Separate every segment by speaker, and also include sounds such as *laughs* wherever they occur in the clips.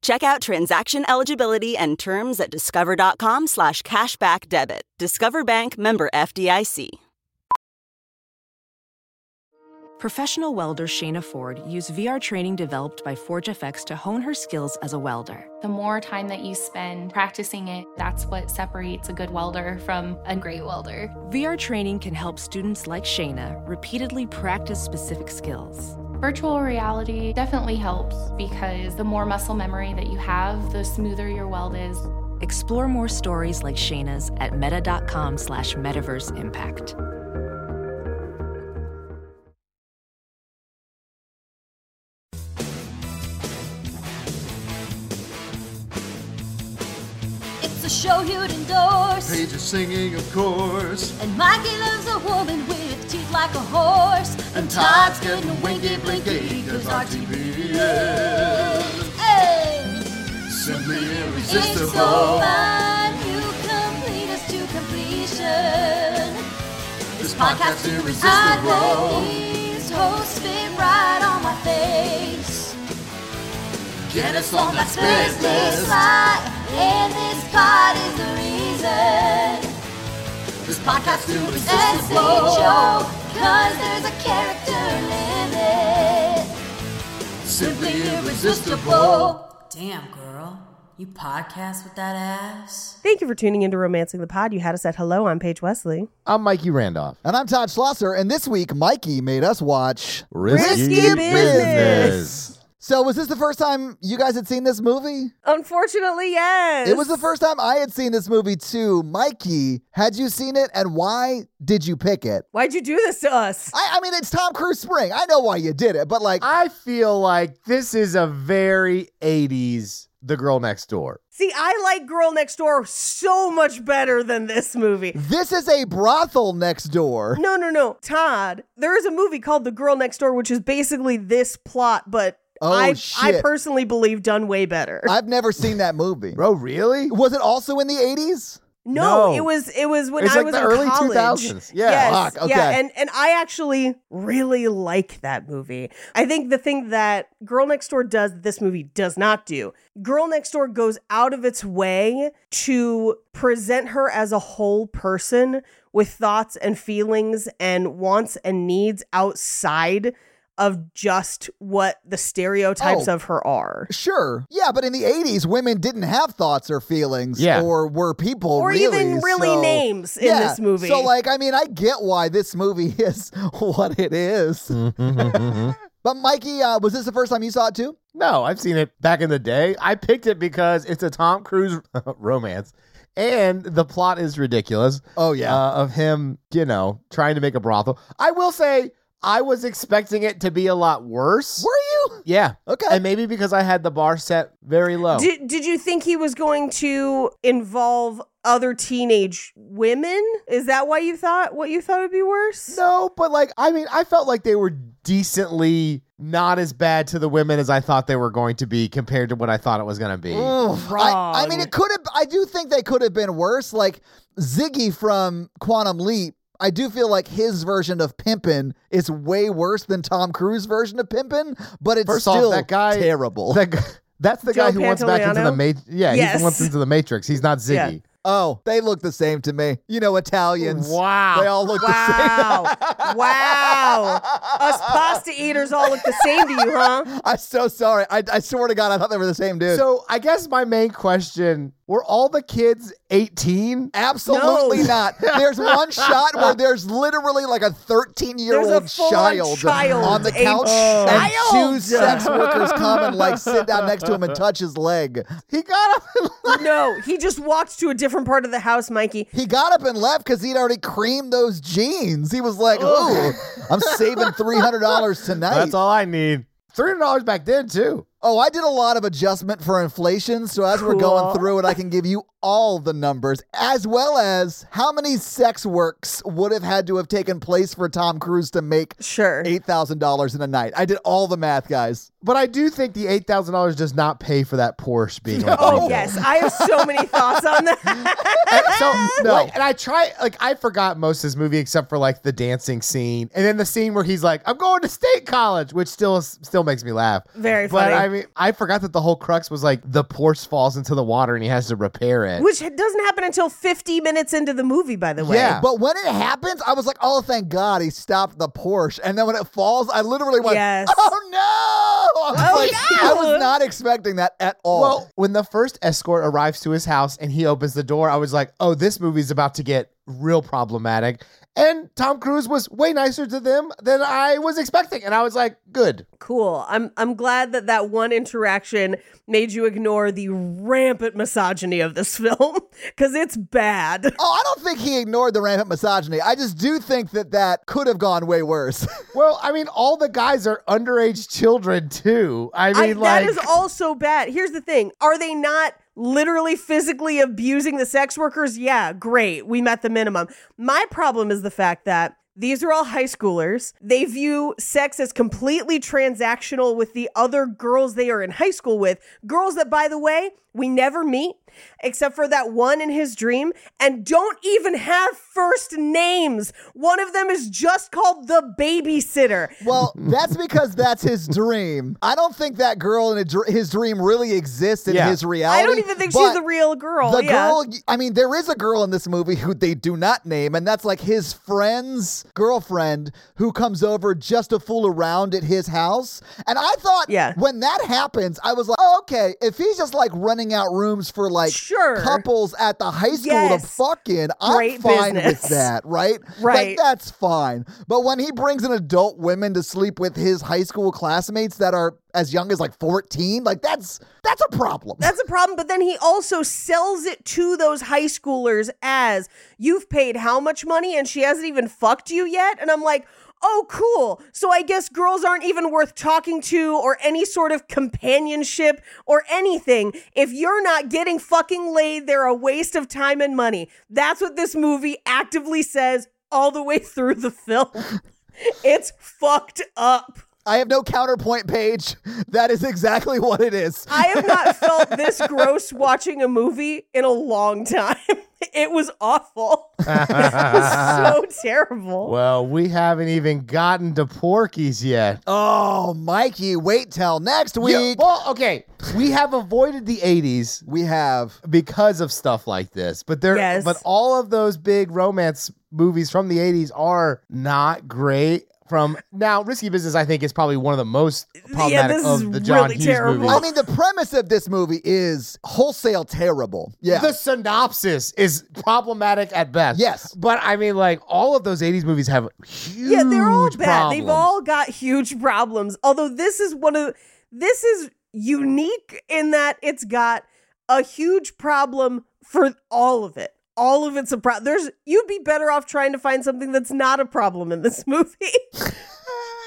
Speaker 1: Check out transaction eligibility and terms at discover.com slash cashback debit. Discover Bank member FDIC.
Speaker 2: Professional welder Shayna Ford used VR training developed by ForgeFX to hone her skills as a welder.
Speaker 3: The more time that you spend practicing it, that's what separates a good welder from a great welder.
Speaker 2: VR training can help students like Shayna repeatedly practice specific skills.
Speaker 3: Virtual reality definitely helps because the more muscle memory that you have, the smoother your weld is.
Speaker 2: Explore more stories like Shayna's at meta.com slash metaverse impact.
Speaker 4: It's a show you'd endorse.
Speaker 5: Paige is singing, of course.
Speaker 4: And Mikey loves a woman with teeth like a horse.
Speaker 5: And Todd's getting winky blinky, cause RTP is
Speaker 4: Hey!
Speaker 5: simply
Speaker 4: It's so
Speaker 5: irresistible.
Speaker 4: fun, you complete us to completion.
Speaker 5: This podcast's
Speaker 4: I
Speaker 5: irresistible.
Speaker 4: let these hosts fit right on my face.
Speaker 5: Get us on that space
Speaker 4: This
Speaker 5: list.
Speaker 4: fly, and this pot is the reason.
Speaker 5: This podcast's
Speaker 4: Let's
Speaker 5: irresistible.
Speaker 4: cause there's a character limit.
Speaker 5: Simply irresistible.
Speaker 6: Damn, girl. You podcast with that ass?
Speaker 7: Thank you for tuning into Romancing the Pod. You had us at hello. I'm Paige Wesley.
Speaker 8: I'm Mikey Randolph.
Speaker 9: And I'm Todd Schlosser, and this week Mikey made us watch.
Speaker 7: Risky business.
Speaker 9: So, was this the first time you guys had seen this movie?
Speaker 7: Unfortunately, yes.
Speaker 9: It was the first time I had seen this movie too. Mikey, had you seen it, and why did you pick it?
Speaker 7: Why'd you do this to us?
Speaker 9: I, I mean, it's Tom Cruise Spring. I know why you did it, but like,
Speaker 8: I feel like this is a very 80s The Girl Next Door.
Speaker 7: See, I like Girl Next Door so much better than this movie.
Speaker 9: this is a brothel next door.
Speaker 7: No, no, no. Todd, there is a movie called The Girl Next Door, which is basically this plot, but
Speaker 9: Oh,
Speaker 7: I, I
Speaker 9: shit.
Speaker 7: personally believe done way better.
Speaker 9: I've never seen that movie.
Speaker 8: Bro, really?
Speaker 9: Was it also in the 80s?
Speaker 7: No,
Speaker 8: No.
Speaker 7: it was it was when
Speaker 8: It's
Speaker 7: I
Speaker 8: like
Speaker 7: was
Speaker 8: the
Speaker 7: in
Speaker 8: early
Speaker 7: college.
Speaker 8: 2000s. Yeah.
Speaker 7: yes,
Speaker 9: Fuck,
Speaker 7: yeah,
Speaker 9: okay.
Speaker 7: and and I actually really like that movie. I think the thing that Girl Next Door does that this movie does not do. Girl Next Door goes out of its way to present her as a whole person with thoughts and feelings and wants and needs outside of just what the stereotypes
Speaker 9: Oh.
Speaker 7: of her are.
Speaker 9: Sure. Yeah, but in the 80s, women didn't have thoughts or feelings
Speaker 8: Yeah.
Speaker 9: or were people
Speaker 7: Or
Speaker 9: really.
Speaker 7: even really
Speaker 9: so-
Speaker 7: names in
Speaker 9: Yeah,
Speaker 7: this movie.
Speaker 9: So, like, I mean, I get why this movie *laughs* is what it is.
Speaker 8: Mm-hmm,
Speaker 9: *laughs* but, Mikey, uh, was this the first time you saw it too?
Speaker 8: No, I've seen it back in the day. I picked it because it's a Tom Cruise *laughs* romance, and the plot is ridiculous.
Speaker 9: Oh, yeah.
Speaker 8: uh, of him, you know, trying to make a brothel. I will say, I was expecting it to be a lot worse.
Speaker 9: Were you?
Speaker 8: Yeah,
Speaker 9: Okay.
Speaker 8: and maybe because I had the bar set very low.
Speaker 7: Did, did you think he was going to involve other teenage women? Is that why you thought what you thought would be worse?
Speaker 8: no, but like, I mean, I felt like they were decently not as bad to the women as I thought they were going to be compared to what I thought it was going to be.
Speaker 9: Oof. I, I mean, it could have. I do think they could have been worse. Like Ziggy from Quantum Leap. I do feel like his version of Pimpin is way worse than Tom Cruise's version of Pimpin, but it's
Speaker 8: First off,
Speaker 9: still
Speaker 8: that guy-
Speaker 9: terrible.
Speaker 8: That g- that's the
Speaker 7: Joe
Speaker 8: guy who wants back into the
Speaker 7: Pantoliano?
Speaker 8: matrix. Yeah,
Speaker 7: Yes.
Speaker 8: he wants into the matrix. He's not Ziggy.
Speaker 7: Yeah.
Speaker 9: oh, they look the same to me. You know, Italians.
Speaker 8: Wow.
Speaker 9: They all look
Speaker 7: Wow. wow. Us pasta eaters all look the same to you,
Speaker 9: the
Speaker 7: huh?
Speaker 9: same. *laughs* I'm so sorry. I, I swear to God, I thought they were the same dude.
Speaker 8: So I guess my main question: Were all the kids eighteen?
Speaker 9: Absolutely
Speaker 7: No. *laughs*
Speaker 9: not. There's one shot where there's literally like a 13 year
Speaker 7: There's a
Speaker 9: old
Speaker 7: full-on
Speaker 9: child,
Speaker 7: child,
Speaker 9: on the
Speaker 7: a
Speaker 9: couch, and
Speaker 7: child.
Speaker 9: two sex workers come and like sit down next to him and touch his leg.
Speaker 8: He got up. And *laughs*
Speaker 7: No, he just walked to a different part of the house, Mikey.
Speaker 9: He got up and left because he'd already creamed those jeans. He was
Speaker 7: *laughs*
Speaker 9: like, "Ooh, I'm saving three hundred dollars tonight."
Speaker 8: That's all I need. Three hundred dollars back then too.
Speaker 9: Oh, I did a lot of adjustment for inflation. So as we're
Speaker 7: Cool.
Speaker 9: going through it, I can give you all the numbers, as well as how many sex works would have had to have taken place for Tom Cruise to make
Speaker 7: Sure.
Speaker 9: $8,000 in a night. I did all the math, guys.
Speaker 8: But I do think the eight thousand dollars does not pay for that Porsche being. like
Speaker 7: Oh,
Speaker 8: legal.
Speaker 7: yes. I have so many thoughts on that.
Speaker 8: And *laughs*
Speaker 7: Ah!
Speaker 8: so
Speaker 9: No.
Speaker 8: like, and I try like I forgot most of this movie except for like the dancing scene and then the scene where he's like I'm going to state college, which still still makes me laugh.
Speaker 7: Very
Speaker 8: But
Speaker 7: funny.
Speaker 8: I mean, I forgot that the whole crux was like the Porsche falls into the water and he has to repair it.
Speaker 7: Which doesn't happen until 50 minutes into the movie, by the way.
Speaker 8: Yeah.
Speaker 9: But when it happens, I was like, oh, thank God he stopped the Porsche. And then when it falls, I literally went,
Speaker 7: Yes.
Speaker 9: oh, no. I was,
Speaker 7: Oh,
Speaker 9: like,
Speaker 7: no.
Speaker 9: I was not expecting that at all.
Speaker 8: Well, when the first escort arrives to his house and he opens the door, I was like, "Oh, this movie's about to get real problematic." And Tom Cruise was way nicer to them than I was expecting, and I was like, "Good."
Speaker 7: Cool. I'm I'm glad that that one interaction made you ignore the rampant misogyny of this *laughs* film cuz it's bad.
Speaker 9: *laughs* Oh, I don't think he ignored the rampant misogyny. I just do think that that could have gone way worse. *laughs*
Speaker 8: Well, I mean, all the guys are underage children too. I mean,
Speaker 7: I-
Speaker 8: like,
Speaker 7: that is also bad. Here's the thing. Are they not literally physically abusing the sex workers? Yeah, great. We met the minimum. My problem is the fact that these are all high schoolers. They view sex as completely transactional with the other girls they are in high school with. Girls that, by the way, we never meet except for that one in his dream and don't even have first names. One of them is just called the babysitter.
Speaker 9: well, that's because that's his dream. I don't think that girl in a dr- his dream really exists in
Speaker 8: Yeah.
Speaker 9: his reality.
Speaker 7: I don't even think
Speaker 9: but
Speaker 7: she's the real girl.
Speaker 9: The
Speaker 7: yeah.
Speaker 9: girl, I mean, there is a girl in this movie who they do not name, and that's like his friend's girlfriend who comes over just to fool around at his house. And I thought,
Speaker 7: Yeah.
Speaker 9: when that happens, I was like, oh, okay, if he's just like running out rooms for like
Speaker 7: Sure.
Speaker 9: couples at the high school to
Speaker 7: Yes.
Speaker 9: fucking, I'm
Speaker 7: Great
Speaker 9: fine
Speaker 7: business.
Speaker 9: with that, right?
Speaker 7: Right.
Speaker 9: Like, that's fine. But when he brings in adult women to sleep with his high school classmates that are as young as like 14, like that's that's a problem.
Speaker 7: *laughs* That's a problem. But then he also sells it to those high schoolers as you've paid how much money and she hasn't even fucked you yet. And I'm like, oh, cool. So I guess girls aren't even worth talking to or any sort of companionship or anything. If you're not getting fucking laid, they're a waste of time and money. That's what this movie actively says all the way through the film. *laughs* it's fucked up.
Speaker 9: I have no counterpoint page. That is exactly what it is.
Speaker 8: *laughs*
Speaker 7: I have not felt this gross watching a movie in a long time. *laughs* It was awful. *laughs* it was so terrible.
Speaker 8: Ah. well, we haven't even gotten to Porky's yet.
Speaker 9: Oh, Mikey, wait till next week.
Speaker 8: Yeah, well, okay, we have avoided the '80s
Speaker 9: we have.
Speaker 8: because of stuff like this, but there,
Speaker 7: Yes.
Speaker 8: but all of those big romance movies from the '80s are not great. From now, Risky Business, I think, is probably one of the most problematic
Speaker 7: this is
Speaker 8: of oh, the John
Speaker 7: really
Speaker 8: Hughes
Speaker 7: terrible.
Speaker 8: movies.
Speaker 9: I mean, the premise of this movie is wholesale terrible. Yeah.
Speaker 8: The synopsis is problematic at best.
Speaker 9: Yes.
Speaker 8: But I mean, like, all of those 80s movies have huge
Speaker 7: Yeah, they're all bad. They've
Speaker 8: problems.
Speaker 7: all got huge problems. Although this is one of this is unique in that it's got a huge problem for all of it. All of it's a problem. There's you'd be better off trying to find something that's not a problem in this
Speaker 8: *laughs*
Speaker 7: *laughs* movie.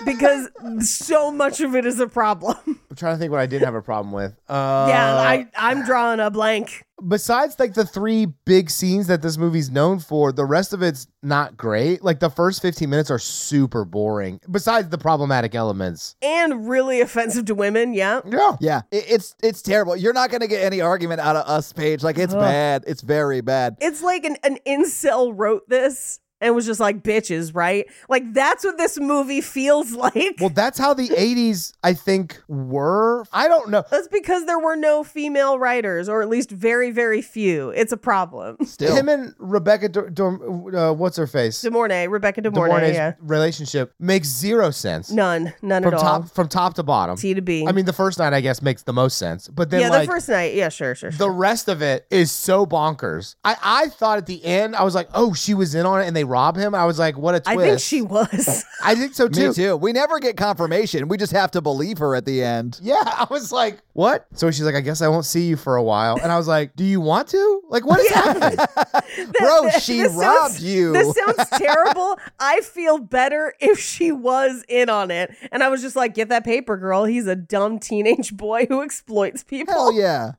Speaker 7: because so much of it is a problem.
Speaker 8: I'm trying to think what I didn't have a problem with. Uh,
Speaker 7: yeah, I, I'm drawing a blank.
Speaker 8: Besides, like, the three big scenes that this movie's known for, the rest of it's not great. Like, the first 15 minutes are super boring, besides the problematic elements.
Speaker 7: and really offensive to women. Yeah.
Speaker 8: Yeah.
Speaker 9: yeah. It- it's it's terrible. You're not going to get any argument out of us, Paige. Like, it's bad. It's very bad.
Speaker 7: It's like an, an incel wrote this and was just like, bitches, right? Like, that's what this movie feels *laughs* like.
Speaker 8: Well, that's how the 80s, I think, were. I don't know.
Speaker 7: that's because there were no female writers, or at least very, very few. It's a problem.
Speaker 9: Still.
Speaker 8: Him and Rebecca, Dor- Dor- uh, what's her face?
Speaker 7: DeMornay, Rebecca DeMornay,
Speaker 8: DeMornay's
Speaker 7: yeah.
Speaker 8: relationship makes zero sense.
Speaker 7: None, none
Speaker 8: from
Speaker 7: at all.
Speaker 8: top from top to bottom.
Speaker 7: T to B.
Speaker 8: I mean, the first night I guess makes the most sense, but then
Speaker 7: yeah,
Speaker 8: like
Speaker 7: the first night. Yeah, sure, sure. sure.
Speaker 8: the rest of it is so bonkers. I I thought at the end I was like, oh, she was in on it, and they rob him? I was like, what a twist.
Speaker 7: I think she was.
Speaker 8: I think so
Speaker 9: *laughs* Me too. We never get confirmation. We just have to believe her at the end.
Speaker 8: Yeah, *laughs* I was like, what? So she's like, I guess I won't see you for a while. And I was like, do you want to? Like,
Speaker 7: *laughs*
Speaker 8: what is happening?
Speaker 9: Bro,
Speaker 7: Th-
Speaker 9: she
Speaker 7: this
Speaker 9: robbed
Speaker 7: sounds-
Speaker 9: you.
Speaker 7: This
Speaker 9: *laughs*
Speaker 7: sounds terrible. I feel better if she was in on it. And I was just like, get that paper, girl. He's a dumb teenage boy who exploits people.
Speaker 9: Hell yeah.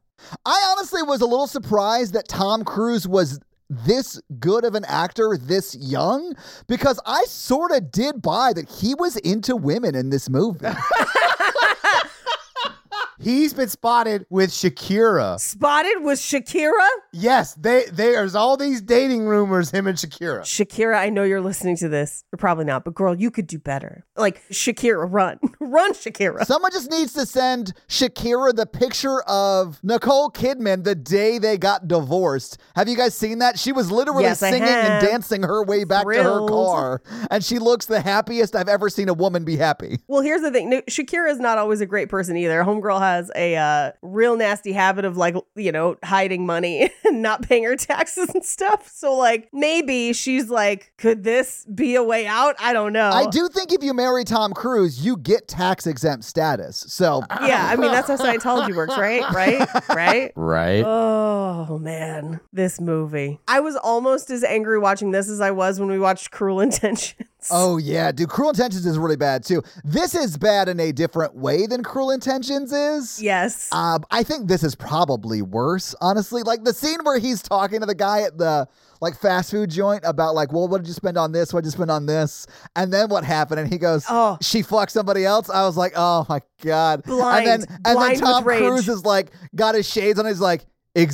Speaker 9: I honestly was a little surprised that Tom Cruise was this good of an actor this young because I sort of did buy that he was into women in this movie.
Speaker 8: He's been spotted with Shakira.
Speaker 7: Spotted was Shakira.
Speaker 8: Yes, they there's all these dating rumors, him and Shakira.
Speaker 7: Shakira, I know you're listening to this. Or probably not, but girl, you could do better. Like, Shakira, run. *laughs* run, Shakira.
Speaker 9: Someone just needs to send Shakira the picture of Nicole Kidman the day they got divorced. Have you guys seen that? She was literally
Speaker 7: Yes, I
Speaker 9: singing and
Speaker 7: have.
Speaker 9: dancing her way back
Speaker 7: Thrilled.
Speaker 9: to her car. And she looks the happiest I've ever seen a woman be happy.
Speaker 7: Well, here's the thing. No, Shakira is not always a great person either. Homegirl has a uh, real nasty habit of like, you know, hiding money *laughs* and not paying her taxes and stuff. So like maybe she's like, could this be a way out? I don't know.
Speaker 9: I do think if you marry Tom Cruise, you get tax exempt status. So
Speaker 7: Yeah, I mean that's how Scientology works,
Speaker 9: *laughs*
Speaker 7: right? Right? Right?
Speaker 10: Right?
Speaker 7: Oh man, this movie. I was almost as angry watching this as I was when we watched Cruel *laughs* Intentions.
Speaker 9: Oh yeah, dude, Cruel Intentions is really bad too. This is bad in a different way than Cruel Intentions is.
Speaker 7: Yes.
Speaker 9: Uh, I think this is probably worse, honestly. Like the scene where he's talking to the guy at the like fast food joint about like, well, what did you spend on this? What did you spend on this? And then what happened? And he goes,
Speaker 7: Oh.
Speaker 9: she fucked somebody else. I was like, oh my god.
Speaker 7: Blind.
Speaker 9: And then and
Speaker 7: Blind
Speaker 9: then Tom
Speaker 7: with rage.
Speaker 9: Cruise is like, got his shades on. He's like,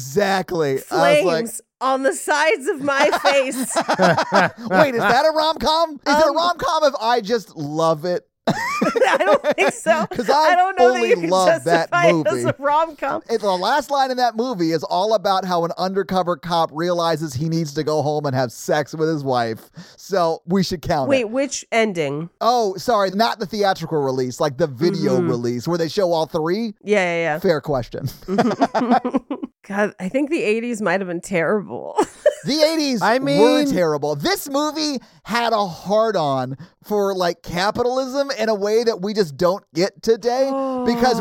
Speaker 9: exactly. I was
Speaker 7: Flames on the sides of
Speaker 9: *laughs*
Speaker 7: my face.
Speaker 9: like, *laughs* wait, is that a rom com? Is it a rom com if I just love it?
Speaker 7: Um, *laughs* I don't
Speaker 9: *laughs*
Speaker 7: think so.
Speaker 9: 'Cause I
Speaker 7: don't know that
Speaker 9: fully
Speaker 7: you can
Speaker 9: love that
Speaker 7: justify it as
Speaker 9: movie.
Speaker 7: a rom com.
Speaker 9: It, eh, the last line in that movie is all about how an undercover cop realizes he needs to go home and have sex with his wife. So we should count
Speaker 7: Wait,
Speaker 9: it.
Speaker 7: which ending?
Speaker 9: Oh, sorry, not the theatrical release, like the video
Speaker 8: Mm-hmm.
Speaker 9: release where they show all three.
Speaker 7: Yeah, yeah, yeah.
Speaker 9: Fair question. the
Speaker 8: Mm-hmm.
Speaker 9: *laughs*
Speaker 7: God, I think the 80s might have been terrible. *laughs*
Speaker 9: 80s
Speaker 8: I
Speaker 9: were
Speaker 8: mean-
Speaker 9: terrible. This movie had a hard on for like capitalism in a way that we just don't get today because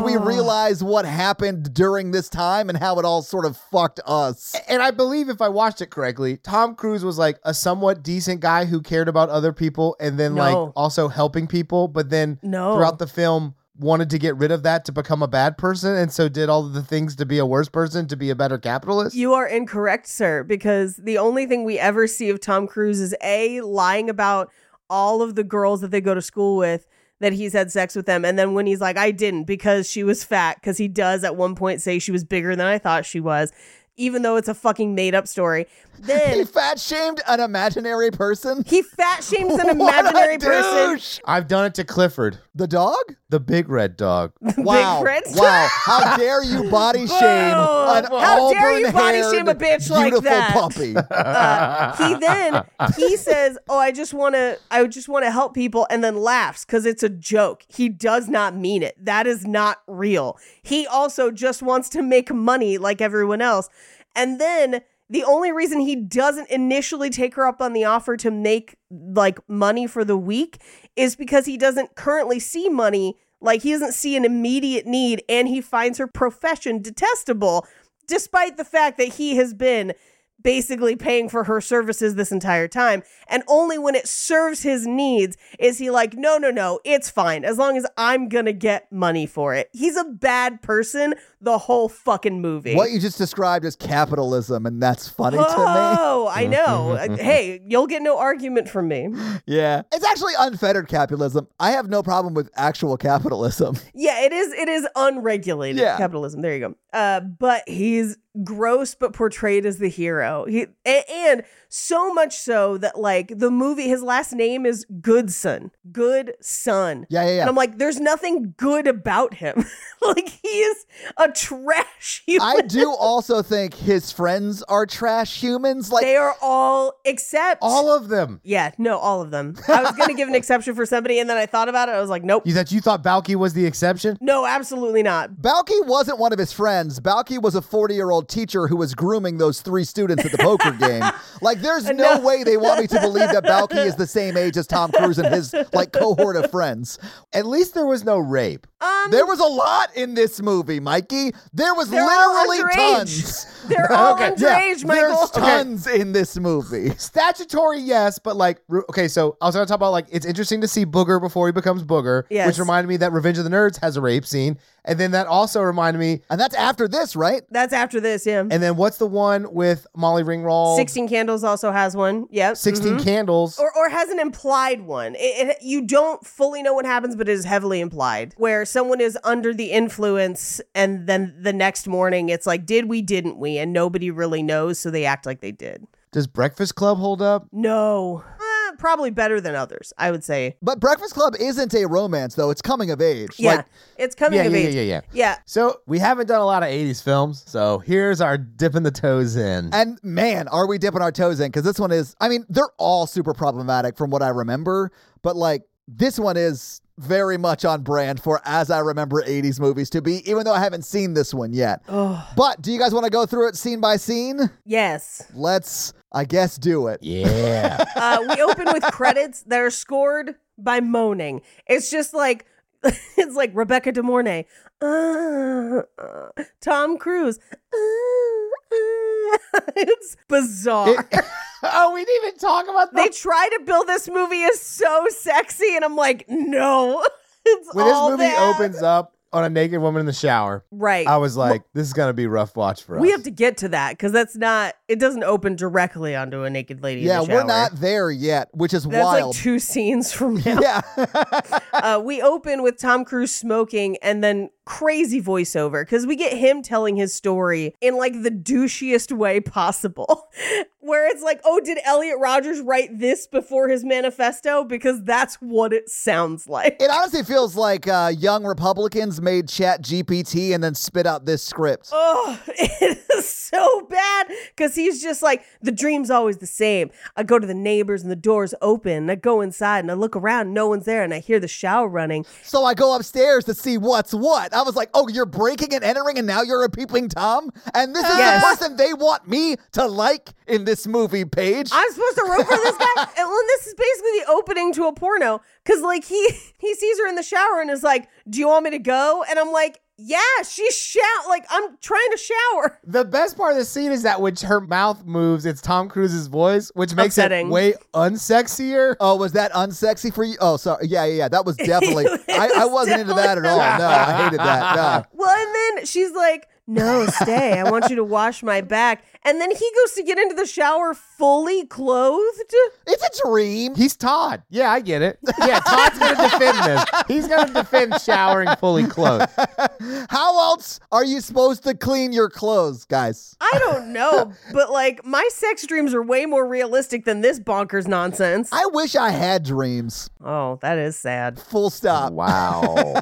Speaker 8: *gasps*
Speaker 9: we realize what happened during this time and how it all sort of fucked us.
Speaker 8: And I believe if I watched it correctly, Tom Cruise was like a somewhat decent guy who cared about other people and then like
Speaker 7: No.
Speaker 8: also helping people, but then
Speaker 7: No.
Speaker 8: throughout the film wanted to get rid of that to become a bad person and so did all of the things to be a worse person to be a better capitalist. *laughs*
Speaker 7: You are incorrect, sir, because the only thing we ever see of Tom Cruise is A, lying about all of the girls that they go to school with that he's had sex with them. And then when he's like, I didn't because she was fat, because he does at one point say she was bigger than I thought she was, even though it's a fucking made up story.
Speaker 9: He
Speaker 7: Then
Speaker 9: *laughs* fat shamed an imaginary person?
Speaker 7: he fat
Speaker 8: *laughs*
Speaker 7: shames an
Speaker 9: *laughs* What a
Speaker 7: imaginary person.
Speaker 9: douche!
Speaker 8: I've done it to Clifford,
Speaker 9: The dog?
Speaker 8: the big red
Speaker 7: *laughs*
Speaker 8: dog.
Speaker 9: Wow.
Speaker 7: red
Speaker 9: wow. How dare you
Speaker 7: *laughs*
Speaker 9: body shame an
Speaker 7: How dare you body
Speaker 9: auburn-haired,
Speaker 7: shame a bitch like
Speaker 9: beautiful
Speaker 7: that?
Speaker 9: puppy.
Speaker 7: *laughs* Uh, he then he says, "Oh, I just want to, I just want to help people," and then laughs because it's a joke. He does not mean it. That is not real. He also just wants to make money like everyone else. And then the only reason he doesn't initially take her up on the offer to make like money for the week is because he doesn't currently see money. Like he doesn't see an immediate need, and he finds her profession detestable, despite the fact that he has been basically paying for her services this entire time. And only when it serves his needs is he like, no, no, no, it's fine. As long as I'm going to get money for it. He's a bad person the whole fucking movie.
Speaker 9: what you just described is capitalism, and that's funny to
Speaker 7: Oh, I know.
Speaker 9: *laughs*
Speaker 7: hey, you'll get no argument from me.
Speaker 9: me. *laughs* Yeah. It's actually unfettered capitalism. I have no problem with actual capitalism.
Speaker 7: Yeah, it is. It is unregulated
Speaker 9: Yeah.
Speaker 7: capitalism. There you go. Uh, but he's gross, but portrayed as the hero. He a- and so much so that like the movie, his last name is Goodson. Good son.
Speaker 9: Yeah, yeah, yeah.
Speaker 7: And I'm like, there's nothing good about him. *laughs* like he is a trash *laughs* human.
Speaker 9: I do also think his friends are trash humans. Like
Speaker 7: they are all except
Speaker 8: All of them.
Speaker 7: yeah, no, all of them. I was gonna
Speaker 9: *laughs*
Speaker 7: give an exception for somebody, and then I thought about it. I was like, nope.
Speaker 8: You that you thought Balky was the exception?
Speaker 7: No, absolutely not.
Speaker 9: Balky wasn't one of his friends. Balky was a 40 year old adult teacher who was grooming those three students at the poker
Speaker 7: *laughs*
Speaker 9: game. Like, there's no
Speaker 7: No.
Speaker 9: way they want me to believe that Balky is
Speaker 7: *laughs*
Speaker 9: the same age as Tom Cruise and his like cohort of friends.
Speaker 8: At least there was no rape.
Speaker 7: Um,
Speaker 9: There was a lot in this movie, Mikey. There was
Speaker 7: They're all
Speaker 9: literally
Speaker 7: underage.
Speaker 9: tons.
Speaker 7: They're
Speaker 9: *laughs*
Speaker 7: all underage,
Speaker 9: there's
Speaker 7: Michael.
Speaker 9: tons in this movie.
Speaker 8: *laughs* Statutory, yes, but like, re- okay, so I was going to talk about like, it's interesting to see Booger before he becomes Booger,
Speaker 7: Yes.
Speaker 8: which reminded me that Revenge of the Nerds has a rape scene. And then that also reminded me,
Speaker 9: And that's after this, right?
Speaker 7: That's after this, yeah.
Speaker 8: and then what's the one with Molly Ringwald?
Speaker 7: 16 Candles also has one. Yep. Mm-hmm.
Speaker 8: 16 Candles.
Speaker 7: or, or has an implied one. It, it, you don't fully know what happens, but it is heavily implied, where someone is under the influence, and then the next morning it's like, did we, didn't we? And nobody really knows, so they act like they did.
Speaker 8: Does Breakfast Club hold up?
Speaker 7: No. Eh, probably better than others, I would say.
Speaker 9: But Breakfast Club isn't a romance, though. It's coming of age.
Speaker 7: Yeah.
Speaker 9: Like,
Speaker 7: it's coming
Speaker 8: yeah,
Speaker 7: of
Speaker 8: yeah,
Speaker 7: age.
Speaker 8: yeah, yeah, yeah.
Speaker 7: yeah.
Speaker 8: So we haven't done a lot of 80s films, so here's our dipping the toes in.
Speaker 9: and man, are we dipping our toes in? Because this one is, I mean, they're all super problematic from what I remember, but like this one is very much on brand for as I remember 80s movies to be, even though I haven't seen this one yet. But do you guys want to go through it scene by scene?
Speaker 7: Yes.
Speaker 9: Let's, I guess, do it. *laughs*
Speaker 8: Yeah.
Speaker 7: Uh, we open with credits that are scored by moaning. It's just like *laughs* it's like Rebecca De Mornay, uh, uh, Tom Cruise. uh, *laughs* uh. it's bizarre.
Speaker 9: *laughs*
Speaker 8: oh, we didn't even talk about
Speaker 7: they try to bill this movie as so sexy, and I'm like, no. *laughs* It's
Speaker 8: when this
Speaker 7: all
Speaker 8: movie
Speaker 7: that.
Speaker 8: opens up on a naked woman in the shower,
Speaker 7: right?
Speaker 8: I was like, this is gonna be a rough watch for us.
Speaker 7: we have to get to that because that's not. It doesn't open directly onto a naked lady. in
Speaker 9: Yeah,
Speaker 7: the
Speaker 9: we're
Speaker 7: shower.
Speaker 9: not there yet, which is
Speaker 7: That's
Speaker 9: wild.
Speaker 7: like
Speaker 9: *laughs*
Speaker 7: two scenes from
Speaker 8: *laughs*
Speaker 7: now.
Speaker 9: yeah. *laughs*
Speaker 7: uh, we open with Tom Cruise smoking and then crazy voiceover because we get him telling his story in like the douchiest way possible. *laughs* Where it's like, oh, did Elliot Rodgers write this before his manifesto? Because that's what it sounds like. *laughs*
Speaker 9: it honestly feels like uh, young Republicans made Chat GPT and then spit out this script.
Speaker 7: Oh, it is so bad because he's just like, the dream's always the same. I go to the neighbors and the door's open. And I go inside and I look around, no one's there, and I hear the shower running.
Speaker 9: So I go upstairs to see what's what. I was like, oh, you're breaking and entering, and now you're a peeping Tom? And this is
Speaker 7: Yes.
Speaker 9: the person they want me to like in this movie, Paige.
Speaker 7: I'm supposed to root for this
Speaker 9: *laughs*
Speaker 7: guy. and well, this is basically the opening to a porno because like he he sees her in the shower and is like, "Do you want me to go?" And I'm like, "Yeah, she's shout like I'm trying to shower."
Speaker 8: the best part of the scene is that when her mouth moves, it's Tom Cruise's voice, which makes
Speaker 7: Upsetting.
Speaker 8: it way unsexier.
Speaker 9: Oh, was that unsexy for you? Oh, sorry. Yeah, yeah, yeah. That was definitely. I, I wasn't into that at all. No, I hated that. No.
Speaker 7: Well, and then she's like, "No, stay. I want you to wash my back." And then he goes to get into the shower fully clothed.
Speaker 9: It's a dream.
Speaker 8: He's Todd. Yeah, I get it. Yeah, Todd's gonna defend this. He's gonna defend showering fully clothed.
Speaker 9: How else are you supposed to clean your clothes, guys?
Speaker 7: I don't
Speaker 9: *laughs*
Speaker 7: know, but like my sex dreams are way more realistic than this bonkers nonsense.
Speaker 9: I wish I had dreams.
Speaker 7: oh, that is sad.
Speaker 9: Full stop. *laughs*
Speaker 8: Wow.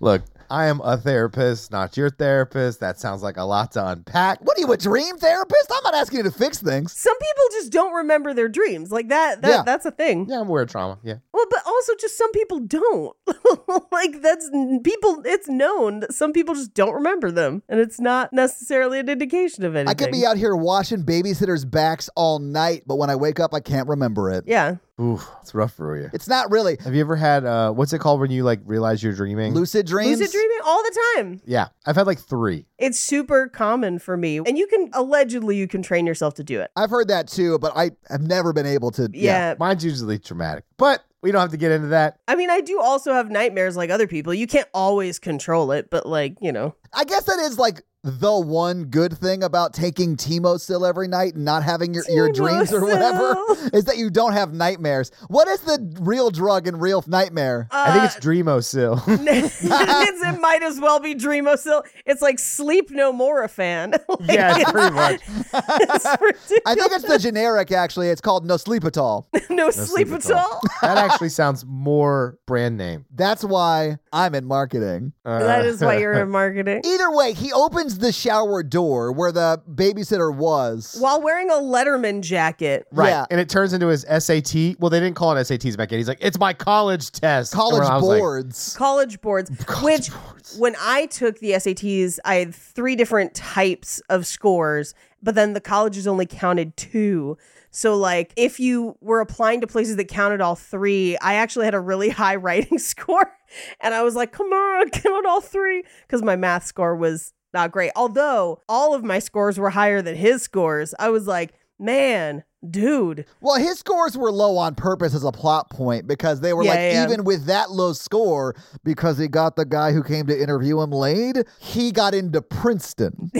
Speaker 8: Look, I am a therapist, not your therapist. That sounds like a lot to unpack.
Speaker 9: What are you, a dream therapist? I'm not asking you to fix things.
Speaker 7: Some people just don't remember their dreams. Like that, that
Speaker 9: Yeah.
Speaker 7: that's a thing.
Speaker 8: Yeah, I'm aware of trauma. Yeah.
Speaker 7: Well, but also just some people don't. *laughs* like that's people it's known that some people just don't remember them and it's not necessarily an indication of anything.
Speaker 9: I could be out here washing babysitters' backs all night, but when I wake up, I can't remember it.
Speaker 7: Yeah.
Speaker 8: Oof, it's rough for you.
Speaker 9: It's not really
Speaker 8: Have you ever had uh what's it called when you like realize you're dreaming?
Speaker 9: lucid dreams.
Speaker 7: Lucid dreaming all the time.
Speaker 8: Yeah, I've had like three.
Speaker 7: It's super common for me. And you can allegedly you can train yourself to do it.
Speaker 9: I've heard that too, but I have never been able to.
Speaker 7: Yeah.
Speaker 8: Mine's usually traumatic, but we don't have to get into that.
Speaker 7: I mean, I do also have nightmares like other people. You can't always control it, but like, you know.
Speaker 9: I guess that is like the one good thing about taking Timosil every night and not having your, your dreams or whatever *laughs*
Speaker 7: Timosil.
Speaker 9: is that you don't have nightmares. What is the real drug and real nightmare?
Speaker 8: I think
Speaker 9: Uh,
Speaker 8: it's Dreamosil.
Speaker 7: Uh, *laughs* it's, it might as well be Dreamosil. It's like sleep no moraphan. *laughs* like,
Speaker 8: yeah, it's pretty much.
Speaker 7: *laughs* it's
Speaker 9: I think it's the generic, actually. It's called Nosleepitol.
Speaker 7: no sleep at all.
Speaker 8: That
Speaker 9: *laughs*
Speaker 8: actually sounds more brand name.
Speaker 9: That's why I'm in marketing.
Speaker 8: Uh,
Speaker 7: *laughs* that is why you're in marketing.
Speaker 9: Either way, he opens opens the shower door where the babysitter was.
Speaker 7: while wearing a Letterman jacket.
Speaker 8: Right.
Speaker 9: Yeah.
Speaker 8: And it turns into his SAT. Well, they didn't call it SATs back then. He's like, it's my college test. And
Speaker 9: College
Speaker 8: I was like,
Speaker 9: boards.
Speaker 7: College boards, which when I took the SATs, I had three different types of scores, but then the colleges only counted two. So, like, if you were applying to places that counted all three, I actually had a really *laughs* high writing score. And I was like, come on, *laughs* count all three. Because my math score was not great. Although all of my scores were higher than his scores, I was like, man, dude, *laughs*
Speaker 9: well, his scores were low on purpose as a plot point because they were
Speaker 7: Yeah,
Speaker 9: like,
Speaker 7: yeah, yeah.
Speaker 9: even with that low score, because he got the guy who came to interview him laid, he got into Princeton.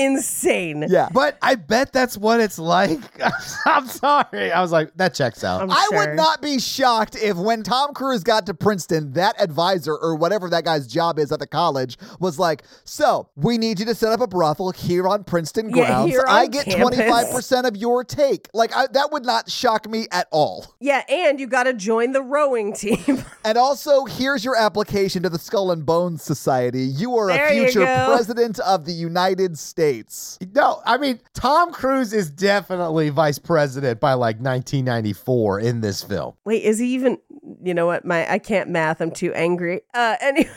Speaker 7: insane.
Speaker 9: Yeah.
Speaker 8: But I bet that's what it's like. *laughs* I'm sorry. I was like, that checks out.
Speaker 7: I'm
Speaker 9: I
Speaker 7: sure.
Speaker 9: would not be shocked if when Tom Cruise got to Princeton, that advisor or whatever that guy's job is at the college was like, "So we need you to set up a brothel here on Princeton
Speaker 7: Yeah,
Speaker 9: grounds.
Speaker 7: here
Speaker 9: I
Speaker 7: on
Speaker 9: get
Speaker 7: campus."
Speaker 9: twenty five percent of your take." Like I, that would not shock me at all.
Speaker 7: Yeah, and you got to join the rowing *laughs* team.
Speaker 9: And also, here's your application to the Skull and Bones Society. You are
Speaker 7: There
Speaker 9: a
Speaker 7: you
Speaker 9: future
Speaker 7: go.
Speaker 9: president of the United States.
Speaker 8: No, I mean, Tom Cruise is definitely vice president by like 1994 in this film.
Speaker 7: Wait, is he even? You know what? My I can't math. I'm too angry. Uh, *laughs* anyway,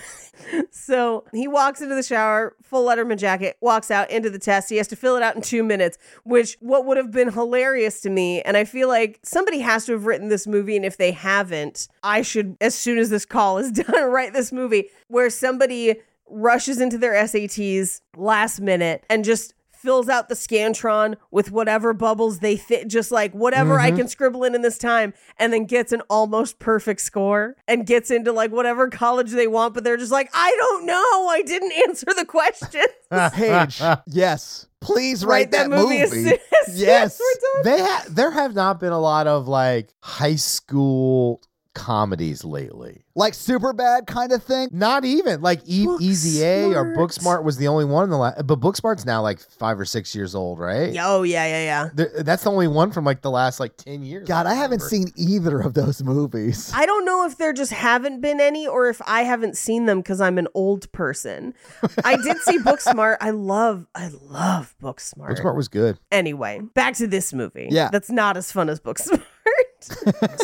Speaker 7: so he walks into the shower, full Letterman jacket, walks out into the test. He has to fill it out in two minutes, which what would have been hilarious to me. And I feel like somebody has to have written this movie, and if they haven't, I should as soon as this call is *laughs* done, write this movie where somebody rushes into their SATs last minute and just fills out the scantron with whatever bubbles they fit just like whatever i can scribble in in this time and then gets an almost perfect score and gets into like whatever college they want but they're just like i don't know i didn't *laughs* answer the question
Speaker 9: *laughs* Paige, yes, please write, that, movie.
Speaker 7: as soon as
Speaker 9: *laughs* yes,
Speaker 7: we're done.
Speaker 8: They ha- there have not been a lot of like high school comedies lately.
Speaker 9: like super bad kind of thing.
Speaker 8: Not even like *laughs* e- Easy A or Booksmart was the only one in the last, but Booksmart's now like five or six years old, right?
Speaker 7: oh yeah yeah yeah
Speaker 8: Th- That's the only one from like the last like 10 years.
Speaker 9: God, I haven't
Speaker 8: remember.
Speaker 9: seen either of those movies.
Speaker 7: I don't know if there just haven't been any or if I haven't seen them because I'm an old person. I did see Booksmart. I love, I love Booksmart.
Speaker 8: Booksmart was good.
Speaker 7: Anyway, back to this movie.
Speaker 9: Yeah.
Speaker 7: That's not as fun as
Speaker 9: *laughs*
Speaker 7: Booksmart.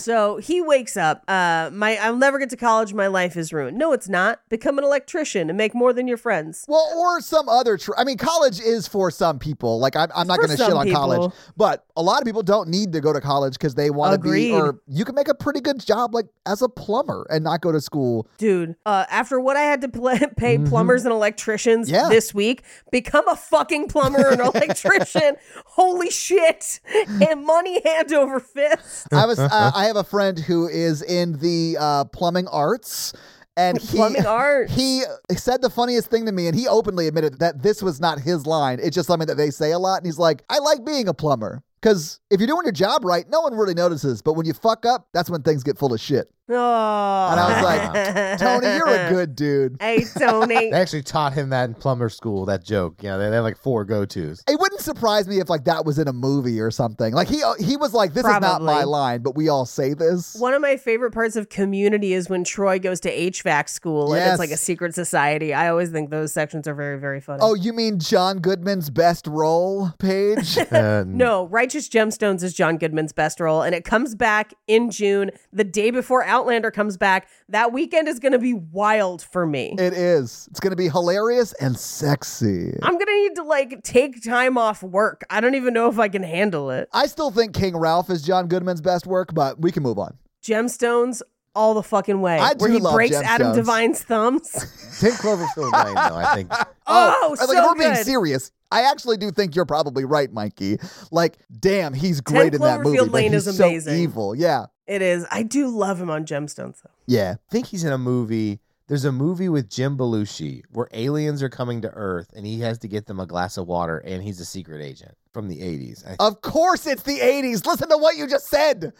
Speaker 7: so he wakes up. Uh, my I'll never get to college. My life is ruined. No, it's not. Become an electrician and make more than your friends.
Speaker 9: Well, or some other. Tr- I mean, college is for some people. Like, I'm, I'm not
Speaker 7: For
Speaker 9: going to
Speaker 7: some
Speaker 9: shit on college,
Speaker 7: people.
Speaker 9: but a lot of people don't need to go to college because they want to
Speaker 7: Agreed.
Speaker 9: be. Or you can make a pretty good job, like as a plumber, and not go to school.
Speaker 7: Dude, uh, after what I had to pl- *laughs* pay plumbers and electricians
Speaker 9: Mm-hmm. Yeah.
Speaker 7: this week, become a fucking plumber and *laughs* electrician. Holy shit. And money hand over
Speaker 9: *laughs*
Speaker 7: fist.
Speaker 9: I was. Uh, I have a friend who is in the uh, plumbing arts. And he,
Speaker 7: Plumbing arts.
Speaker 9: He said the funniest thing to me, and he openly admitted that this was not his line. It's just something that they say a lot. And he's like, "I like being a plumber because if you're doing your job right, no one really notices. But when you fuck up, that's when things get full of shit."
Speaker 7: Oh.
Speaker 9: And I was like, Tony,
Speaker 7: *laughs*
Speaker 9: you're a good dude.
Speaker 7: Hey, Tony.
Speaker 8: They actually taught him that in plumber school, that joke. Yeah, they, they have like four go tos.
Speaker 9: It wouldn't surprise me if like that was in a movie or something. Like he uh, he was like, this is not
Speaker 7: Probably.
Speaker 9: my line, but we all say this.
Speaker 7: One of my favorite parts of community is when Troy goes to HVAC school and
Speaker 9: Yes.
Speaker 7: it's like a secret society. I always think those sections are very, very funny.
Speaker 9: Oh, you mean John Goodman's best role
Speaker 7: *laughs*
Speaker 9: page?
Speaker 8: Uh,
Speaker 7: no, Righteous Gemstones is John Goodman's best role, and it comes back in June, the day before Outlander comes back. That weekend is going to be wild for me.
Speaker 9: it is. It's gonna be hilarious and sexy.
Speaker 7: I'm going to need to like take time off work. I don't even know if I can handle it.
Speaker 9: I still think King Ralph is John Goodman's best work, but we can move on.
Speaker 7: Gemstones all the fucking way.
Speaker 9: I
Speaker 7: Where
Speaker 9: do
Speaker 7: he
Speaker 9: love
Speaker 7: breaks Adam
Speaker 9: Gemstones.
Speaker 7: Devine's thumbs.
Speaker 8: 10 Cloverfield Lane, though, I
Speaker 9: *laughs*
Speaker 8: think.
Speaker 7: Oh,
Speaker 9: uh, like,
Speaker 7: so
Speaker 9: if we're being
Speaker 7: good.
Speaker 9: serious, I actually do think you're probably right, Mikey. Like, damn, he's great in that movie.
Speaker 7: Cloverfield
Speaker 9: Like,
Speaker 7: Lane
Speaker 9: he's
Speaker 7: is
Speaker 9: so
Speaker 7: amazing.
Speaker 9: evil. Yeah,
Speaker 7: it is. I do love him on Gemstones though.
Speaker 9: yeah.
Speaker 8: I think he's in a movie. There's a movie with Jim Belushi where aliens are coming to Earth and he has to get them a glass of water and he's a secret agent from the 80s. I-
Speaker 9: Of course, it's the 80s. Listen to what you just said.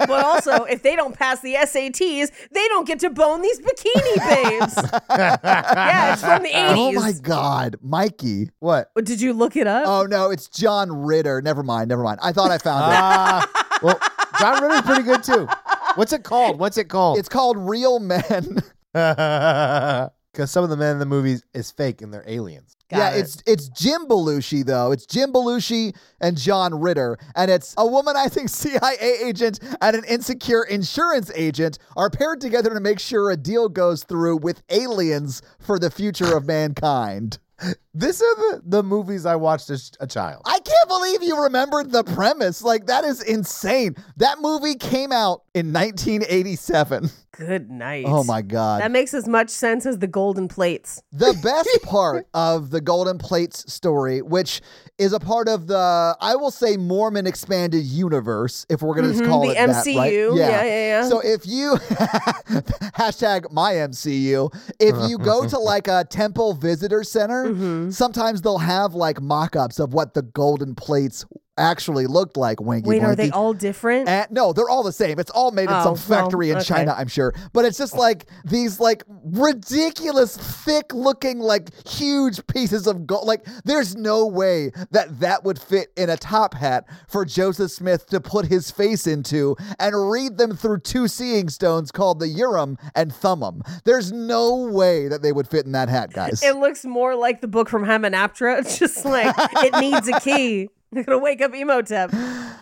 Speaker 7: But also, if they don't pass the SATs, they don't get to bone these bikini babes. yeah, it's from the 80s.
Speaker 9: *laughs* Oh my God, Mikey.
Speaker 8: what?
Speaker 7: Oh, Did you look it up?
Speaker 9: Oh no, it's John Ritter. Never mind, never mind. I thought I found it.
Speaker 8: Ah, well, John Ritter's pretty good Oh. too. What's it called? What's it called?
Speaker 9: It's called Real Men.
Speaker 8: God, because some of the men in the movies is fake and they're aliens.
Speaker 7: Got
Speaker 9: yeah,
Speaker 7: it.
Speaker 9: it's it's Jim Belushi though. It's Jim Belushi and John Ritter, and it's a *laughs* womanizing CIA agent and an insecure insurance agent are paired together to make sure a deal goes through with aliens for the future of mankind. *laughs*
Speaker 8: This are the, the movies I watched as a child.
Speaker 9: I can't believe you remembered the premise. Like that is insane. That movie came out in 1987.
Speaker 7: good night.
Speaker 9: *laughs* Oh my god.
Speaker 7: That makes as much sense as the golden plates.
Speaker 9: The best
Speaker 7: *laughs*
Speaker 9: part of the Golden Plates story, which is a part of the, I will say, Mormon expanded universe, if we're going to
Speaker 7: Mhm,
Speaker 9: call
Speaker 7: the
Speaker 9: it that, right?
Speaker 7: MCU. Yeah, yeah, yeah.
Speaker 9: So if you *laughs* hashtag my MCU, if you go to like a temple visitor center,
Speaker 7: Mm-hmm.
Speaker 9: sometimes they'll have like mock-ups of what the Golden Plates actually looked like. Winky,
Speaker 7: Wait, are they
Speaker 9: blinky.
Speaker 7: all different?
Speaker 9: And, no, they're all the same. It's all made in
Speaker 7: Oh,
Speaker 9: some
Speaker 7: well,
Speaker 9: factory in
Speaker 7: okay.
Speaker 9: China, I'm sure. But it's just like these like ridiculous, thick looking, like huge pieces of gold. Like there's no way that that would fit in a top hat for Joseph Smith to put his face into and read them through two seeing stones called the Urim and Thummim. There's no way that they would fit in that hat, guys.
Speaker 7: It looks more like the book from Hamanaptra. *laughs* It's just like it needs a key. *laughs* You're gonna wake up Emotep.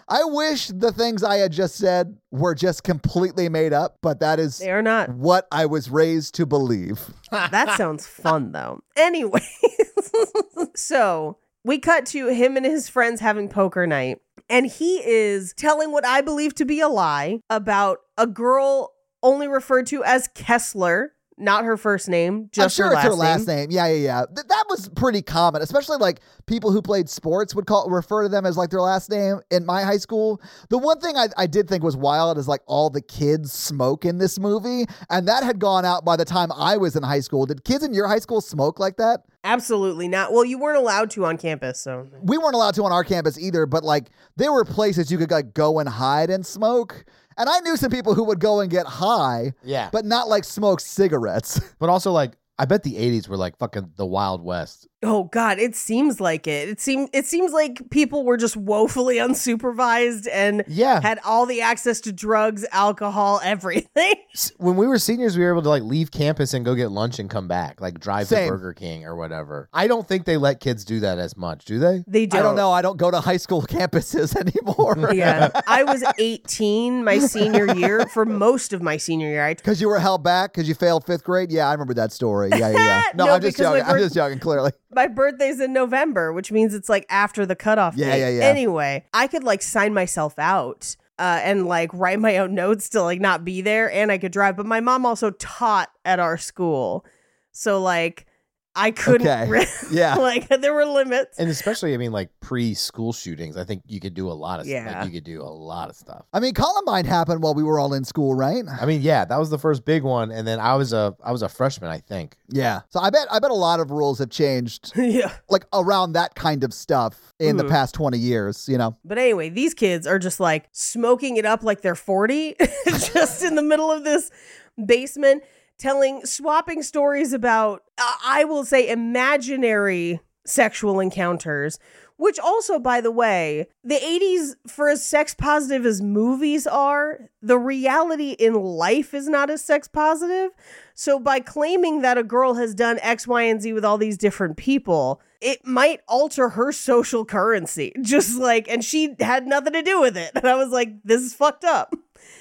Speaker 9: I wish the things I had just said were just completely made up, but that is
Speaker 7: They are not.
Speaker 9: what I was raised to believe.
Speaker 7: That sounds fun though. Anyway, *laughs* so we cut to him and his friends having poker night, and he is telling what I believe to be a lie about a girl only referred to as Kessler, not her first name, just
Speaker 9: I'm sure
Speaker 7: her, last
Speaker 9: it's her last name. Yeah, yeah, yeah. Th- that was pretty common, especially like people who played sports would call refer to them as like their last name in my high school. The one thing I, I did think was wild is like all the kids smoke in this movie, and that had gone out by the time I was in high school. Did kids in your high school smoke like that?
Speaker 7: Absolutely not. Well, you weren't allowed to on campus, so
Speaker 9: we weren't allowed to on our campus either, but like there were places you could like go and hide and smoke. And I knew some people who would go and get high,
Speaker 8: Yeah.
Speaker 9: but not like smoke cigarettes. *laughs*
Speaker 8: But also, like, I bet the 80s were like fucking the Wild West.
Speaker 7: Oh God, it seems like it. It seem it seems like people were just woefully unsupervised and
Speaker 8: Yeah.
Speaker 7: had all the access to drugs, alcohol, everything. *laughs*
Speaker 8: S- When we were seniors, we were able to like leave campus and go get lunch and come back, like drive
Speaker 9: Same.
Speaker 8: to Burger King or whatever. I don't think they let kids do that as much, do they?
Speaker 7: They don't.
Speaker 9: I don't know. I don't go to high school *laughs* campuses *laughs* anymore
Speaker 7: Yeah, I was 18 my senior year.
Speaker 9: *laughs*
Speaker 7: For most of my senior year, I
Speaker 9: because you were held back because you failed fifth grade. Yeah, I remember that story. Yeah, yeah,
Speaker 7: *laughs*
Speaker 9: yeah. No,
Speaker 7: No,
Speaker 9: I'm just
Speaker 7: because my
Speaker 9: joking. I'm
Speaker 7: birth-
Speaker 9: just joking.
Speaker 7: *laughs*
Speaker 9: Clearly,
Speaker 7: my birthday's in November, which means it's like after the cutoff
Speaker 9: Yeah,
Speaker 7: date.
Speaker 9: yeah, yeah.
Speaker 7: Anyway, I could like sign myself out uh, and like write my own notes to like not be there, and I could drive. But my mom also taught at our school, so like I couldn't. *laughs*
Speaker 9: Okay.
Speaker 7: re-
Speaker 9: *laughs* Yeah.
Speaker 7: like there were limits.
Speaker 8: And especially, I mean, like pre school shootings, I think you could do a lot of stuff.
Speaker 7: Yeah.
Speaker 8: Like, you could do a lot of stuff.
Speaker 9: I mean, Columbine happened while we were all in school, right?
Speaker 8: I mean, yeah, that was the first big one, and then I was a I was a freshman, I think.
Speaker 9: Yeah. So I bet I bet a lot of rules have changed,
Speaker 7: *laughs* yeah.
Speaker 9: like around that kind of stuff in
Speaker 8: Mm-hmm.
Speaker 9: the past twenty years. You know.
Speaker 7: But anyway, these kids are just like smoking it up like they're 40, *laughs* just in the middle of this basement, telling, swapping stories about, uh, I will say, imaginary sexual encounters, which also, by the way, the 80s, for as sex positive as movies are, the reality in life is not as sex positive. So by claiming that a girl has done X, Y, and Z with all these different people, it might alter her social currency. *laughs* Just like, and she had nothing to do with it. And I was like, this is fucked up.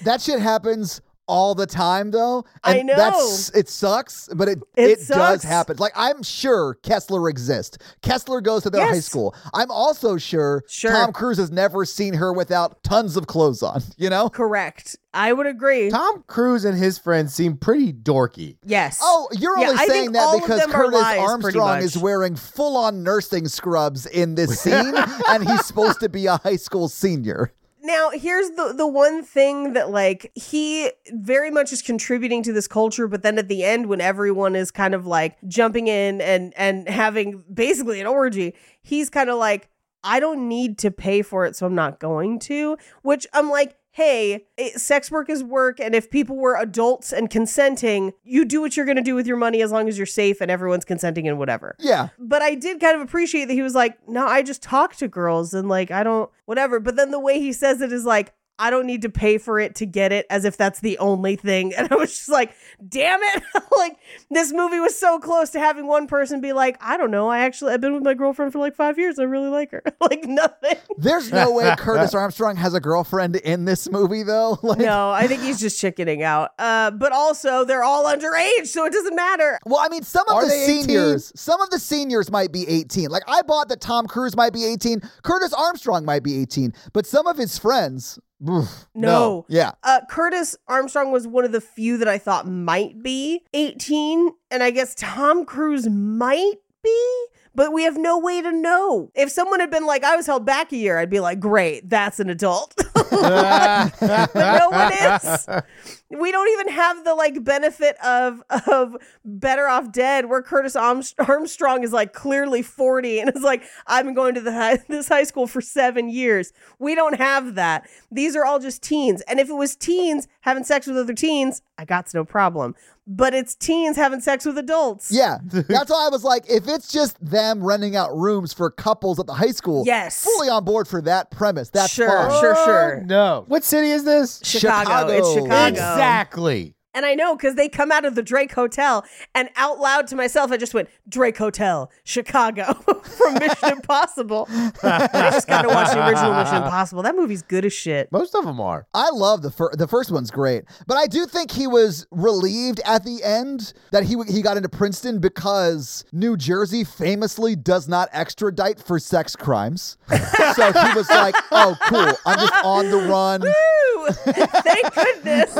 Speaker 9: That shit happens all the time though.
Speaker 7: I know.
Speaker 9: That's it sucks, but it
Speaker 7: It
Speaker 9: it,
Speaker 7: sucks.
Speaker 9: does happen. Like I'm sure Kessler exists. Kessler goes to their high
Speaker 7: Yes.
Speaker 9: school. I'm also sure,
Speaker 7: Sure.
Speaker 9: Tom Cruise has never seen her without tons of clothes on, *laughs* you know?
Speaker 7: Correct. I would agree.
Speaker 8: Tom Cruise and his friends seem pretty dorky.
Speaker 7: yes.
Speaker 9: Oh, you're
Speaker 7: Yeah,
Speaker 9: only
Speaker 7: I think
Speaker 9: saying that
Speaker 7: all of
Speaker 9: because
Speaker 7: them are
Speaker 9: Curtis
Speaker 7: lies, pretty
Speaker 9: Armstrong
Speaker 7: much.
Speaker 9: is wearing full on nursing scrubs in this scene and he's supposed to be a high school senior.
Speaker 7: Now, here's the the one thing that like he very much is contributing to this culture, but then at the end when everyone is kind of like jumping in and and having basically an orgy, he's kind of like I don't need to pay for it, so I'm not going to, which I'm like Hey, it, sex work is work. And if people were adults and consenting, you do what you're going to do with your money as long as you're safe and everyone's consenting and whatever
Speaker 9: Yeah.
Speaker 7: but I did kind of appreciate that he was like, no, I just talk to girls and like I don't whatever. But then the way he says it is like, I don't need to pay for it to get it as if that's the only thing. *laughs* And I was just like, damn it. *laughs* like, this movie was so close to having one person be like, I don't know. I actually, I've been with my girlfriend for like five years. I really like her. *laughs* like, nothing.
Speaker 9: There's no way Curtis Armstrong has a girlfriend in this movie, though. *laughs* Like,
Speaker 7: No, I think he's just chickening out. Uh, but also, they're all underage, so it doesn't matter.
Speaker 9: Well, I mean, some of
Speaker 8: Are
Speaker 9: the
Speaker 8: they 18?
Speaker 9: seniors, some of the seniors might be 18. Like I bought that Tom Cruise might be 18, Curtis Armstrong might be 18, but some of his friends, oof,
Speaker 7: No.
Speaker 9: yeah,
Speaker 7: Uh, Curtis Armstrong was one of the few that I thought might be 18, and I guess Tom Cruise might be, but we have no way to know. If someone had been like, I was held back a year, I'd be like, great, that's an adult.
Speaker 8: *laughs*
Speaker 7: *laughs*
Speaker 8: but
Speaker 7: but no one is. We don't even have the like benefit of of Better Off Dead, where Curtis Arms- Armstrong is like clearly forty and is like, I've been going to the high- *laughs* this high school for seven years. We don't have that. These are all just teens. And if it was teens having sex with other teens, I got no problem. But it's teens having sex with adults.
Speaker 9: *laughs* yeah. That's why I was like, if it's just them renting out rooms for couples at the high school,
Speaker 7: Yes.
Speaker 9: fully on board for that premise. That's
Speaker 7: sure,
Speaker 9: fine.
Speaker 7: sure, sure.
Speaker 8: No. What city is this?
Speaker 7: Chicago. It's
Speaker 9: Chicago.
Speaker 7: Chicago.
Speaker 8: Exactly.
Speaker 7: And I know because they come out of the Drake Hotel, and out loud to myself, I just went, Drake Hotel, Chicago, *laughs* from Mission Impossible. I just got to watch the original Mission Impossible. That movie's good as shit.
Speaker 8: Most of them are.
Speaker 9: I love the first. The first one's great, but I do think he was relieved at the end that he he got into Princeton because New Jersey famously does not extradite for
Speaker 8: *laughs*
Speaker 9: sex crimes. so he was like, "Oh, cool! I'm just on the run."
Speaker 7: Woo! *laughs* Thank goodness.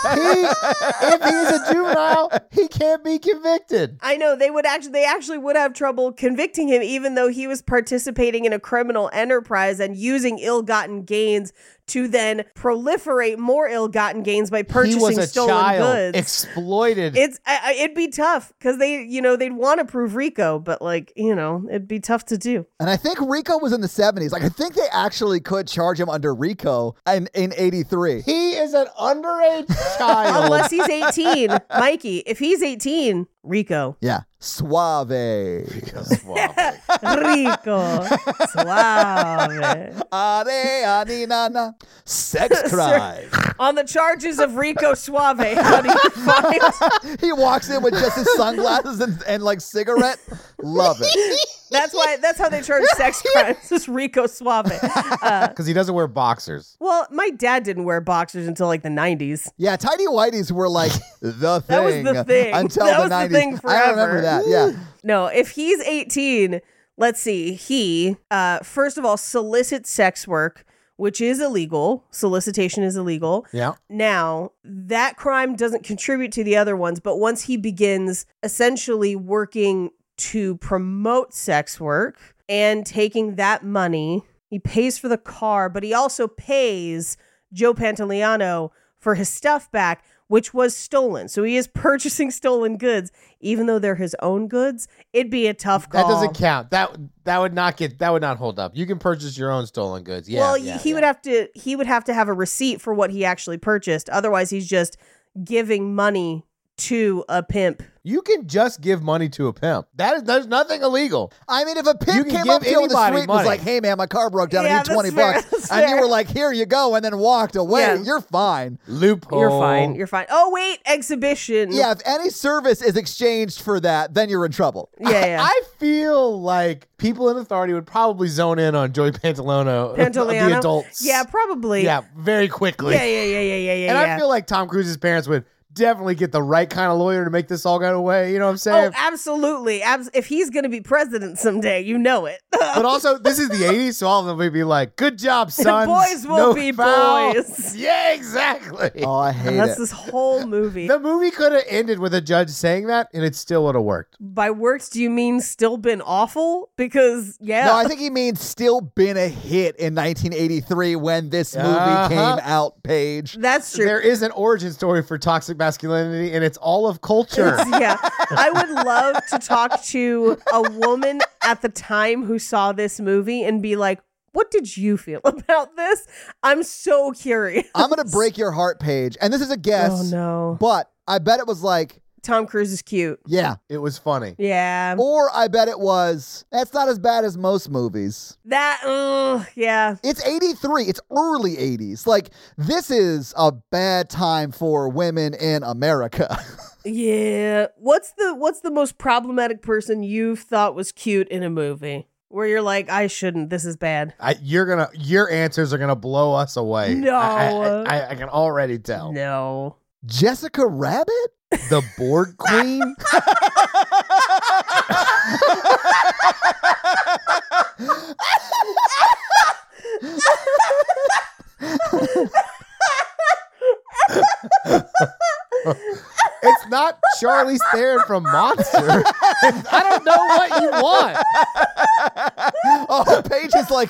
Speaker 8: He, if he's a juvenile, he can't be convicted.
Speaker 7: I know they would actually they actually would have trouble convicting him even though he was participating in a criminal enterprise and using ill-gotten gains to then proliferate more ill-gotten gains by purchasing
Speaker 8: he was a
Speaker 7: stolen
Speaker 8: child
Speaker 7: goods.
Speaker 8: exploited.
Speaker 7: it's I, I, it'd be tough because they you know they'd want to prove rico but like you know it'd be tough to do
Speaker 9: And I think Rico was in the 70s. Like I think they actually could charge him under Rico in in '83.
Speaker 8: he is an underage child.
Speaker 7: unless he's 18 *laughs* mikey if he's 18 rico
Speaker 9: *laughs* Yeah, suave.
Speaker 8: *laughs*
Speaker 7: rico suave
Speaker 9: Are they a ni na na?
Speaker 7: *laughs*
Speaker 9: Sex crime.
Speaker 7: on the charges of rico suave how do
Speaker 8: *laughs*
Speaker 7: you find
Speaker 9: He walks in with just his sunglasses and, and like cigarette. Love it.
Speaker 7: *laughs* that's why that's how they charge
Speaker 9: *laughs*
Speaker 7: sex crimes is rico suave uh,
Speaker 8: Because he doesn't wear boxers.
Speaker 7: well my dad didn't wear boxers until like the 90s
Speaker 9: Yeah, tidy whities
Speaker 8: *laughs*
Speaker 9: were like the thing.
Speaker 7: That was the thing.
Speaker 9: until
Speaker 7: That
Speaker 9: the
Speaker 7: was the
Speaker 9: 90s.
Speaker 7: thing
Speaker 9: I remember
Speaker 7: forever.
Speaker 9: that.
Speaker 7: *laughs*
Speaker 9: Yeah.
Speaker 7: No, if he's 18, let's see. He, uh, first of all, solicits sex work, which is illegal. Solicitation is illegal.
Speaker 8: Yeah.
Speaker 7: Now, that crime doesn't contribute to the other ones, but once he begins essentially working to promote sex work and taking that money, he pays for the car, but he also pays Joe Pantoliano for his stuff back, which was stolen. So he is *laughs* purchasing stolen goods, even though they're his own goods. It'd be a tough call.
Speaker 8: That doesn't count. That that would not get that would not hold up. You can purchase your own stolen goods. Yeah.
Speaker 7: well,
Speaker 8: yeah,
Speaker 7: he
Speaker 8: yeah.
Speaker 7: would have to he would have to have a receipt for what he actually purchased. Otherwise, he's just giving money to a pimp.
Speaker 8: You can just give money to a pimp. That is there's nothing illegal.
Speaker 9: I mean, if a
Speaker 8: You
Speaker 9: pimp
Speaker 8: can
Speaker 9: came up
Speaker 8: give
Speaker 9: to you on
Speaker 8: anybody
Speaker 9: the street and was
Speaker 8: money.
Speaker 9: like, hey, man, my car broke down.
Speaker 7: Yeah,
Speaker 9: I need 20
Speaker 7: that's fair.
Speaker 9: bucks.
Speaker 7: That's
Speaker 9: and you
Speaker 7: fair.
Speaker 9: were like, here you go. And then walked away.
Speaker 7: Yeah.
Speaker 9: You're fine.
Speaker 8: Loophole.
Speaker 7: You're fine. You're fine. Oh wait, exhibition.
Speaker 9: Yeah, if any service is exchanged for that, then you're in trouble.
Speaker 7: yeah, *laughs* yeah.
Speaker 8: I feel like people in authority would probably zone in on Joey Pantoliano, *laughs* the
Speaker 7: Pantoliano.
Speaker 8: adults.
Speaker 7: Yeah, probably.
Speaker 8: yeah, very quickly.
Speaker 7: Yeah, yeah, yeah, yeah, yeah, yeah.
Speaker 8: and
Speaker 7: yeah.
Speaker 8: I feel like Tom Cruise's parents would definitely get the right kind of lawyer to make this all go away. You know what I'm
Speaker 7: Oh,
Speaker 8: saying?
Speaker 7: absolutely. Abs- if he's going to be president someday, you know it. *laughs*
Speaker 8: but also, this is the 80s, so all of them would be like, "Good job, son."
Speaker 7: boys will be boys.
Speaker 8: *laughs* Yeah, exactly.
Speaker 9: Oh, I hate
Speaker 7: That's
Speaker 9: it.
Speaker 7: this whole movie.
Speaker 8: The movie could have ended with a judge saying that, and it still would have worked.
Speaker 7: By works, do you mean still been awful? Because, yeah.
Speaker 9: No, I think he means still been a hit in 1983 when this movie
Speaker 8: Uh-huh.
Speaker 9: came out, Paige.
Speaker 7: that's true.
Speaker 8: There is an origin story for toxic masculinity, and it's all of culture.
Speaker 7: *laughs* yeah. I would love to talk to a woman at the time who saw this movie and be like, what did you feel *laughs* about this? I'm so curious. *laughs*
Speaker 9: I'm going to break your heart, Paige. And this is a guess.
Speaker 7: Oh, no.
Speaker 9: But I bet it was like,
Speaker 7: Tom Cruise is cute.
Speaker 8: Yeah.
Speaker 9: It was funny.
Speaker 7: Yeah.
Speaker 8: Or I bet it was, that's not as bad as most movies.
Speaker 7: That, ugh, yeah.
Speaker 8: It's 83. It's early 80s. Like, this is a bad time for women in America.
Speaker 7: Yeah. What's the what's the most problematic person you've thought was cute in a movie? Where you're like, I shouldn't, this is bad.
Speaker 9: I, you're gonna your answers are gonna blow us away.
Speaker 7: No.
Speaker 9: I, I- I- I can already tell.
Speaker 7: No.
Speaker 8: Jessica Rabbit?
Speaker 9: The
Speaker 7: *laughs*
Speaker 8: *laughs*
Speaker 9: board queen. it's not Charlie Theron from Monster. I don't know what you want. *laughs*
Speaker 8: Oh, Paige is like,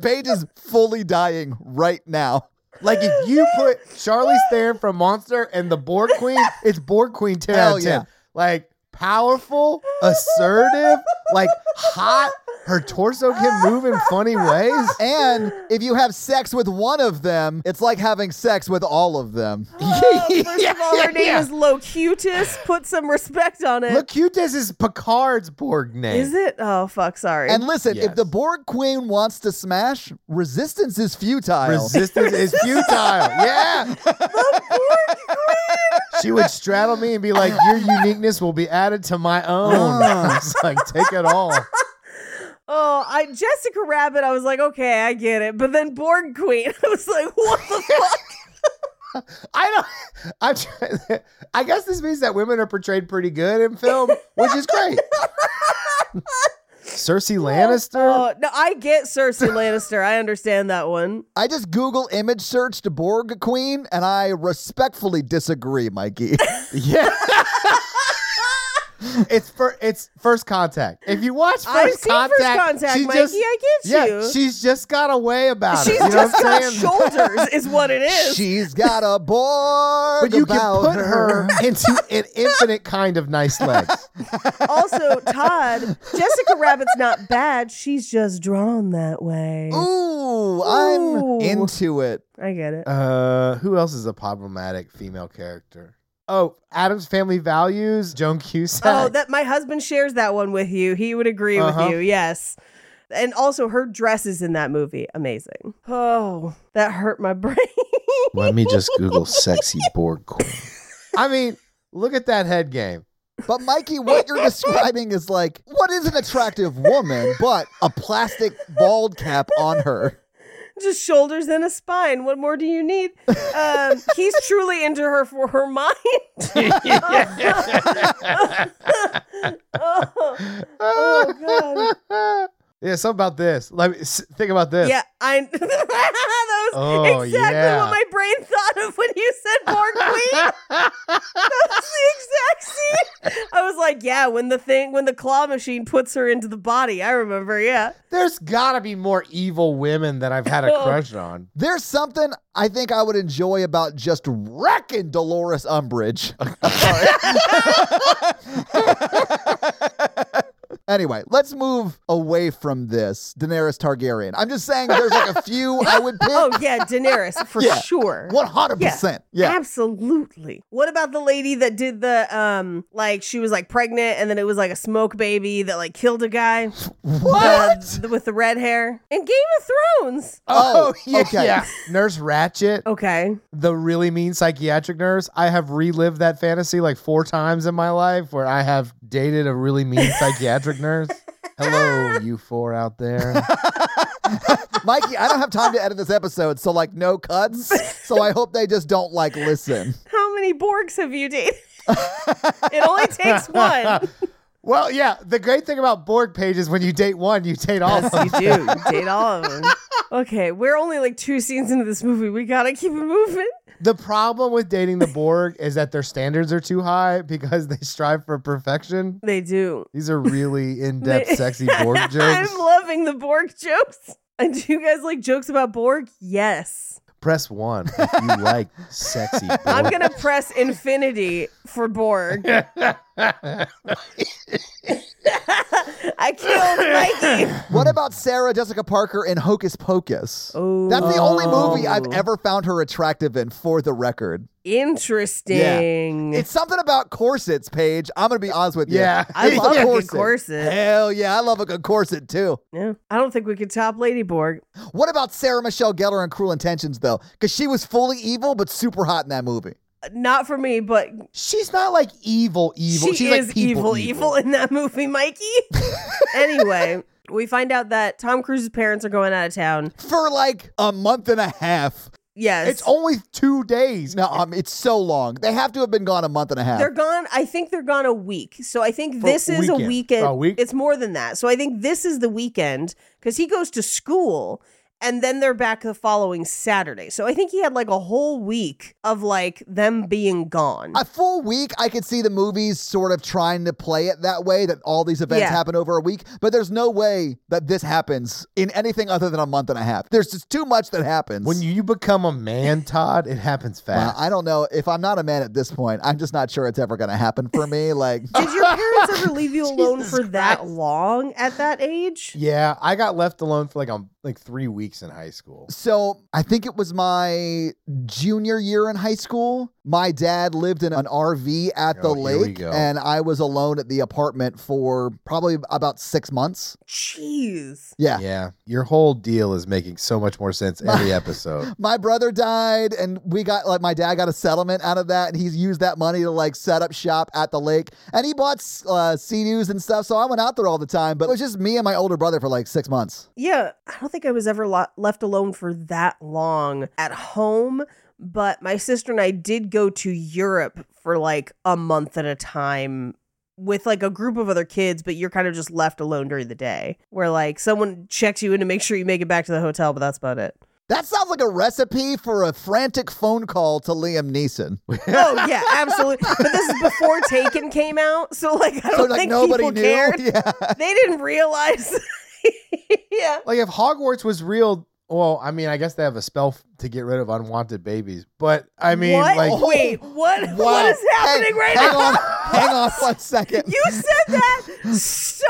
Speaker 8: Paige is fully dying right now.
Speaker 9: Like if you put Charlie Theron from Monster and the Board Queen, it's Board Queen ten out
Speaker 8: Hell
Speaker 9: of
Speaker 8: yeah.
Speaker 9: ten. Like powerful, assertive, like hot. Her torso can move in funny ways.
Speaker 8: And if you have sex with one of them, it's like having sex with all of them.
Speaker 7: Oh,
Speaker 9: *laughs*
Speaker 7: first of all, her name is Locutus. Put some respect on it. Is
Speaker 9: Locutus is Picard's Borg name.
Speaker 7: it? Oh fuck, sorry.
Speaker 8: And listen,
Speaker 9: Yes.
Speaker 8: if the Borg Queen wants to smash, resistance is futile.
Speaker 9: Resistance is futile. Yeah. She would straddle me and be like, Your uniqueness will be added to my own. *laughs* I was like, Take it all.
Speaker 7: oh, I Jessica Rabbit, I was like, okay, I get it. But then Borg Queen, *laughs* I was like, what
Speaker 9: *laughs*
Speaker 7: the fuck?
Speaker 9: I don't. I'm trying, I guess this means that women are portrayed pretty good in film, which is great. Cersei Lannister.
Speaker 7: Oh, no, I get Cersei Lannister. I understand that one.
Speaker 8: I just Google image searched Borg Queen and I respectfully disagree, Mikey.
Speaker 9: *laughs* Yeah. It's for it's first contact. If you watch 1st
Speaker 7: I've seen First
Speaker 9: contact,
Speaker 7: Contact,
Speaker 9: she
Speaker 7: Mikey,
Speaker 9: just-
Speaker 7: I get
Speaker 9: yeah,
Speaker 7: you.
Speaker 9: she's just got a way about
Speaker 7: She's
Speaker 9: it. You know
Speaker 7: just
Speaker 9: what I'm
Speaker 7: got
Speaker 9: saying?
Speaker 7: *laughs* shoulders, is what it is.
Speaker 8: She's got a Borg
Speaker 9: *laughs* but you can
Speaker 8: about
Speaker 9: put her *laughs* into an infinite kind of nice legs.
Speaker 7: also, Todd, Jessica Rabbit's not bad. She's just drawn that way.
Speaker 8: *laughs* Ooh,
Speaker 7: Ooh.
Speaker 8: I'm into it.
Speaker 7: I get it.
Speaker 9: Uh, who else is a problematic female character? Oh, Adam's Family Values, Joan Cusack.
Speaker 7: Oh, that my husband shares that one with you. He would agree
Speaker 9: Uh-huh.
Speaker 7: with you. Yes. And also her dresses in that movie. Amazing. Oh, that hurt my *laughs* brain.
Speaker 11: Let me just Google sexy Borg queen.
Speaker 9: I mean, look at that head game.
Speaker 8: But Mikey, what you're describing is like what is an attractive woman but a plastic bald cap on her.
Speaker 7: *laughs* Just shoulders and a spine. What more do you need?
Speaker 9: *laughs*
Speaker 7: Um, he's truly into her for her mind. oh, oh,
Speaker 9: yeah, something about this. Let me s- think about
Speaker 7: God.
Speaker 9: this.
Speaker 7: Yeah, I. *laughs* that was
Speaker 9: Oh,
Speaker 7: exactly
Speaker 9: yeah.
Speaker 7: what my brain thought of when you said "born queen."
Speaker 9: *laughs*
Speaker 7: That's the exact scene. I was like, yeah, when the thing, when the claw machine puts her into the body, I remember, yeah.
Speaker 9: *laughs*
Speaker 7: Oh,
Speaker 9: There's gotta be more evil women that I've had a crush on.
Speaker 8: There's something I think I would enjoy about just wrecking Dolores *laughs* Umbridge. *laughs* anyway, let's move away from this Daenerys Targaryen. I'm just saying there's like a few *laughs* I would pick.
Speaker 7: Oh, yeah,
Speaker 8: *laughs*
Speaker 7: Daenerys, for
Speaker 8: Yeah.
Speaker 7: sure.
Speaker 8: 100%. yeah.
Speaker 7: Absolutely. What about the lady that did the um like she was like pregnant and then it was like a smoke baby that like killed
Speaker 8: *laughs*
Speaker 7: a guy?
Speaker 8: What?
Speaker 7: The- the- with the red hair. In Game of Thrones.
Speaker 8: Oh, *laughs* okay.
Speaker 9: Nurse Ratchet,
Speaker 7: Okay.
Speaker 9: the really mean psychiatric nurse. I have relived that fantasy like four times in my life where I have dated a really mean
Speaker 8: *laughs*
Speaker 9: psychiatric nurse. Hello, you four out there.
Speaker 8: Mikey, I don't have time to edit this episode, so like no *laughs* cuts. So I hope they just don't like listen.
Speaker 7: How many Borgs have you dated? *laughs* it only
Speaker 8: *laughs*
Speaker 7: takes one.
Speaker 9: Well, yeah. The great thing about Borg pages, when you date one, you date all of them.
Speaker 7: You do. You *laughs* date all of them. Okay, we're only like two scenes into this movie. We gotta keep it moving.
Speaker 9: The problem with dating the Borg is that their standards are too high because they strive for perfection.
Speaker 7: They do.
Speaker 9: These are
Speaker 7: *laughs*
Speaker 9: really in-depth,
Speaker 7: They-
Speaker 9: sexy Borg jokes.
Speaker 7: *laughs* I'm loving the Borg jokes. *laughs* And do you guys like jokes about Borg? Yes.
Speaker 9: Press one if you like
Speaker 7: *laughs*
Speaker 9: sexy. Borg.
Speaker 7: I'm
Speaker 9: *laughs*
Speaker 7: gonna *laughs* press infinity for Borg. I killed Mikey.
Speaker 9: What about Sarah Jessica Parker in Hocus Pocus?
Speaker 7: Oh.
Speaker 9: *laughs* That's the only movie I've
Speaker 7: Oh.
Speaker 9: ever found her attractive in, for the record.
Speaker 7: Interesting.
Speaker 9: It's something about corsets, Paige. I'm going to be honest with
Speaker 8: *laughs*
Speaker 9: you. *laughs*
Speaker 8: Yeah.
Speaker 7: I
Speaker 9: It's Eh.
Speaker 7: love
Speaker 9: a
Speaker 7: a
Speaker 9: corset.
Speaker 7: good corset.
Speaker 9: Hell yeah, I love a good corset too.
Speaker 7: Yeah. I don't think we could top Ladyborg.
Speaker 9: What about Sarah Michelle Gellar in Cruel Intentions, though? Because she was fully evil, but super hot in that movie.
Speaker 7: Not for me, but
Speaker 8: She's not like evil, evil.
Speaker 7: She
Speaker 8: She's
Speaker 7: is
Speaker 8: like people
Speaker 7: evil, evil
Speaker 9: *laughs*
Speaker 7: in that movie, Mikey. anyway, we find out that Tom Cruise's parents are going out of town.
Speaker 9: For like a month and a half.
Speaker 7: Yes.
Speaker 8: It's only two days.
Speaker 9: No, um, it's so long. They have to have been gone a month and a half.
Speaker 7: they're gone. I think they're gone a week. So I think
Speaker 8: For
Speaker 7: this is a
Speaker 8: weekend.
Speaker 7: weekend.
Speaker 8: A week?
Speaker 7: It's more than that. So I think this is the weekend because he goes to school and then they're back the following Saturday. So I think he had like a whole week of like them being gone.
Speaker 8: *laughs*
Speaker 9: a full week, I could see the movies sort of trying to play it that way that all these events
Speaker 7: Yeah.
Speaker 9: happen over a week, but there's no way that this happens in anything other than a month and a half. There's just too much that happens.
Speaker 8: When you become a man, Todd, it happens
Speaker 9: Uh,
Speaker 8: fast.
Speaker 9: I don't know if I'm not a man at this point. I'm just not sure it's ever going to happen for me. Like,
Speaker 7: Did
Speaker 9: *laughs*
Speaker 7: your parents ever leave you
Speaker 8: *laughs*
Speaker 7: alone
Speaker 8: Jesus
Speaker 7: for that
Speaker 8: Christ.
Speaker 7: long at that age?
Speaker 8: yeah, I got left alone for like um like three weeks in high school.
Speaker 9: so I think it was my junior year in high school. My dad lived in an RV at the
Speaker 8: Oh, here we
Speaker 9: lake,
Speaker 8: go.
Speaker 9: and I was alone at the apartment for probably about six months.
Speaker 7: Jeez.
Speaker 9: Yeah.
Speaker 8: Yeah, your whole deal is making so much more sense *laughs* every episode.
Speaker 9: My brother died, and we got like my dad got a settlement out of that, and he's used that money to like set up shop at the lake, and he bought uh, CDs and stuff. So I went out there all the time, but it was just me and my older brother for like six months.
Speaker 7: Yeah, I don't think I was ever lo- left alone for that long at home, but my sister and I did go to Europe for like a month at a time with like a group of other kids, but you're kind of just left alone during the day where like someone checks you in to make sure you make it back to the hotel, but that's about it.
Speaker 9: That sounds like a recipe for a frantic phone call to Liam
Speaker 7: *laughs*
Speaker 9: Neeson.
Speaker 7: Oh,
Speaker 9: *laughs*
Speaker 7: yeah, absolutely. But this is before Taken came out, so like I
Speaker 9: So
Speaker 7: don't
Speaker 9: like
Speaker 7: think
Speaker 9: nobody
Speaker 7: people
Speaker 9: knew.
Speaker 7: cared.
Speaker 9: *laughs* Yeah.
Speaker 7: They didn't realize. *laughs* yeah.
Speaker 8: like if Hogwarts was real, well, I mean, I guess they have a spell f- to get rid of unwanted babies, but I mean,
Speaker 7: what?
Speaker 8: like,
Speaker 7: wait, what?
Speaker 9: Wow.
Speaker 7: What is happening
Speaker 9: Hang-
Speaker 7: right
Speaker 9: hang
Speaker 7: now?
Speaker 9: On, hang on one second.
Speaker 7: *laughs* You said that so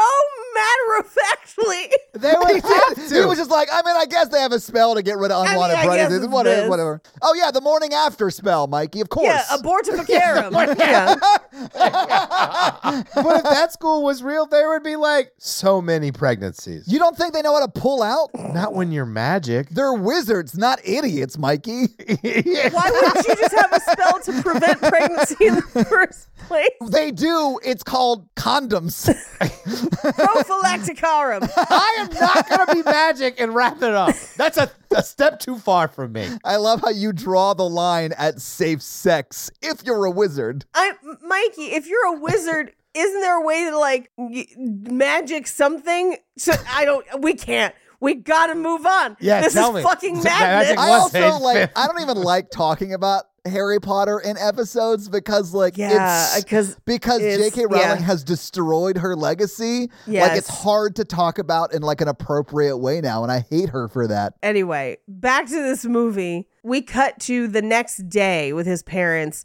Speaker 7: matter of factly.
Speaker 8: they would have to.
Speaker 9: He was just like, I mean, I guess they have a spell to get rid of
Speaker 7: mean,
Speaker 9: unwanted
Speaker 7: I guess
Speaker 9: predators.
Speaker 7: it's
Speaker 9: Whatever,
Speaker 7: this.
Speaker 9: whatever. Oh yeah, the morning after spell, Mikey. Of course.
Speaker 7: Yeah, abortificarum. yeah.
Speaker 8: but if that school was real, there would be like so many pregnancies.
Speaker 9: you don't think they know how to pull out?
Speaker 8: Not when you're magic.
Speaker 9: They're wizards, not idiots, Mikey. *laughs*
Speaker 7: Why wouldn't you just have a spell to prevent pregnancy in the first place?
Speaker 9: They do. It's called
Speaker 7: *laughs*
Speaker 9: condoms.
Speaker 7: Prophylacticarum.
Speaker 8: I am not going to be magic and wrap it up. That's a, a step too far from me.
Speaker 9: *laughs* I love how you draw the line at safe sex if you're a wizard.
Speaker 7: I, Mikey, if you're a wizard, isn't there a way to like y- magic something? So I don't. We can't. We gotta move on.
Speaker 8: Yeah,
Speaker 7: this
Speaker 8: tell
Speaker 7: is
Speaker 8: me.
Speaker 7: fucking
Speaker 8: So
Speaker 7: madness.
Speaker 8: magic
Speaker 9: I
Speaker 8: was
Speaker 9: also
Speaker 8: Hayes
Speaker 9: like
Speaker 8: Fifth.
Speaker 9: I don't even like talking about Harry Potter in episodes because like
Speaker 7: yeah,
Speaker 9: it's
Speaker 7: because
Speaker 9: because
Speaker 7: it's-
Speaker 9: J.K. Rowling
Speaker 7: yeah.
Speaker 9: has destroyed her legacy. Like
Speaker 7: Yes.
Speaker 9: it's hard to talk about in like an appropriate way now, and I hate her for that.
Speaker 7: Anyway, back to this movie. We cut to the next day with his parents,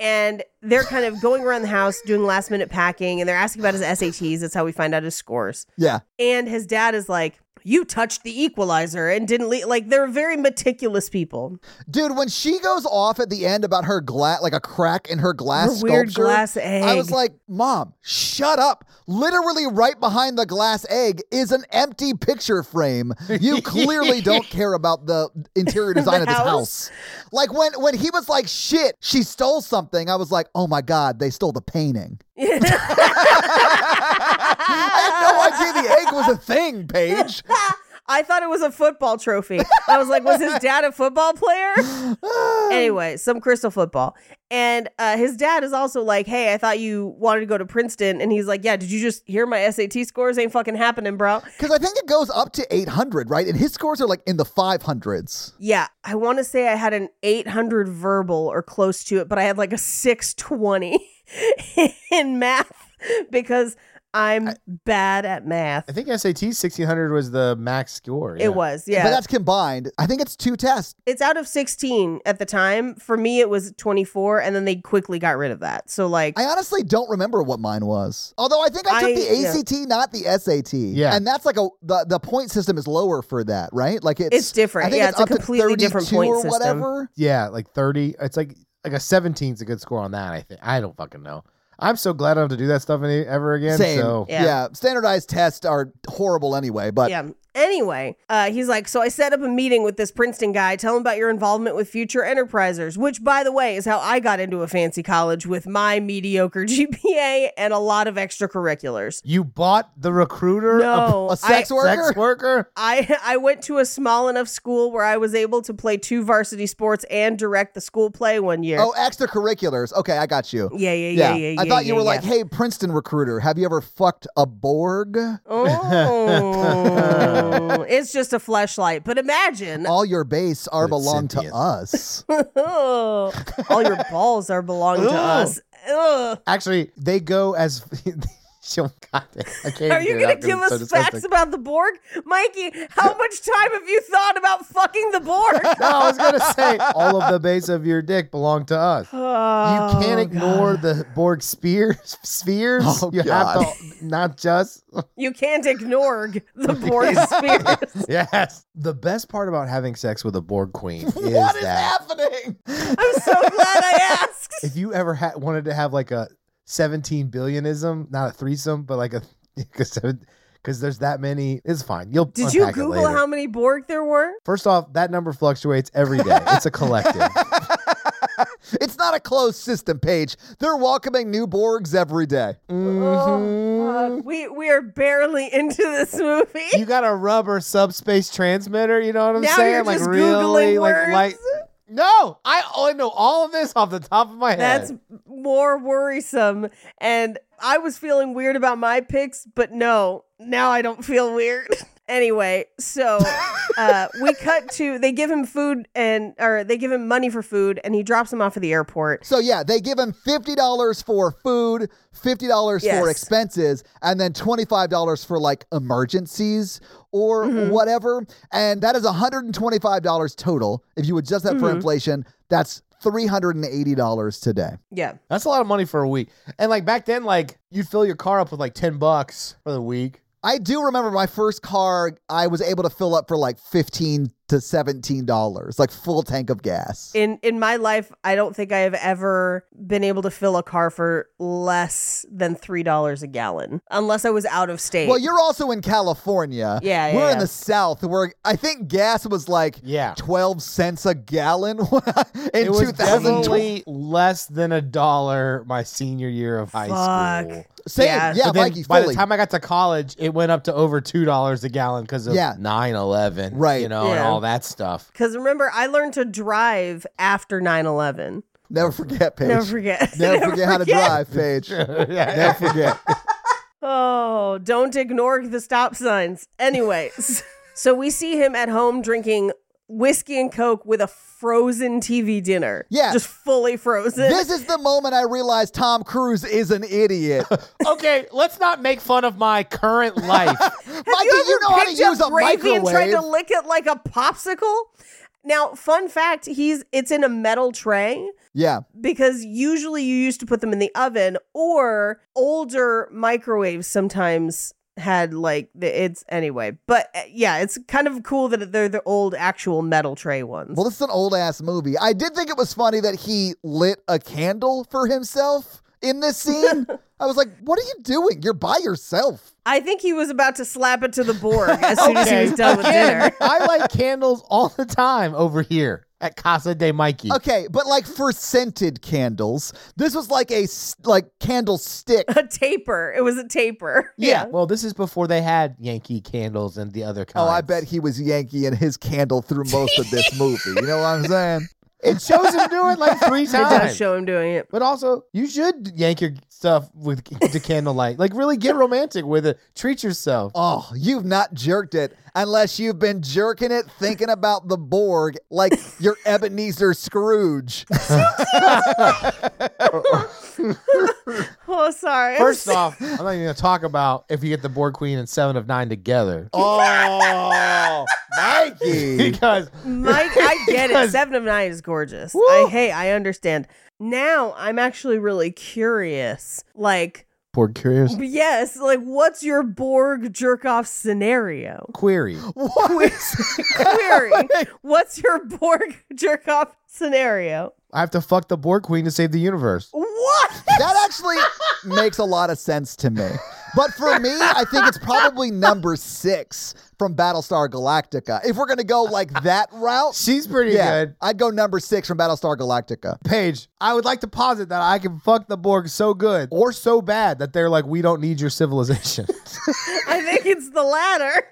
Speaker 7: and they're kind of going around the house doing last minute packing, and they're asking about his SATs. That's how we find out his scores.
Speaker 9: Yeah.
Speaker 7: And his dad is like, You touched the equalizer and didn't leave. Like, they're very meticulous people.
Speaker 9: Dude, when she goes off at the end about her glass like a crack in her glass
Speaker 7: Her weird
Speaker 9: sculpture,
Speaker 7: glass
Speaker 9: I was
Speaker 7: egg.
Speaker 9: like, Mom, shut up. Literally right behind the glass egg is an empty picture frame.
Speaker 7: *laughs*
Speaker 9: You clearly don't care about the interior design
Speaker 7: The
Speaker 9: of this house.
Speaker 7: house?
Speaker 9: Like when when he was like, shit, she stole something, I was like, Oh my god, they stole
Speaker 7: *laughs*
Speaker 9: the painting. *laughs* I had no idea the egg was a thing, Paige. *sighs*
Speaker 7: I thought it was a football trophy. I was like, was his dad a football player? *laughs* anyway, some crystal football. And uh, his dad is also like, hey, I thought you wanted to go to Princeton. And he's like, yeah, did you just hear my SAT scores? Ain't fucking happening, bro.
Speaker 9: Because I think it goes up to 800, right? And his scores are like in the 500s.
Speaker 7: Yeah, I want to say I had an 800 verbal or *laughs* close to it, but I had like a 620 in math because I'm bad at math.
Speaker 8: I think SAT 1600 was the max score. yeah.
Speaker 7: It was, yeah.
Speaker 9: But that's combined. I think it's two tests.
Speaker 7: it's out of 16 at the time. For me, it was 24, and then they quickly got rid of that. So, like,
Speaker 9: I honestly don't remember what mine was. Although I think I took
Speaker 7: I-
Speaker 9: the
Speaker 7: yeah.
Speaker 9: ACT, not the SAT.
Speaker 8: Yeah.
Speaker 9: And that's like a the, the point system is lower for that, right? Like it's
Speaker 7: It's different.
Speaker 9: I think
Speaker 7: Yeah, it's
Speaker 9: it's,
Speaker 7: a
Speaker 9: up to
Speaker 7: completely different
Speaker 9: 32
Speaker 7: point
Speaker 9: or
Speaker 7: system.
Speaker 9: whatever.
Speaker 8: Yeah, like 30. It's like like a 17 is a good score on that, I think. I don't fucking know. I'm so glad I don't have to do that stuff any, ever again.
Speaker 9: Same.
Speaker 8: So
Speaker 9: yeah.
Speaker 7: Yeah.
Speaker 9: Standardized tests are horrible anyway, but
Speaker 7: yeah. Anyway, uh, he's like, so I set up a meeting with this Princeton guy. Tell him about your involvement with Future Enterprisers, which, by the way, is how I got into a fancy college with my mediocre *laughs* GPA and a lot of extracurriculars.
Speaker 8: you bought the recruiter
Speaker 7: No,
Speaker 9: a sex
Speaker 7: I-
Speaker 8: a
Speaker 9: worker.
Speaker 8: sex worker?
Speaker 7: I *laughs* I went to a small enough school where I was able to play two varsity sports and direct the school play one year.
Speaker 9: Oh, extracurriculars. Okay, I got you.
Speaker 7: yeah, yeah, yeah, yeah.
Speaker 9: I
Speaker 7: yeah,
Speaker 9: thought you
Speaker 7: yeah,
Speaker 9: were like,
Speaker 7: yeah.
Speaker 9: "Hey, *laughs* Princeton recruiter, have you ever fucked a Borg?"
Speaker 7: Oh, it's just a flashlight. But imagine, *laughs*
Speaker 9: All your base are
Speaker 10: But it's
Speaker 9: belong to
Speaker 10: sentient.
Speaker 9: us.
Speaker 7: Oh, all your balls are belong to
Speaker 8: Ugh.
Speaker 7: us. Ugh.
Speaker 8: Actually, they go as. *laughs* God damn, I can't
Speaker 7: Are
Speaker 8: even
Speaker 7: you
Speaker 8: get it
Speaker 7: going
Speaker 8: out
Speaker 7: to
Speaker 8: 'cause
Speaker 7: give
Speaker 8: it's
Speaker 7: us
Speaker 8: so
Speaker 7: facts
Speaker 8: disgusting.
Speaker 7: about the Borg? Mikey, how much time have you thought about fucking the *laughs* Borg?
Speaker 8: No, I was gonna say *laughs* all of the base of your dick belong to us.
Speaker 7: Oh,
Speaker 8: you can't ignore the Borg spear spheres.
Speaker 9: Oh,
Speaker 8: you *laughs*
Speaker 9: God.
Speaker 8: have to not just
Speaker 7: You can't ignore g- *laughs* the Borg spheres.
Speaker 8: yes. The best part about having sex with a Borg
Speaker 9: *laughs*
Speaker 8: queen is
Speaker 9: what is
Speaker 8: that
Speaker 9: happening?
Speaker 7: I'm so glad I asked.
Speaker 8: if you ever ha- wanted to have like a 17 billionism, not a threesome, but like a *laughs* because there's that many, it's fine. You'll
Speaker 7: Did you
Speaker 8: unpack it
Speaker 7: Google
Speaker 8: later.
Speaker 7: how many Borg there were?
Speaker 8: First off, that number fluctuates every day. It's a *laughs* collective.
Speaker 9: It's not a closed system page. They're welcoming new Borgs every day.
Speaker 7: Oh, God. We, we are barely into this movie.
Speaker 8: you got a rubber subspace transmitter. You know what I'm
Speaker 7: Now
Speaker 8: saying?
Speaker 7: you're
Speaker 8: like
Speaker 7: just
Speaker 8: really,
Speaker 7: Googling
Speaker 8: like like.
Speaker 7: words?
Speaker 8: No, I only know all of this off the top of my head.
Speaker 7: That's more worrisome. And I was feeling weird about my picks, but no, now I don't feel weird. *laughs* anyway, so uh, we cut to they give him food and or they give him money for food, and he drops him off at the airport.
Speaker 9: So yeah, they give him fifty dollars for food, fifty dollars
Speaker 7: Yes.
Speaker 9: for expenses, and then twenty five dollars for like emergencies or whatever. And that is one hundred and twenty five dollars total. If you adjust that for inflation, that's three hundred and eighty dollars today.
Speaker 7: Yeah,
Speaker 8: That's a lot of money for a week. And like back then, like you'd fill your car up with like ten bucks for the week.
Speaker 9: I do remember my first car. I was able to fill up for like fifteen to seventeen dollars, like full tank of gas.
Speaker 7: in in my life, I don't think I have ever been able to fill a car for less than three dollars a gallon, unless I was out of state.
Speaker 9: Well, you're also in California.
Speaker 7: Yeah, yeah,
Speaker 9: We're in
Speaker 7: yeah.
Speaker 9: the South where I think gas was like
Speaker 8: Yeah.
Speaker 9: 12 cents a gallon *laughs* in
Speaker 8: it was
Speaker 9: 2020.
Speaker 8: definitely less than a dollar my senior year of high
Speaker 7: Fuck.
Speaker 8: school.
Speaker 9: Same. Yeah,
Speaker 7: Yeah.
Speaker 8: But then
Speaker 9: Mikey,
Speaker 8: by
Speaker 9: fully.
Speaker 8: the time I got to college, it went up to over two dollars a gallon because of
Speaker 9: Yeah.
Speaker 8: 9-11,
Speaker 9: Right.
Speaker 8: You know, and
Speaker 7: Yeah.
Speaker 8: all that stuff.
Speaker 7: because remember, I learned to drive after 9-11.
Speaker 9: Never forget, Paige.
Speaker 7: *laughs* Never forget.
Speaker 9: Never forget how to drive,
Speaker 8: *laughs*
Speaker 9: Paige.
Speaker 8: yeah.
Speaker 7: *laughs*
Speaker 9: Never forget.
Speaker 7: Oh, don't ignore the stop signs.
Speaker 9: *laughs*
Speaker 7: Anyways, so we see him at home drinking whiskey and coke with a frozen TV dinner.
Speaker 9: Yeah.
Speaker 7: Just fully frozen.
Speaker 9: this is the moment I realized Tom Cruise is an idiot.
Speaker 8: *laughs* okay, let's not make fun of my current life.
Speaker 9: *laughs* Mikey,
Speaker 7: Have you ever
Speaker 9: know how to
Speaker 7: picked up
Speaker 9: use a
Speaker 7: gravy and tried
Speaker 9: microwave.
Speaker 7: to lick it like a popsicle? Now, fun fact, he's it's in a metal tray
Speaker 9: yeah.
Speaker 7: because usually you used to put them in the oven or older microwaves sometimes had like the it's anyway but uh, yeah it's kind of cool that they're the old actual metal tray ones
Speaker 9: Well, this is an old ass movie. I did think it was funny that he lit a candle for himself in this scene. I was like, what are you doing? You're by yourself.
Speaker 7: i think he was about to slap it to the board as soon as he was done with
Speaker 8: Again,
Speaker 7: dinner *laughs*
Speaker 8: I *laughs* light candles all the time over here at Casa de Mikey.
Speaker 9: Okay, but like for scented candles, this was like a s- like candle
Speaker 8: *laughs*
Speaker 9: stick.
Speaker 7: a taper it was a taper
Speaker 8: Yeah. Well, Oh, this is before they had Yankee candles and the other kind.
Speaker 9: Oh, I bet he was Yankee and his candle through most of this movie. You know what I'm saying?
Speaker 8: *laughs* it shows him do it like
Speaker 9: *laughs*
Speaker 8: three
Speaker 7: it does
Speaker 8: times.
Speaker 7: show him doing it
Speaker 8: But also, you should yank your stuff with to candlelight. Like, really get romantic with it. Treat yourself.
Speaker 9: Oh, you've not jerked it unless you've been jerking it thinking
Speaker 8: *laughs*
Speaker 9: about the Borg like you're Ebenezer Scrooge.
Speaker 7: Oh, sorry. *laughs*
Speaker 8: First off, I'm not even gonna talk about if you get the board queen and seven of nine together.
Speaker 10: Oh,
Speaker 8: *laughs*
Speaker 10: Mikey.
Speaker 8: Because
Speaker 7: Mike, I
Speaker 8: *laughs*
Speaker 7: get it.
Speaker 8: Because-
Speaker 7: Seven of Nine is gorgeous.
Speaker 8: Woo!
Speaker 7: I hey, I understand. Now I'm actually really curious. Like,
Speaker 10: Board curious.
Speaker 7: yes, like what's your Borg jerk off scenario? *laughs*
Speaker 8: query.
Speaker 9: What?
Speaker 7: Query. what's your Borg jerk off scenario?
Speaker 8: I have to fuck the board queen to save the universe.
Speaker 7: What?
Speaker 9: that actually makes a lot of sense to me. But for me, I think it's probably number six from Battlestar Galactica. If we're gonna go like that route,
Speaker 8: She's pretty
Speaker 9: yeah,
Speaker 8: good.
Speaker 9: I'd go number six from Battlestar Galactica.
Speaker 8: Paige, I would like to posit that I can fuck the Borg so good or so bad that they're like, we don't need your civilization. *laughs*
Speaker 7: I think it's the latter.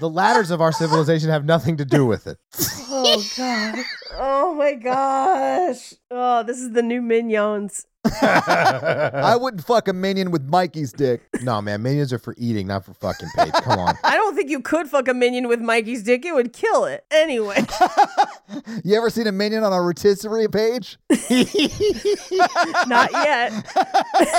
Speaker 8: the ladders of our civilization have nothing to do with it. *laughs*
Speaker 7: Oh god. *laughs* Oh my gosh. Oh, this is the new minions.
Speaker 9: *laughs* I wouldn't fuck a minion with Mikey's dick. *laughs*
Speaker 8: No, man, minions are for eating, not for fucking, Paige. Come
Speaker 7: *laughs*
Speaker 8: on.
Speaker 7: I don't think you could fuck a minion with Mikey's dick. It would kill it. Anyway.
Speaker 9: You ever seen a minion on a rotisserie page?
Speaker 7: Not yet.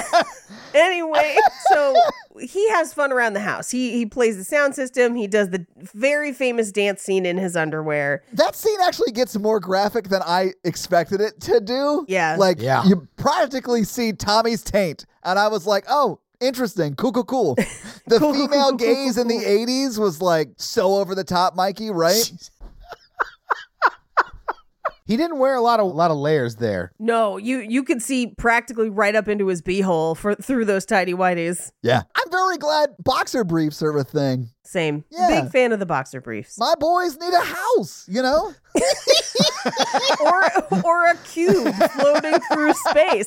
Speaker 7: *laughs* anyway, so he has fun around the house. He he plays the sound system. He does the very famous dance scene in his underwear.
Speaker 9: That scene actually gets more graphic than I expected it to do.
Speaker 7: Yeah.
Speaker 9: Like
Speaker 8: Yeah.
Speaker 9: you practically see Tommy's taint. And I was like, oh, interesting. Cool,
Speaker 7: *laughs*
Speaker 9: cool, cool. The
Speaker 7: Cool, cool,
Speaker 9: female
Speaker 7: cool, cool,
Speaker 9: gaze
Speaker 7: cool,
Speaker 9: in the 80s was like so over the top, Mikey,
Speaker 7: *laughs*
Speaker 9: right?
Speaker 8: He didn't wear a lot of a lot of layers there.
Speaker 7: No, you you could see practically right up into his beehole for through those tidy whities.
Speaker 8: Yeah.
Speaker 9: I'm very glad boxer briefs are a thing.
Speaker 7: Same.
Speaker 9: Yeah.
Speaker 7: Big fan of the boxer briefs.
Speaker 9: My boys need a house, you know?
Speaker 7: *laughs*
Speaker 9: *laughs*
Speaker 7: or or a cube floating through space.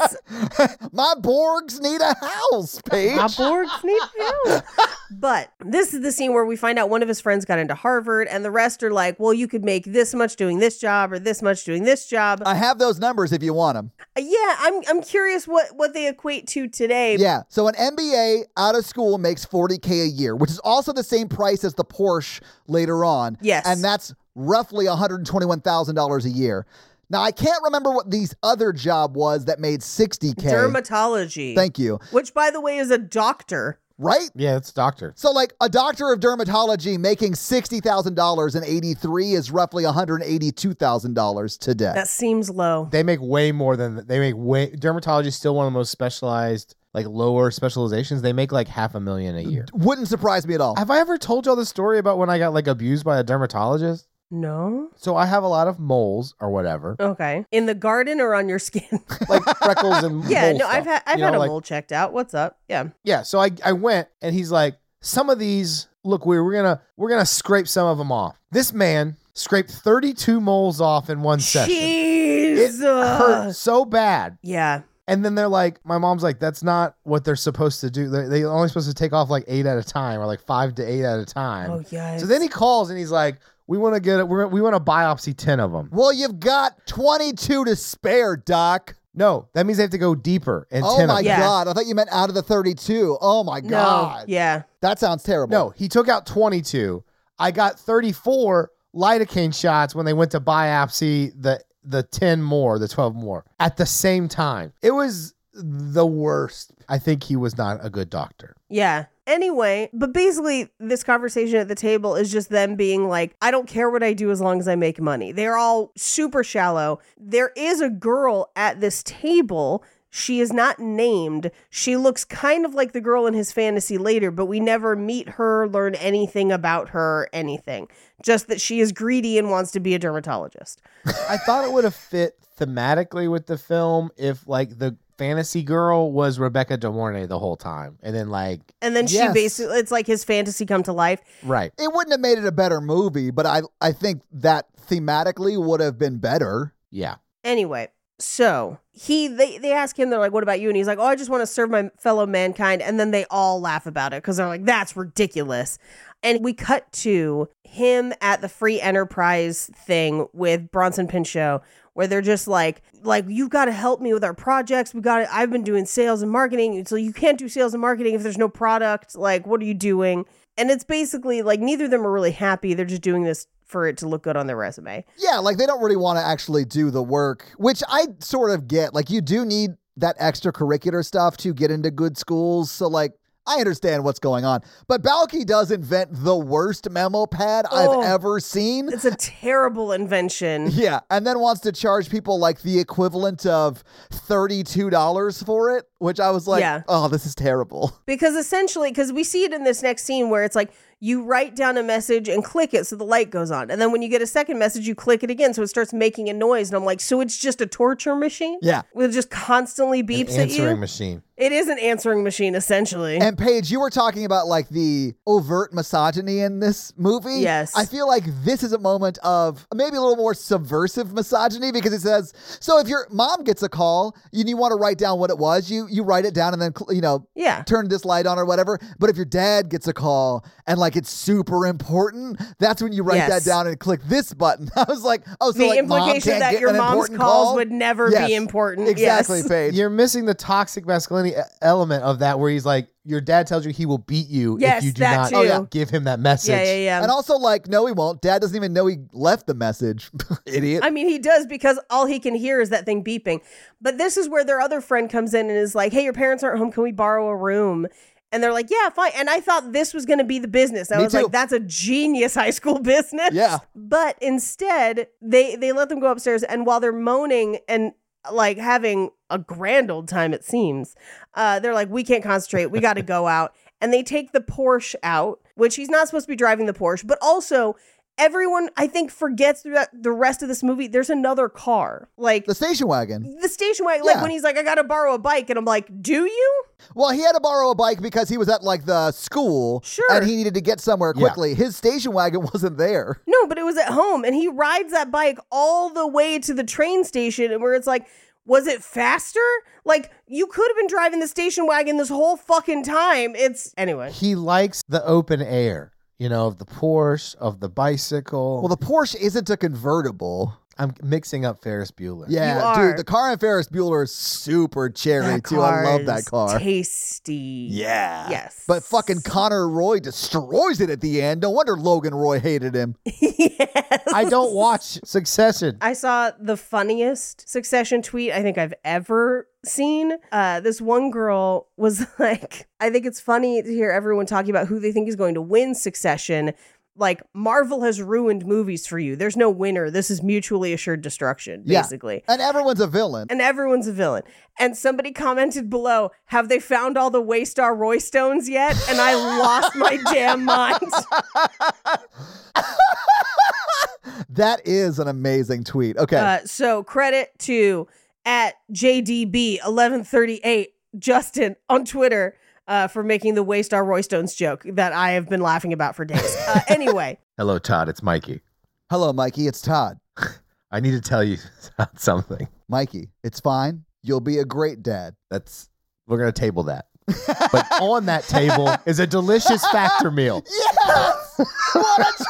Speaker 9: My Borgs need a house, Paige.
Speaker 7: My Borgs need help. But this is the scene where we find out one of his friends got into Harvard, and the rest are like, well, you could make this much doing this job or this much doing this job. Uh,
Speaker 9: I have those numbers if you want them.
Speaker 7: yeah, I'm, I'm curious what, what they equate to today.
Speaker 9: Yeah. So an MBA out of school makes 40K a year, which is also the same price as the Porsche later on.
Speaker 7: Yes.
Speaker 9: And that's roughly $121,000 a year. Now, I can't remember what these other job was that made 60K.
Speaker 7: Dermatology.
Speaker 9: Thank you.
Speaker 7: Which, by the way, is a doctor.
Speaker 9: Right?
Speaker 8: Yeah, it's doctor.
Speaker 9: So, like a doctor of dermatology making $60,000 in 83 is roughly $182,000 today.
Speaker 7: That seems low.
Speaker 8: They make way more than they make way dermatology is still one of the most specialized, like lower specializations. They make like half a million a year.
Speaker 9: Wouldn't surprise me at all.
Speaker 8: Have I ever told y'all the story about when I got like abused by a dermatologist?
Speaker 7: No?
Speaker 8: So I have a lot of moles or whatever,
Speaker 7: Okay. In the garden or on
Speaker 8: *laughs*
Speaker 7: your *laughs* skin?
Speaker 8: like freckles and
Speaker 7: yeah,
Speaker 8: mole
Speaker 7: no,
Speaker 8: stuff,
Speaker 7: I've had I've
Speaker 8: you know,
Speaker 7: had a
Speaker 8: like-
Speaker 7: mole checked out. What's up? Yeah.
Speaker 8: Yeah, so I I went and he's like, some of these look weird. We're gonna we're gonna scrape some of them off. This man scraped 32 moles off in one session.
Speaker 7: Jesus.
Speaker 8: Hurt so bad.
Speaker 7: Yeah.
Speaker 8: And then they're like, my mom's like, that's not what they're supposed to do. They're, they only supposed to take off like eight at a time or like five to eight at a time.
Speaker 7: Oh, yeah.
Speaker 8: So then he calls and he's like, we want to get it. We're, we want to biopsy 10 of them.
Speaker 9: well, you've got 22 to spare, Doc.
Speaker 8: No, that means they have to go deeper and
Speaker 9: Oh
Speaker 8: 10
Speaker 9: my
Speaker 8: of
Speaker 7: Yeah.
Speaker 8: them.
Speaker 9: god! I thought you meant out of the thirty-two. Oh my
Speaker 7: No.
Speaker 9: god!
Speaker 7: Yeah.
Speaker 9: that sounds terrible.
Speaker 8: No, he took out 22. I got 34 lidocaine shots when they went to biopsy the the 10 more, the 12 more at the same time. It was the worst. I think he was not a good doctor.
Speaker 7: Yeah. Anyway, but basically, this conversation at the table is just them being like, I don't care what I do as long as I make money. They're all super shallow. There is a girl at this table. She is not named. She looks kind of like the girl in his fantasy later, but we never meet her, learn anything about her, anything. Just that she is greedy and wants to be a dermatologist.
Speaker 8: I thought it would have fit thematically with the film if like the fantasy girl was Rebecca De Mornay the whole time. And then like
Speaker 7: And then
Speaker 9: Yes.
Speaker 7: she basically, it's like his fantasy come to life.
Speaker 8: right.
Speaker 9: it wouldn't have made it a better movie, but I I think that thematically would have been better.
Speaker 8: Yeah.
Speaker 7: Anyway, so he they they ask him, they're like, "What about you?" And he's like, "Oh, I just want to serve my fellow mankind." And then they all laugh about it because they're like, "That's ridiculous." And we cut to him at the free enterprise thing with Bronson Pinchot, where they're just like, like you've got to help me with our projects. We got to, I've been doing sales and marketing, so you can't do sales and marketing if there's no product. Like, what are you doing? And it's basically like neither of them are really happy. They're just doing this for it to look good on their resume.
Speaker 9: Yeah, like they don't really want to actually do the work, which I sort of get. Like you do need that extracurricular stuff to get into good schools. So like I understand what's going on. But Balky does invent the worst memo pad
Speaker 7: Oh.
Speaker 9: I've ever seen.
Speaker 7: It's a terrible
Speaker 9: *laughs*
Speaker 7: invention.
Speaker 9: Yeah, and then wants to charge people like the equivalent of $32 for it, which I was like,
Speaker 7: Yeah.
Speaker 9: oh, this is terrible.
Speaker 7: Because essentially, because we see it in this next scene where it's like you write down a message and click it so the light goes on. And then when you get a second message, you click it again so it starts making a noise. And I'm like, so it's just a torture machine?
Speaker 9: Yeah.
Speaker 7: It just constantly
Speaker 8: An
Speaker 7: beeps at you.
Speaker 8: answering machine.
Speaker 7: it is an answering machine, essentially.
Speaker 9: And Paige, you were talking about like the overt misogyny in this movie.
Speaker 7: Yes.
Speaker 9: I feel like this is a moment of maybe a little more subversive misogyny because it says, so if your mom gets a call and you want to write down what it was, you you write it down and then cl- you know
Speaker 7: Yeah.
Speaker 9: turn this light on or whatever. But if your dad gets a call and like it's super important, that's when you write
Speaker 7: Yes.
Speaker 9: that down and click this button. *laughs* I was like, oh, so
Speaker 7: the
Speaker 9: like, mom
Speaker 7: implication
Speaker 9: can't
Speaker 7: that
Speaker 9: get
Speaker 7: your
Speaker 9: an
Speaker 7: mom's
Speaker 9: important
Speaker 7: calls
Speaker 9: call?
Speaker 7: would never
Speaker 9: Yes.
Speaker 7: be important.
Speaker 9: Exactly,
Speaker 7: Yes.
Speaker 9: Paige.
Speaker 8: You're missing the toxic masculinity e- element of that, where he's like, your dad tells you he will beat you
Speaker 7: Yes,
Speaker 8: if you do
Speaker 7: that
Speaker 8: not
Speaker 7: too. Oh, yeah.
Speaker 8: give him that message.
Speaker 7: Yeah, yeah, yeah.
Speaker 9: and also, like, no, he won't. Dad doesn't even know he left the message. *laughs* Idiot.
Speaker 7: I mean, he does because all he can hear is that thing beeping. But this is where their other friend comes in and is like, "Hey, your parents aren't home. Can we borrow a room?" And they're like, "Yeah, fine." And I thought this was going to be the business. I
Speaker 9: Me
Speaker 7: was
Speaker 9: too.
Speaker 7: like, "That's a genius high school *laughs* business."
Speaker 9: Yeah.
Speaker 7: But instead, they they let them go upstairs, and while they're moaning and like having a grand old time, it seems, uh, they're like, "We can't concentrate. We
Speaker 9: *laughs*
Speaker 7: got to go out." And they take the Porsche out, which he's not supposed to be driving the Porsche, but also everyone I think forgets throughout the rest of this movie there's another car. Like
Speaker 9: the
Speaker 7: the,
Speaker 9: station wagon.
Speaker 7: station wagon, like
Speaker 9: Yeah.
Speaker 7: when he's like, I gotta borrow a bike, and I'm like, Do you?
Speaker 9: Well, he had to borrow a bike because he was at like the school,
Speaker 7: Sure.
Speaker 9: and he needed to get somewhere
Speaker 8: Yeah.
Speaker 9: quickly. His station wagon *laughs* wasn't there.
Speaker 7: No, but it was at home, and he rides that bike all the way to the train station, and where it's like, was it faster? Like you could have been driving the station wagon this whole fucking time. It's anyway.
Speaker 8: He likes the open air, you know, of the Porsche, of the bicycle.
Speaker 9: Well, the Porsche isn't a convertible.
Speaker 8: I'm mixing up Ferris Bueller.
Speaker 7: You
Speaker 9: Yeah,
Speaker 7: are.
Speaker 9: dude, the car and Ferris Bueller is super cherry
Speaker 7: That
Speaker 9: too. I love
Speaker 7: is
Speaker 9: that car.
Speaker 7: Tasty.
Speaker 9: yeah.
Speaker 7: Yes.
Speaker 9: But fucking Connor Roy destroys it at the end. No wonder Logan Roy
Speaker 7: *laughs*
Speaker 9: hated him.
Speaker 7: yes.
Speaker 8: I don't watch Succession.
Speaker 7: I saw the funniest succession tweet I think I've ever seen. Uh, this one girl was *laughs* like, I think it's funny to hear everyone talking about who they think is going to win succession. Like, Marvel has ruined movies for you. There's no winner. This is mutually assured destruction,
Speaker 9: Yeah.
Speaker 7: basically.
Speaker 9: And everyone's a villain.
Speaker 7: And everyone's a villain. And somebody commented below, Have they found all the Waystar Roy stones yet? And I lost my damn mind.
Speaker 9: *laughs*
Speaker 7: *laughs*
Speaker 9: That is an amazing tweet. Okay.
Speaker 7: Uh, so credit to at JDB eleven thirty eight Justin on Twitter uh, for making the Waystar Roystones joke that I have been laughing about for
Speaker 9: *laughs*
Speaker 7: days. Uh, anyway,
Speaker 10: Hello, Todd. It's Mikey.
Speaker 9: Hello, Mikey. It's Todd.
Speaker 10: I need to tell
Speaker 8: *laughs*
Speaker 10: you something.
Speaker 9: Mikey, it's fine. You'll be a great dad.
Speaker 8: That's we're gonna table that. But on that table is a
Speaker 9: *laughs*
Speaker 8: delicious factor meal.
Speaker 9: Yes! What a transition!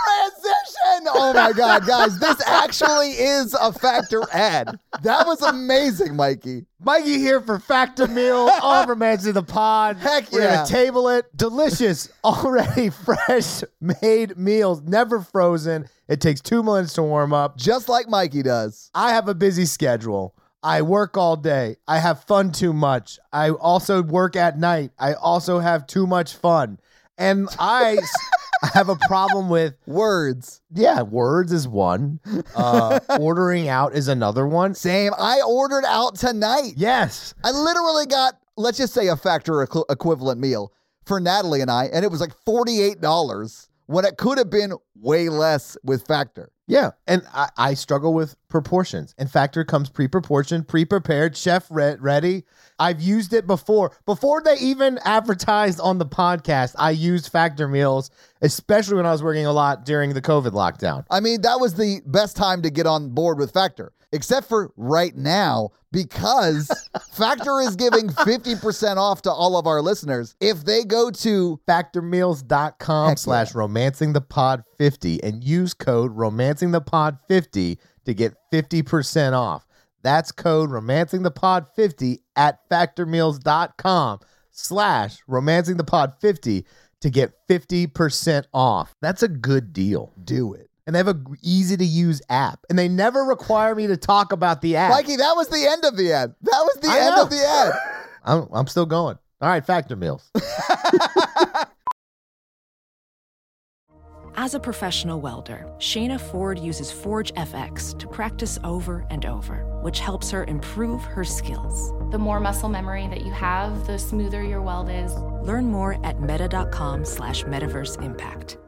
Speaker 9: *laughs* Oh my God, guys, this actually is a factor ad. That was amazing, Mikey.
Speaker 8: Mikey here for Factor Meal on Romance of the Pod.
Speaker 9: Heck
Speaker 8: We're
Speaker 9: yeah.
Speaker 8: gonna table it. Delicious, already *laughs* fresh made meals, never frozen. It takes two months to warm up.
Speaker 9: Just like Mikey does.
Speaker 8: I have a busy schedule. I work all day. I have fun too much. I also work at night. I also have too much fun. And I s- have a problem with *laughs*
Speaker 9: Words.
Speaker 8: yeah, words is one. Uh, ordering out is another one.
Speaker 9: *laughs* Same. I ordered out tonight.
Speaker 8: Yes.
Speaker 9: I literally got, let's just say, a factor equ- equivalent meal for Natalie and I, and it was like $48 when it could have been way less with factor.
Speaker 8: Yeah. And I, I struggle with proportions. And Factor comes pre proportioned, pre prepared, chef re- ready. I've used it before. Before they even advertised on the podcast, I used Factor meals, especially when I was working a lot during the COVID lockdown.
Speaker 9: I mean, that was the best time to get on board with Factor, except for right now, because
Speaker 8: *laughs*
Speaker 9: Factor is giving 50% off to all of our listeners. If they go to
Speaker 8: factormeals.com
Speaker 9: Heck
Speaker 8: slash romancing the pod 50 and use code romancing the pod 50 to get 50% off that's code romancing the pod 50 at factormeals.com slash romancing the pod 50 to get 50% off that's a good deal
Speaker 9: do it.
Speaker 8: and they have a easy to use app, and they never require me to talk about the app.
Speaker 9: Mikey, that was the end of the ad. That was the
Speaker 8: I
Speaker 9: end
Speaker 8: know.
Speaker 9: of the ad.
Speaker 8: *laughs* I'm, I'm still going. All right, Factor Meals.
Speaker 2: As a professional welder, Shayna Ford uses Forge FX to practice over and over, which helps her improve her skills.
Speaker 3: The more muscle memory that you have, the smoother your weld is.
Speaker 2: Learn more at meta.com slash metaverse impact.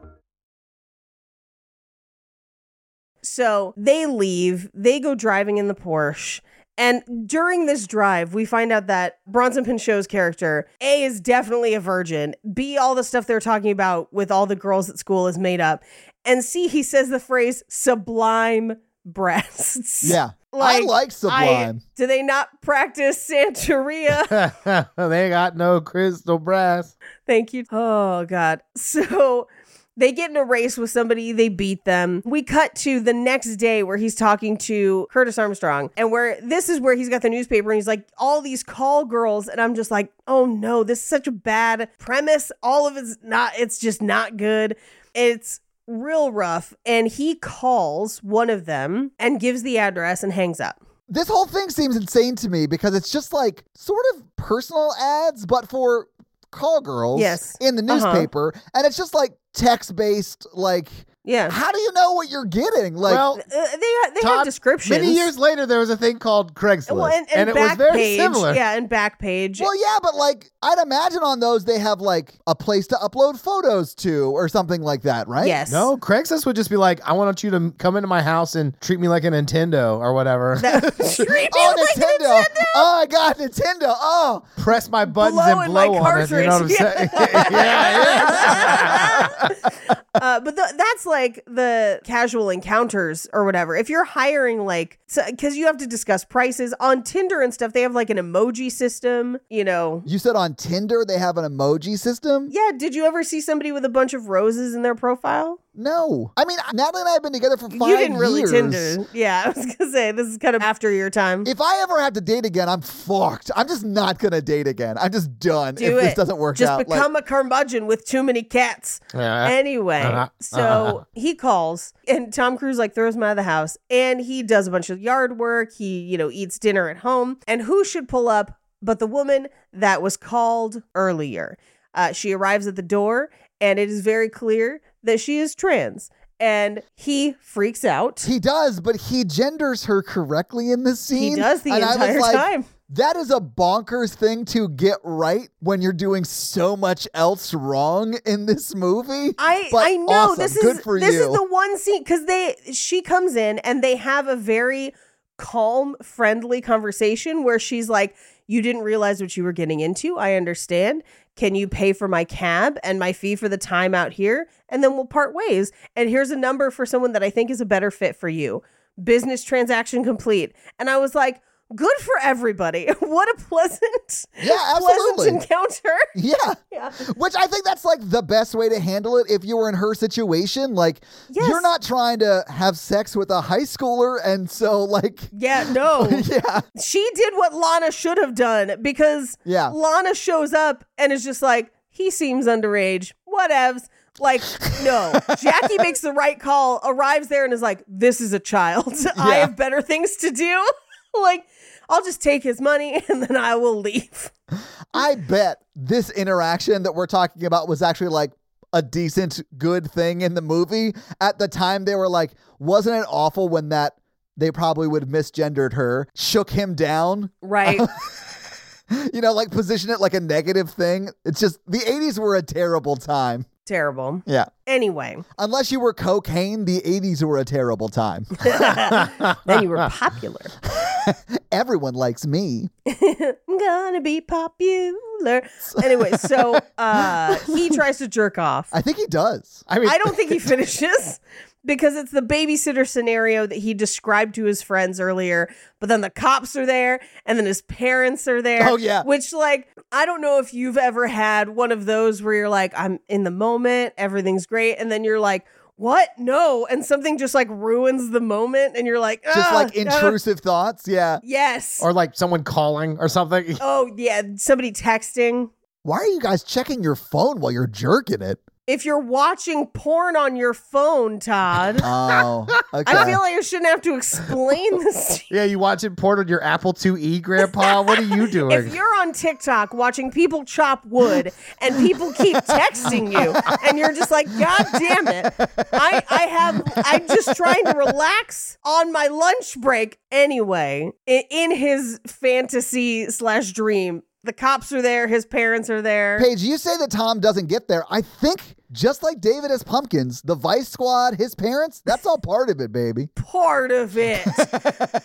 Speaker 7: So they leave, they go driving in the Porsche. And during this drive, we find out that Bronson Pinchot's character, A, is definitely a virgin. B, all the stuff they're talking about with all the girls at school is made up. And C, he says the phrase sublime breasts.
Speaker 9: *laughs* Yeah.
Speaker 7: *laughs*
Speaker 9: I like Sublime.
Speaker 7: do they not practice Santeria?
Speaker 8: *laughs*
Speaker 7: *laughs*
Speaker 8: they got no crystal brass.
Speaker 7: Thank you. Oh, God. So they get in a race with somebody, they beat them. We cut to the next day where he's talking to Curtis Armstrong, and where this is where he's got the newspaper and he's like, all these call girls. And I'm just like, oh no, this is such a bad premise. All of it's not, it's just not good. It's real rough. And he calls one of them and gives the address and hangs up.
Speaker 9: This whole thing seems insane to me because it's just like sort of personal ads, but for call girls
Speaker 7: Yes.
Speaker 9: in the
Speaker 7: Uh-huh.
Speaker 9: newspaper. And it's just like text based, like,
Speaker 7: Yeah.
Speaker 9: how do you know what you're getting? Like,
Speaker 8: well,
Speaker 7: Uh, they they have
Speaker 8: Todd,
Speaker 7: descriptions.
Speaker 8: many years later, there was a thing called Craigslist,
Speaker 7: Well, and, and,
Speaker 8: it
Speaker 7: back
Speaker 8: was very
Speaker 7: page,
Speaker 8: similar.
Speaker 7: Yeah, and back page.
Speaker 9: well, yeah, but like, I'd imagine on those they have like a place to upload photos to or something like that, right?
Speaker 7: Yes. *laughs*
Speaker 8: No, Craigslist would just be like, "I want you to come into my house and treat me like a Nintendo or whatever. *laughs*
Speaker 9: Oh, Nintendo. Oh, I got Nintendo. Oh,
Speaker 8: Press my buttons
Speaker 7: Blow
Speaker 8: and
Speaker 7: in my
Speaker 8: blow on it." You know what I'm
Speaker 7: cartridge. *laughs*
Speaker 8: saying? *laughs* yeah, yeah.
Speaker 7: Uh, but the, that's like the casual encounters or whatever. If you're hiring, like, because you have to discuss prices on Tinder and stuff, they have like an emoji system, you know.
Speaker 9: you said on Tinder they have an emoji system?
Speaker 7: Yeah, did you ever see somebody with a bunch of roses in their profile?
Speaker 9: No. I mean, Natalie and I have been together for five
Speaker 7: you didn't really
Speaker 9: years.
Speaker 7: Tinder. Yeah, *laughs* I was gonna say this is kind of after your time.
Speaker 9: If I ever have to date again, I'm fucked. I'm just not gonna date again. I'm just done
Speaker 7: Do
Speaker 9: if
Speaker 7: it.
Speaker 9: this doesn't work
Speaker 7: Just
Speaker 9: out. Like,
Speaker 7: become a curmudgeon with too many cats.
Speaker 8: Yeah.
Speaker 7: Anyway,
Speaker 8: Uh-huh.
Speaker 7: so he calls and Tom Cruise like throws him out of the house and he does a bunch of yard work. He, you know, eats dinner at home. And who should pull up but the woman that was called earlier? Uh, she arrives at the door and it is very clear that she is trans. And he freaks out.
Speaker 9: he does, but he genders her correctly in this scene.
Speaker 7: He does the
Speaker 9: and I
Speaker 7: entire
Speaker 9: was like,
Speaker 7: time.
Speaker 9: That is a bonkers thing to get right when you're doing so much else wrong in this movie.
Speaker 7: I
Speaker 9: but
Speaker 7: I know
Speaker 9: awesome.
Speaker 7: this
Speaker 9: Good
Speaker 7: is
Speaker 9: for
Speaker 7: this
Speaker 9: you.
Speaker 7: is the one scene because they she comes in and they have a very calm, friendly conversation where she's like, "You didn't realize what you were getting into. I understand. Can you pay for my cab and my fee for the time out here, and then we'll part ways? And here's a number for someone that I think is a better fit for you. Business transaction complete." And I was like. Good for everybody. *laughs* What a pleasant,
Speaker 9: Yeah, absolutely.
Speaker 7: pleasant encounter.
Speaker 9: *laughs* Yeah.
Speaker 7: Yeah.
Speaker 9: Which I think that's like the best way to handle it if you were in her situation. Like,
Speaker 7: Yes.
Speaker 9: you're not trying to have sex with a high schooler. And so, like,
Speaker 7: Yeah, no.
Speaker 9: *laughs* yeah.
Speaker 7: she did what Lana should have done because
Speaker 9: Yeah.
Speaker 7: Lana shows up and is just like, he seems underage, whatevs. Like,
Speaker 9: *laughs*
Speaker 7: no. Jackie makes the right call, arrives there and is like, this is a child. *laughs* I
Speaker 9: Yeah.
Speaker 7: have better things to do. *laughs* like, I'll just take his money *laughs* and then I will leave.
Speaker 9: I bet this interaction that we're talking about was actually like a decent, good thing in the movie. At the time, they were like, wasn't it awful when that they probably would have misgendered her, shook him down, *laughs*
Speaker 7: Right.
Speaker 9: you know, like position it like a negative thing? It's just the 80s were a terrible time.
Speaker 7: Terrible.
Speaker 9: Yeah. *laughs*
Speaker 7: Anyway,
Speaker 9: Unless you were cocaine, the 80s were a
Speaker 8: *laughs*
Speaker 9: terrible time.
Speaker 7: then you were popular. *laughs*
Speaker 9: Everyone likes me.
Speaker 7: I'm gonna be popular. Anyway, so uh he tries to jerk off.
Speaker 9: I think he does.
Speaker 8: I mean,
Speaker 7: I don't think he finishes because it's the babysitter scenario that he described to his friends earlier. But then the cops are there, and then his parents are there.
Speaker 9: Oh, yeah.
Speaker 7: which like I don't know if you've ever had one of those where you're like, I'm in the moment, everything's great, and then you're like, what? No, and something just like ruins the moment, and you're like,
Speaker 9: Just
Speaker 7: "Ah,
Speaker 9: like
Speaker 7: ah."
Speaker 9: intrusive thoughts. Yeah.
Speaker 7: yes.
Speaker 8: or like someone calling or something.
Speaker 7: oh yeah, somebody texting.
Speaker 9: Why are you guys checking your phone while you're jerking it?
Speaker 7: if you're watching porn on your phone,
Speaker 9: *laughs*
Speaker 7: Todd.
Speaker 9: Oh, okay.
Speaker 7: I feel like I shouldn't have to explain this to you.
Speaker 8: Yeah, you watching porn on your Apple IIe, Grandpa? What are you doing?
Speaker 7: If you're on TikTok watching people chop wood and people keep texting you, and you're just like, God damn it, I, I have, I'm just trying to relax on my lunch break. Anyway, i- in his fantasy slash dream, the cops are there, his parents are there.
Speaker 9: Paige, you say that Tom doesn't get there. I think just like David as Pumpkins, the Vice Squad, his parents, that's all part of it, *laughs* baby.
Speaker 7: part of it.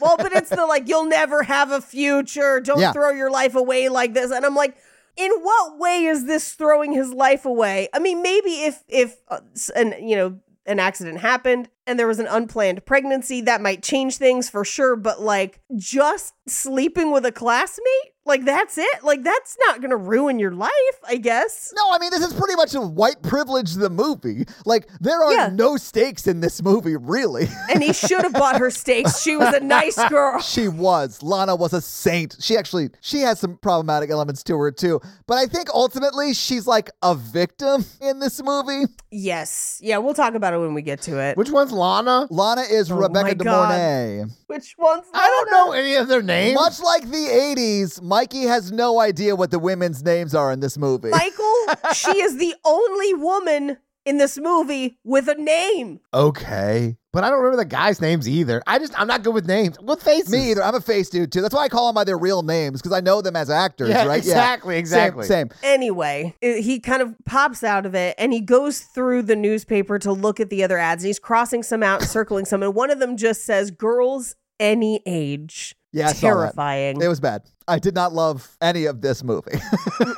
Speaker 7: well, but it's the like, you'll never have a future. Don't
Speaker 9: Yeah.
Speaker 7: throw your life away like this. And I'm like, in what way is this throwing his life away? I mean, maybe if if uh, s- an you know an accident happened and there was an unplanned pregnancy, that might change things for sure. But like, just sleeping with a classmate, like that's it. Like that's not gonna ruin your life, I guess.
Speaker 9: No, I mean, this is pretty much a white privilege the movie. Like, there are
Speaker 7: Yeah.
Speaker 9: no stakes in this movie,
Speaker 7: *laughs*
Speaker 9: really.
Speaker 7: And he should have bought her steaks. She was a nice
Speaker 8: *laughs*
Speaker 7: girl.
Speaker 9: she was. Lana was a saint. She actually, she has some problematic elements to her, too. But I think ultimately she's like a victim in this movie.
Speaker 7: Yes. Yeah, we'll talk about it when we get to it.
Speaker 8: Which one's Lana?
Speaker 9: Lana is Rebecca
Speaker 7: Oh my
Speaker 9: De
Speaker 7: God.
Speaker 9: Mornay.
Speaker 7: Which one's
Speaker 8: I don't know any of their names.
Speaker 9: Much like the 80s, Mikey has no idea what the women's names are in this movie.
Speaker 7: Michael, she is the only woman in this movie with a name.
Speaker 8: Okay, but I don't remember the guys' names either. I just I'm not good with names. With faces,
Speaker 9: *laughs* Me either. I'm a face dude too. That's why I call them by their real names because I know them as actors,
Speaker 8: Yeah,
Speaker 9: right?
Speaker 8: exactly,
Speaker 9: Same-
Speaker 8: exactly.
Speaker 9: Same.
Speaker 7: Anyway, i- he kind of pops out of it and he goes through the newspaper to look at the other ads and he's crossing some out, circling some, and one of them just says, Girls any age.
Speaker 9: Yeah, I saw that.
Speaker 7: terrifying.
Speaker 9: It was bad. I did not love any of this movie. *laughs*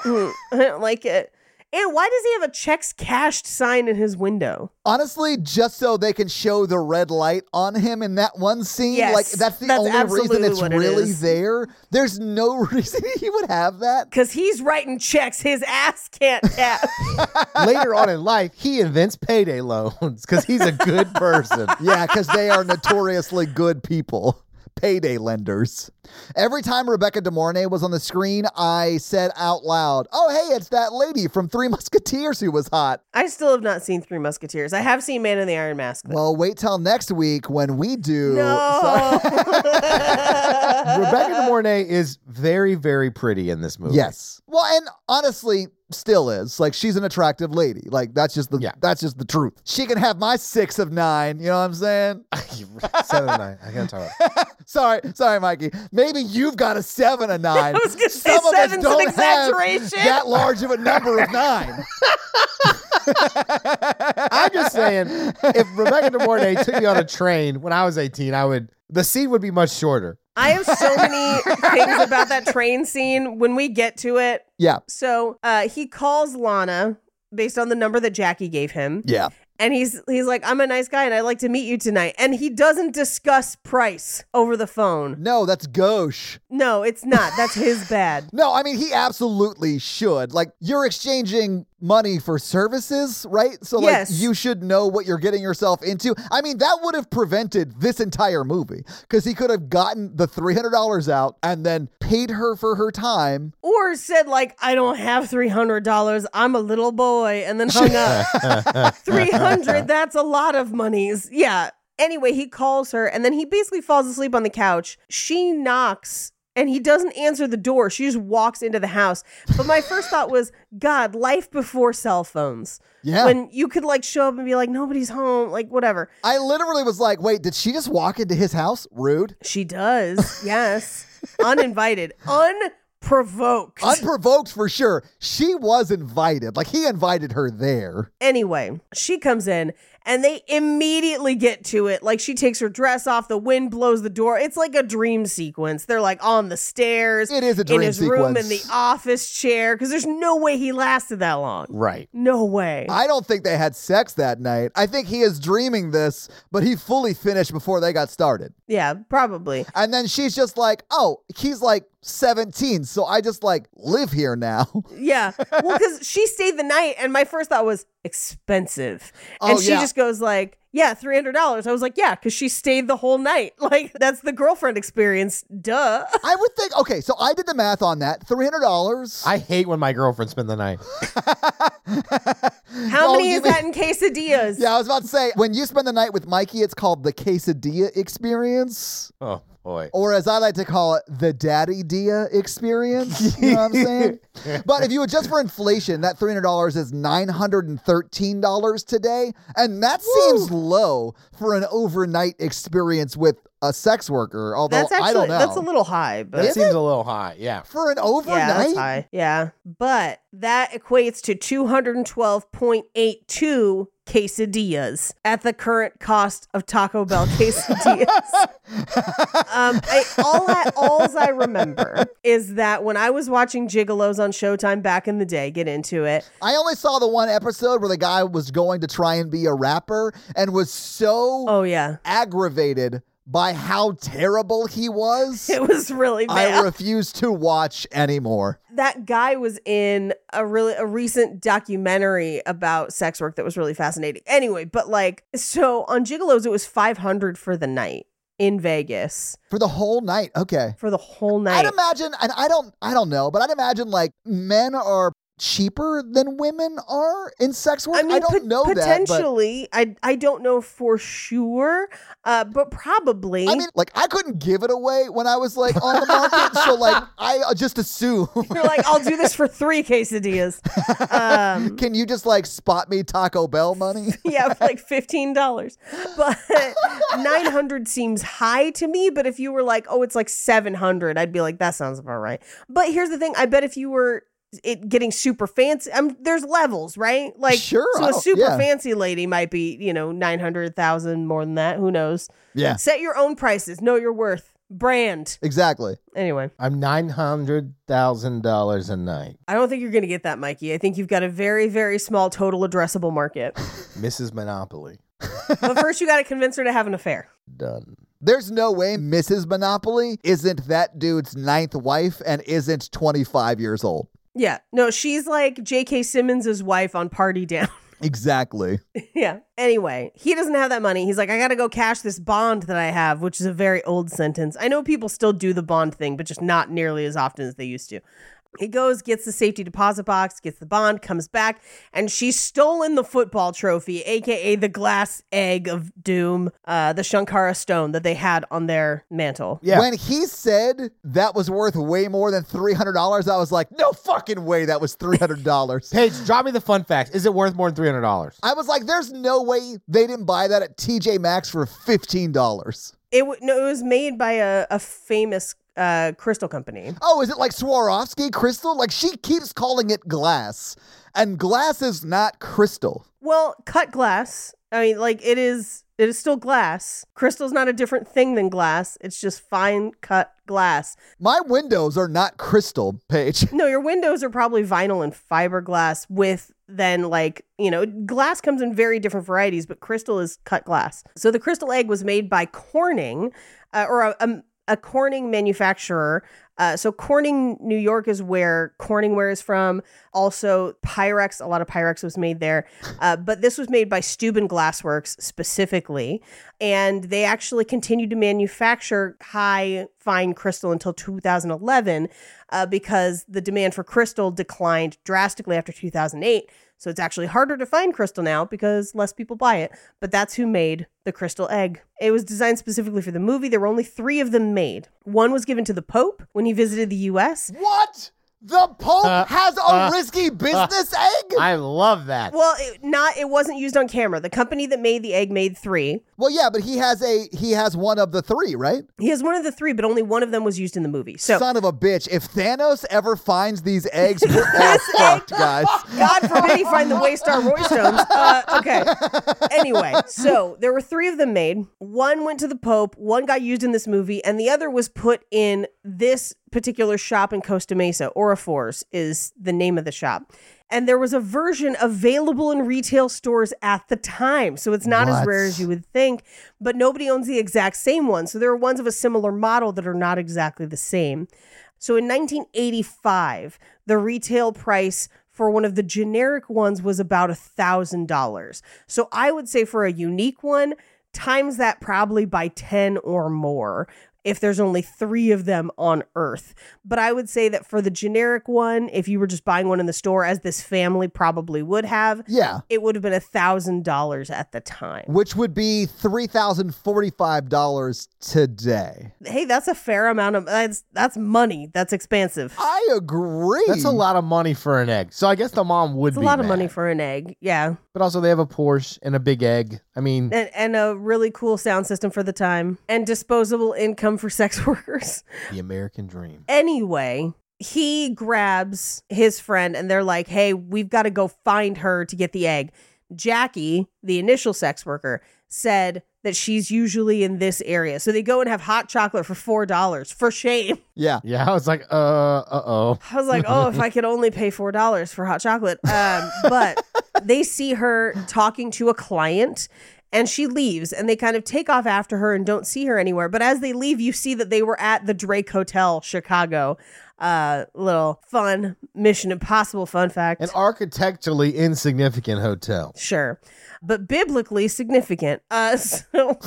Speaker 7: Mm, *laughs* I don't like it. And why does he have a checks cashed sign in his window?
Speaker 9: Honestly, just so they can show the red light on him in that one scene.
Speaker 7: Yes,
Speaker 9: like that's the
Speaker 7: that's
Speaker 9: only reason
Speaker 7: absolutely
Speaker 9: it's
Speaker 7: what it
Speaker 9: really
Speaker 7: is.
Speaker 9: there. There's no *laughs* reason he would have that.
Speaker 7: Because he's writing checks his ass can't
Speaker 9: *laughs*
Speaker 7: tap.
Speaker 8: Later on in life, he invents payday loans because he's a *laughs* good person.
Speaker 9: Yeah, because they are notoriously good people. Payday lenders. Every time Rebecca De Mornay was on the screen, I said out loud, Oh, hey, it's that lady from Three Musketeers who was hot.
Speaker 7: I still have not seen Three Musketeers. I have seen Man in the Iron Mask. though.
Speaker 9: Well, wait till next week when we do.
Speaker 7: no. *laughs*
Speaker 8: Rebecca De Mornay is very, very pretty in this movie.
Speaker 9: Yes. Well, and honestly, still is. Like she's an attractive lady. Like that's just the
Speaker 8: Yeah.
Speaker 9: that's just the truth. She can have my six of nine. You know what I'm saying?
Speaker 8: seven and nine. I can't talk. About it.
Speaker 9: sorry, sorry, Mikey. Maybe you've got a seven of nine.
Speaker 7: *laughs* I was gonna say
Speaker 9: Some of us
Speaker 7: seven's an
Speaker 9: don't have
Speaker 7: exaggeration.
Speaker 9: That large of a number of
Speaker 7: *laughs*
Speaker 9: nine.
Speaker 8: I'm just saying, if Rebecca De Mornay took me on a train when I was 18, I would. The scene would be much shorter.
Speaker 7: I have so
Speaker 8: *laughs*
Speaker 7: many things about that train scene when we get to it.
Speaker 9: yeah.
Speaker 7: So uh, he calls Lana based on the number that Jackie gave him.
Speaker 9: Yeah.
Speaker 7: And he's he's like, I'm a nice guy and I'd like to meet you tonight. And he doesn't discuss price over the phone.
Speaker 9: No, that's gauche.
Speaker 7: No, it's not. That's his bad.
Speaker 9: No, I mean he absolutely should. Like you're exchanging money for services, right? So like
Speaker 7: Yes.
Speaker 9: you should know what you're getting yourself into. I mean that would have prevented this entire movie cuz he could have gotten the $300 out and then paid her for her time.
Speaker 7: Or said like, I don't have three hundred dollars. I'm a little boy, and then hung up. three hundred. That's a lot of monies. Yeah. Anyway, he calls her, and then he basically falls asleep on the couch. She knocks. And he doesn't answer the door. She just walks into the house. But my first thought was, God, life before cell phones.
Speaker 9: Yeah.
Speaker 7: When you could like show up and be like, nobody's home, like whatever.
Speaker 9: I literally was like, "Wait, did she just walk into his house? Rude."
Speaker 7: She does. Yes. Uninvited. Unprovoked.
Speaker 9: Unprovoked for sure. She was invited. Like he invited her there.
Speaker 7: Anyway, she comes in and they immediately get to it. Like she takes her dress off, the wind blows the door. It's like a dream sequence. They're like on the stairs.
Speaker 9: It is a
Speaker 7: in
Speaker 9: dream
Speaker 7: his room in the
Speaker 9: sequence.
Speaker 7: office chair because there's no way he lasted that long.
Speaker 8: Right.
Speaker 7: No way.
Speaker 9: I don't think they had sex that night. I think he is dreaming this, but he fully finished before they got started.
Speaker 7: yeah, probably.
Speaker 9: And then she's just like, oh, he's like 17, so I just like live here now. *laughs*
Speaker 7: Yeah. Well, because she stayed the night, and my first thought was expensive, and
Speaker 9: Oh,
Speaker 7: she
Speaker 9: yeah.
Speaker 7: just goes like, "Yeah, three hundred dollars." I was like, "Yeah," because she stayed the whole night. *laughs* Like that's the girlfriend experience. Duh.
Speaker 9: I would think, okay, so I did the math on that. $300. *laughs*
Speaker 8: I hate when my girlfriend spends the night.
Speaker 7: How
Speaker 9: Oh,
Speaker 7: many
Speaker 9: you
Speaker 7: is
Speaker 9: mean- *laughs*
Speaker 7: that in quesadillas?
Speaker 9: Yeah, I was about to say, when you spend the night with Mikey, it's called the quesadilla experience,
Speaker 10: Oh boy.
Speaker 9: or as I like to call it, the daddy dia experience. You know what I'm saying?
Speaker 7: *laughs*
Speaker 9: but if you adjust for inflation, that $300 is $913 today. And that seems low for an overnight experience with a sex worker, although
Speaker 7: That's actually
Speaker 9: I don't know.
Speaker 7: that's a little high, but
Speaker 8: That seems a little high. Yeah.
Speaker 9: for an overnight?
Speaker 7: yeah, that's high. Yeah, but that equates to 212.82 quesadillas at the current cost of Taco
Speaker 9: *laughs*
Speaker 7: Bell quesadillas. um, I, all I, alls I remember is that when I was watching Gigolos on Showtime back in the day, get into it.
Speaker 9: I only saw the one episode where the guy was going to try and be a rapper and was so
Speaker 7: Oh yeah,
Speaker 9: aggravated by how terrible he was.
Speaker 7: *laughs* it was really bad.
Speaker 9: I refuse to watch anymore.
Speaker 7: that guy was in a really a recent documentary about sex work that was really fascinating. Anyway, but like so on Gigolos it was 500 for the night in Vegas
Speaker 9: For the whole night. Okay.
Speaker 7: for the whole night.
Speaker 9: I'd imagine and I don't I don't know, but I'd imagine like men are cheaper than women are in sex work. I, don't
Speaker 7: pot-
Speaker 9: know that. but-
Speaker 7: potentially. I I don't know for sure, uh, but probably.
Speaker 9: I mean, like I couldn't give it away when I was like on the market,
Speaker 7: *laughs*
Speaker 9: so like I uh, just assume.
Speaker 7: *laughs* you're like, I'll
Speaker 9: *laughs*
Speaker 7: do this for three quesadillas. Um,
Speaker 9: Can you just like spot me Taco Bell money?
Speaker 7: yeah, for like fifteen dollars. But *laughs* nine hundred seems high to me. But if you were like, oh, it's like seven hundred, I'd be like, that sounds about right. But here's the thing: I bet if you were it getting super fancy, um, there's levels, right? *laughs* Like,
Speaker 9: *laughs* Sure,
Speaker 7: So
Speaker 9: I
Speaker 7: a
Speaker 9: don't-
Speaker 7: super
Speaker 9: yeah.
Speaker 7: fancy lady might be, you know, nine hundred thousand more than that. Who knows?
Speaker 9: Yeah.
Speaker 7: Set your own prices. Know your worth. Brand.
Speaker 9: Exactly.
Speaker 7: Anyway,
Speaker 8: I'm nine hundred thousand dollars a night.
Speaker 7: I don't think you're going to get that, Mikey. I think you've got a very, very small total addressable market.
Speaker 9: *laughs*
Speaker 8: Mrs. Monopoly.
Speaker 7: but first, you got to convince her to have an affair.
Speaker 8: Done.
Speaker 9: There's no way Mrs. Monopoly isn't that dude's ninth wife and isn't 25 years old.
Speaker 7: Yeah. No, she's like J.K. Simmons' wife on Party Down. *laughs*
Speaker 9: Exactly.
Speaker 7: yeah. Anyway, he doesn't have that money. He's like, I got to go cash this bond that I have, which is a very old sentence. I know people still do the bond thing, but just not nearly as often as they used to. He goes, gets the safety deposit box, gets the bond, comes back, and she's stolen the football trophy, aka the glass egg of doom, uh, the Shankara stone that they had on their mantle.
Speaker 8: Yeah.
Speaker 9: When he said that was worth way more than $300, I was like, no fucking way that was $300.
Speaker 8: Paige, drop me the fun facts. Is it worth more than three hundred dollars?
Speaker 9: I was like, there's no way they didn't buy that at TJ Maxx for $15.
Speaker 7: It, w- no, it was made by a, a famous uh, crystal company.
Speaker 9: Oh, is it like Swarovski crystal? Like she keeps calling it glass, and glass is not crystal.
Speaker 7: Well, cut glass. I mean, like it is. It is still glass. Crystal's not a different thing than glass. It's just fine cut glass.
Speaker 9: My windows are not crystal, Paige.
Speaker 7: No, your windows are probably vinyl and fiberglass with then like, you know, glass comes in very different varieties, but crystal is cut glass. So the crystal egg was made by Corning uh, or a, a, a Corning manufacturer. Uh, so Corning, New York is where Corningware is from. Also Pyrex, a lot of Pyrex was made there. Uh, but this was made by Steuben Glassworks specifically. And they actually continued to manufacture high fine crystal until 2011 uh, because the demand for crystal declined drastically after 2008. So it's actually harder to find crystal now because less people buy it. But that's who made the crystal egg. It was designed specifically for the movie. There were only three of them made. One was given to the Pope when he visited the US.
Speaker 9: What? The Pope
Speaker 8: Uh,
Speaker 9: has a
Speaker 8: uh,
Speaker 9: risky business egg?
Speaker 8: I love that.
Speaker 7: Well, it, not it wasn't used on camera. The company that made the egg made three.
Speaker 9: well, yeah, but he has a he has one of the three, right?
Speaker 7: He has one of the three, but only one of them was used in the movie. So
Speaker 9: Son of a bitch! If Thanos ever finds these eggs, we're all fucked, guys.
Speaker 7: God forbid he find the Waystar Roystones. Uh, okay. Anyway, so there were three of them made. One went to the Pope, one got used in this movie, and the other was put in this particular shop in Costa Mesa. Orifors is the name of the shop. And there was a version available in retail stores at the time. So it's not as
Speaker 9: What?
Speaker 7: rare as you would think, but nobody owns the exact same one. So there are ones of a similar model that are not exactly the same. So in 1985, the retail price for one of the generic ones was about a $1,000. So I would say for a unique one, times that probably by 10 or more if there's only three of them on Earth. But I would say that for the generic one, if you were just buying one in the store, as this family probably would have,
Speaker 9: Yeah.
Speaker 7: it would have been a thousand dollars at the time.
Speaker 9: Which would be $3,045 today.
Speaker 7: Hey, that's a fair amount of that's that's money. That's expensive.
Speaker 9: I agree.
Speaker 8: That's a lot of money for an egg. So I guess the mom would
Speaker 7: It's a
Speaker 8: be
Speaker 7: lot of
Speaker 8: mad.
Speaker 7: money for an egg. Yeah.
Speaker 8: But also, they have a Porsche and a big egg. I mean,
Speaker 7: And, and a really cool sound system for the time and disposable income for sex *laughs* workers.
Speaker 8: the American dream.
Speaker 7: Anyway, he grabs his friend and they're like, hey, we've got to go find her to get the egg. Jackie, the initial sex worker, said that she's usually in this area. So they go and have hot chocolate for $4 for shame.
Speaker 9: Yeah.
Speaker 8: Yeah, I was like, uh, uh oh.
Speaker 7: I was like, oh, if I could only pay four dollars for hot chocolate. Um, but they see her talking to a client, and she leaves, and they kind of take off after her and don't see her anywhere. But as they leave, you see that they were at the Drake Hotel, Chicago. Uh, little fun Mission Impossible fun fact.
Speaker 8: An architecturally insignificant hotel.
Speaker 7: Sure. But biblically significant. Uh *laughs* so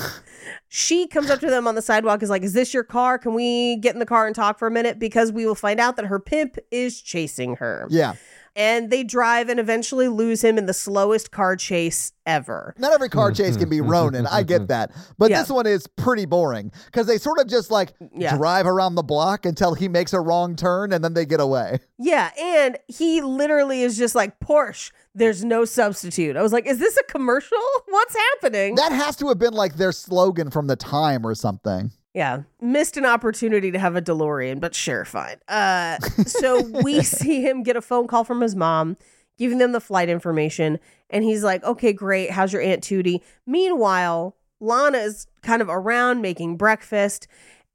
Speaker 7: she comes up to them on the sidewalk is like, "Is this your car? Can we get in the car and talk for a minute because we will find out that her pimp is chasing her."
Speaker 9: Yeah.
Speaker 7: And they drive and eventually lose him in the slowest car chase ever.
Speaker 9: Not every car chase can be Ronin. I get that. But
Speaker 7: Yeah.
Speaker 9: this one is pretty boring because they sort of just like
Speaker 7: Yeah.
Speaker 9: drive around the block until he makes a wrong turn and then they get away.
Speaker 7: Yeah, and he literally is just like, "Porsche, there's no substitute." I was like, "Is this a commercial? *laughs* What's happening?"
Speaker 9: That has to have been like their slogan from the time or something.
Speaker 7: Yeah, missed an opportunity to have a DeLorean, but sure, fine. Uh, so we see him get a phone call from his mom, giving them the flight information, and he's like, "Okay, great. How's your Aunt Tootie?" Meanwhile, Lana is kind of around making breakfast,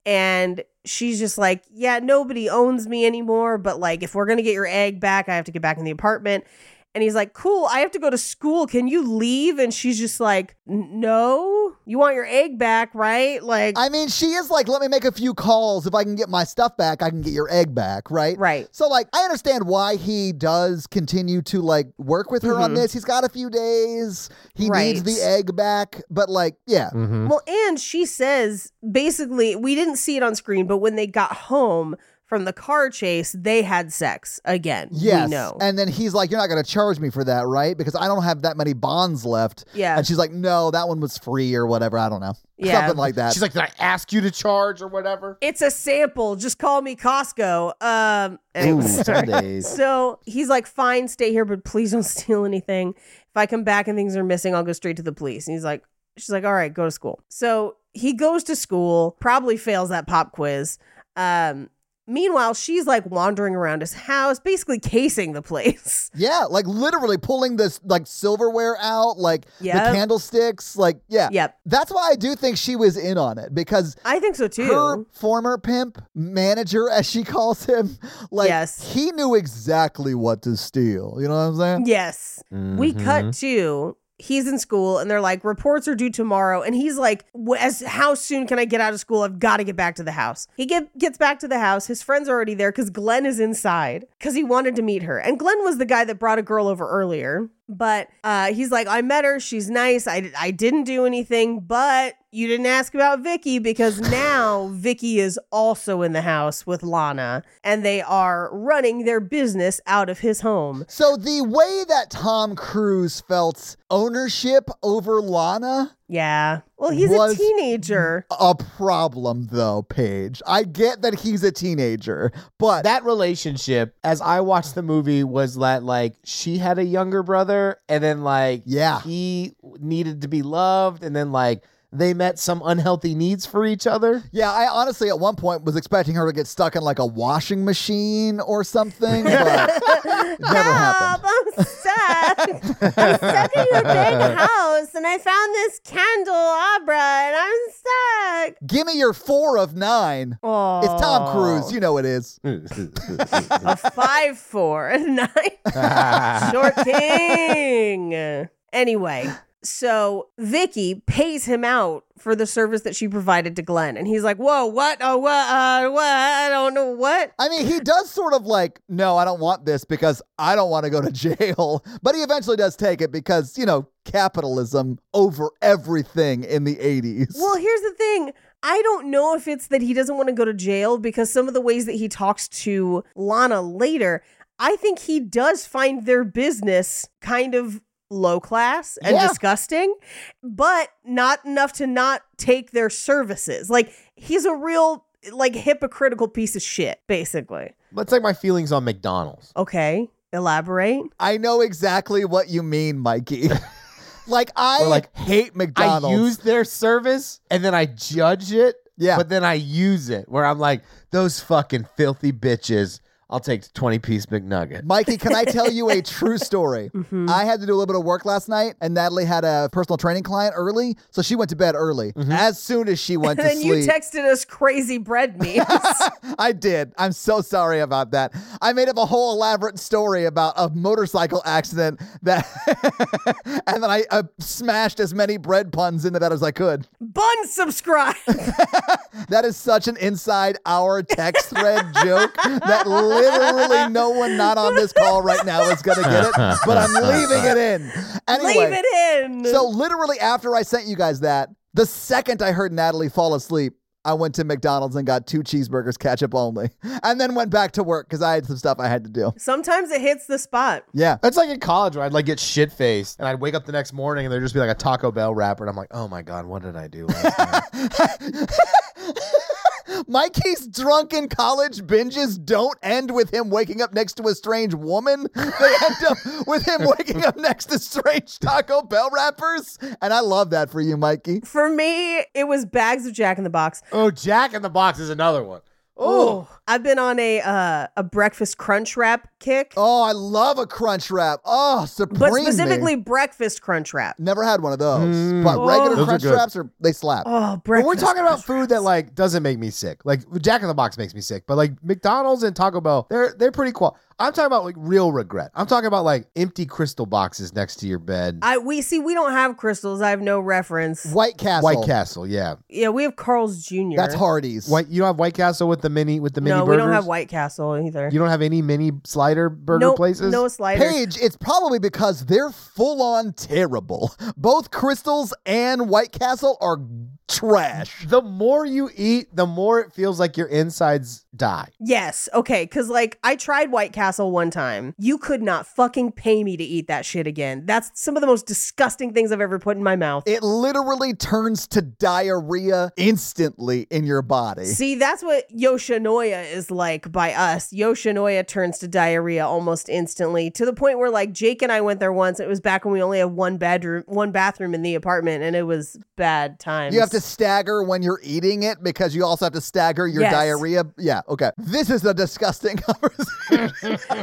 Speaker 7: and she's just like, "Yeah, nobody owns me anymore, but like, if we're gonna get your egg back, I have to get back in the apartment." And he's like, "Cool, I have to go to school. Can you leave?" And she's just like, "N- "No, you want your egg back, right?" Like,
Speaker 9: I mean, she is like, let me make a few calls. If I can get my stuff back, I can get your egg back, right?
Speaker 7: Right.
Speaker 9: So, like, I understand why he does continue to like work with her on this. He's got a few days. He needs
Speaker 7: Mm-hmm. Right.
Speaker 9: the egg back, but like, yeah,
Speaker 8: Mm-hmm.
Speaker 7: Well, and she says basically, we didn't see it on screen, but when they got home from the car chase, they had sex again.
Speaker 9: yes.
Speaker 7: We know.
Speaker 9: And then he's like, you're not going to charge me for that, right? Because I don't have that many bonds left.
Speaker 7: Yeah.
Speaker 9: And she's like, no, that one was free or whatever. I don't know. *laughs*
Speaker 7: Yeah.
Speaker 9: Something like that.
Speaker 8: She's like, did I ask you to charge or whatever?
Speaker 7: it's a sample. Just call me Costco. Um, anyway, sorry. *laughs* So he's like, fine, stay here, but please don't *laughs* steal anything. If I come back and things are missing, I'll go straight to the police. And he's like, she's like, all right, go to school. So he goes to school, probably fails that pop quiz. Um, meanwhile, she's like wandering around his house, basically casing the place. *laughs*
Speaker 9: yeah, like literally pulling this like silverware out, like
Speaker 7: Yep.
Speaker 9: the candlesticks, like yeah.
Speaker 7: Yep.
Speaker 9: That's why I do think she was in on it because
Speaker 7: I think so too.
Speaker 9: her former pimp manager, as she calls him, like
Speaker 7: Yes.
Speaker 9: he knew exactly what to steal. You know what I'm saying?
Speaker 7: yes. We
Speaker 9: Mm-hmm.
Speaker 7: cut to he's in school and they're like reports are due tomorrow and he's like "Wh- as how soon can I get out of school? I've got to get back to the house. He get, gets back to the house. His friends are already there cuz Glenn is inside cuz he wanted to meet her. And Glenn was the guy that brought a girl over earlier, but uh he's like I met her, she's nice. I I didn't do anything, but you didn't ask about Vicky because now Vicky is also in the house with Lana and they are running their business out of his home.
Speaker 9: So the way that Tom Cruise felt ownership over Lana,
Speaker 7: Yeah. Well, he's a
Speaker 9: Was-
Speaker 7: teenager.
Speaker 9: a problem though, Paige. I get that he's a teenager, but
Speaker 8: That relationship, as I watched the movie, was that like she had a younger brother and then like
Speaker 9: Yeah.
Speaker 8: he needed to be loved and then like they met some unhealthy needs for each other.
Speaker 9: yeah, I honestly at one point was expecting her to get stuck in like a washing machine or something, but it never happened.
Speaker 7: *laughs* I'm
Speaker 9: *laughs*
Speaker 7: stuck. I'm stuck in your big house, and I found this candelabra, and I'm stuck.
Speaker 9: Give me your four of nine.
Speaker 7: Oh,
Speaker 9: It's Tom Cruise. You know it is.
Speaker 7: a *laughs* five four *laughs* nine short king. Anyway, so Vicky pays him out for the service that she provided to Glenn, and he's like, "Whoa, what? Oh, what? Uh, what? I don't know what."
Speaker 9: I mean, he does sort of like, no, I don't want this because I don't want to go to *laughs* jail. But he eventually does take it because, you know, capitalism over everything in the 80s.
Speaker 7: Well, here's the thing. I don't know if it's that he doesn't want to go to jail because some of the ways that he talks to Lana later, I think he does find their business kind of low class and
Speaker 9: Yeah.
Speaker 7: disgusting, but not enough to not take their services. Like he's a real like hypocritical piece of shit, basically.
Speaker 8: Let's like my feelings on McDonald's.
Speaker 7: Okay. Elaborate.
Speaker 9: I know exactly what you
Speaker 7: *laughs*
Speaker 9: mean, Mikey. like I
Speaker 8: Or, like,
Speaker 9: hate McDonald's.
Speaker 8: I use their service and then I judge it.
Speaker 9: Yeah.
Speaker 8: But then I use it where I'm like, those fucking filthy bitches. I'll take the 20 piece McNugget.
Speaker 9: Mikey, can I tell you a
Speaker 7: *laughs*
Speaker 9: true story?
Speaker 7: Mm-hmm.
Speaker 9: I had to do a little bit of work last night, and Natalie had a personal training client early, so she went to bed early. As soon as she went
Speaker 7: Mm-hmm. And
Speaker 9: to
Speaker 7: then you
Speaker 9: sleep,
Speaker 7: texted us crazy
Speaker 9: *laughs*
Speaker 7: bread memes.
Speaker 9: I did. I'm so sorry about that. I made up a whole elaborate story about a motorcycle accident that, *laughs* and then I uh, smashed as many bread puns into that as I could. *laughs*
Speaker 7: Bun subscribe.
Speaker 9: That is such an inside our text thread joke that literally no one not on this call right now is going to get it, but I'm leaving it in. Anyway,
Speaker 7: Leave it in.
Speaker 9: So literally after I sent you guys that, the second I heard Natalie fall asleep, I went to McDonald's and got two cheeseburgers, ketchup only, *laughs* and then went back to work because I had some stuff I had to do.
Speaker 7: Sometimes it hits the spot.
Speaker 9: Yeah.
Speaker 8: *laughs* That's like in college where I'd
Speaker 9: *laughs*
Speaker 8: like get shit faced and I'd wake up the next morning and there'd just be like a Taco Bell wrapper. And I'm like, oh my God, what did I do last night?
Speaker 9: Mikey's drunken college binges don't end with him waking up next to a strange woman. *laughs* They end up with
Speaker 8: *laughs*
Speaker 9: him waking up next to strange Taco Bell rappers. And I love that for you, Mikey.
Speaker 7: For me, it was bags of Jack in the Box.
Speaker 8: *laughs* oh, Jack in the Box is another one. Oh,
Speaker 7: I've been on a uh, a breakfast crunch wrap kick,
Speaker 9: Oh, I love a crunch wrap. Oh, supreme.
Speaker 7: but
Speaker 9: me.
Speaker 7: specifically breakfast crunch wrap.
Speaker 9: never had one of those. But regular
Speaker 8: Those are
Speaker 9: crunch
Speaker 8: good.
Speaker 9: wraps are they slap.
Speaker 7: Mm. Oh,
Speaker 8: But
Speaker 7: breakfast.
Speaker 8: we're talking about
Speaker 7: crunch
Speaker 8: food that like doesn't make me sick. Like Jack in the Box makes me sick, but like McDonald's and Taco Bell, they're they're pretty cool. I'm talking about like real regret. I'm talking about like empty crystal boxes next to your bed.
Speaker 7: wrap. I we see we don't have crystals. I have no reference.
Speaker 9: White Castle.
Speaker 8: White Castle, yeah.
Speaker 7: Yeah, we have Carl's Jr.
Speaker 9: That's Hardee's.
Speaker 8: White you don't have White Castle with the mini with the mini
Speaker 7: No,
Speaker 8: burgers.
Speaker 7: we don't have White Castle either.
Speaker 8: You don't have any mini slider burger
Speaker 7: no
Speaker 8: places.
Speaker 7: no sliders.
Speaker 9: Paige, it's probably because they're full on terrible. Both Crystals and White Castle are trash.
Speaker 8: the more you eat, the more it feels like your insides die.
Speaker 7: Yes. Okay. Cause like I tried White Castle one time. You could not fucking pay me to eat that shit again. That's some of the most disgusting things I've ever put in my mouth.
Speaker 9: It literally turns to diarrhea instantly in your body.
Speaker 7: See, that's what Yoshinoya is like by us. Yoshinoya turns to diarrhea almost instantly to the point where like Jake and I went there once. It was back when we only had one bedroom, one bathroom in the apartment, and it was bad times.
Speaker 9: You have to stagger when you're eating it because you also have to stagger your
Speaker 7: Yes.
Speaker 9: diarrhea. Yeah, okay. This is a disgusting *laughs* conversation.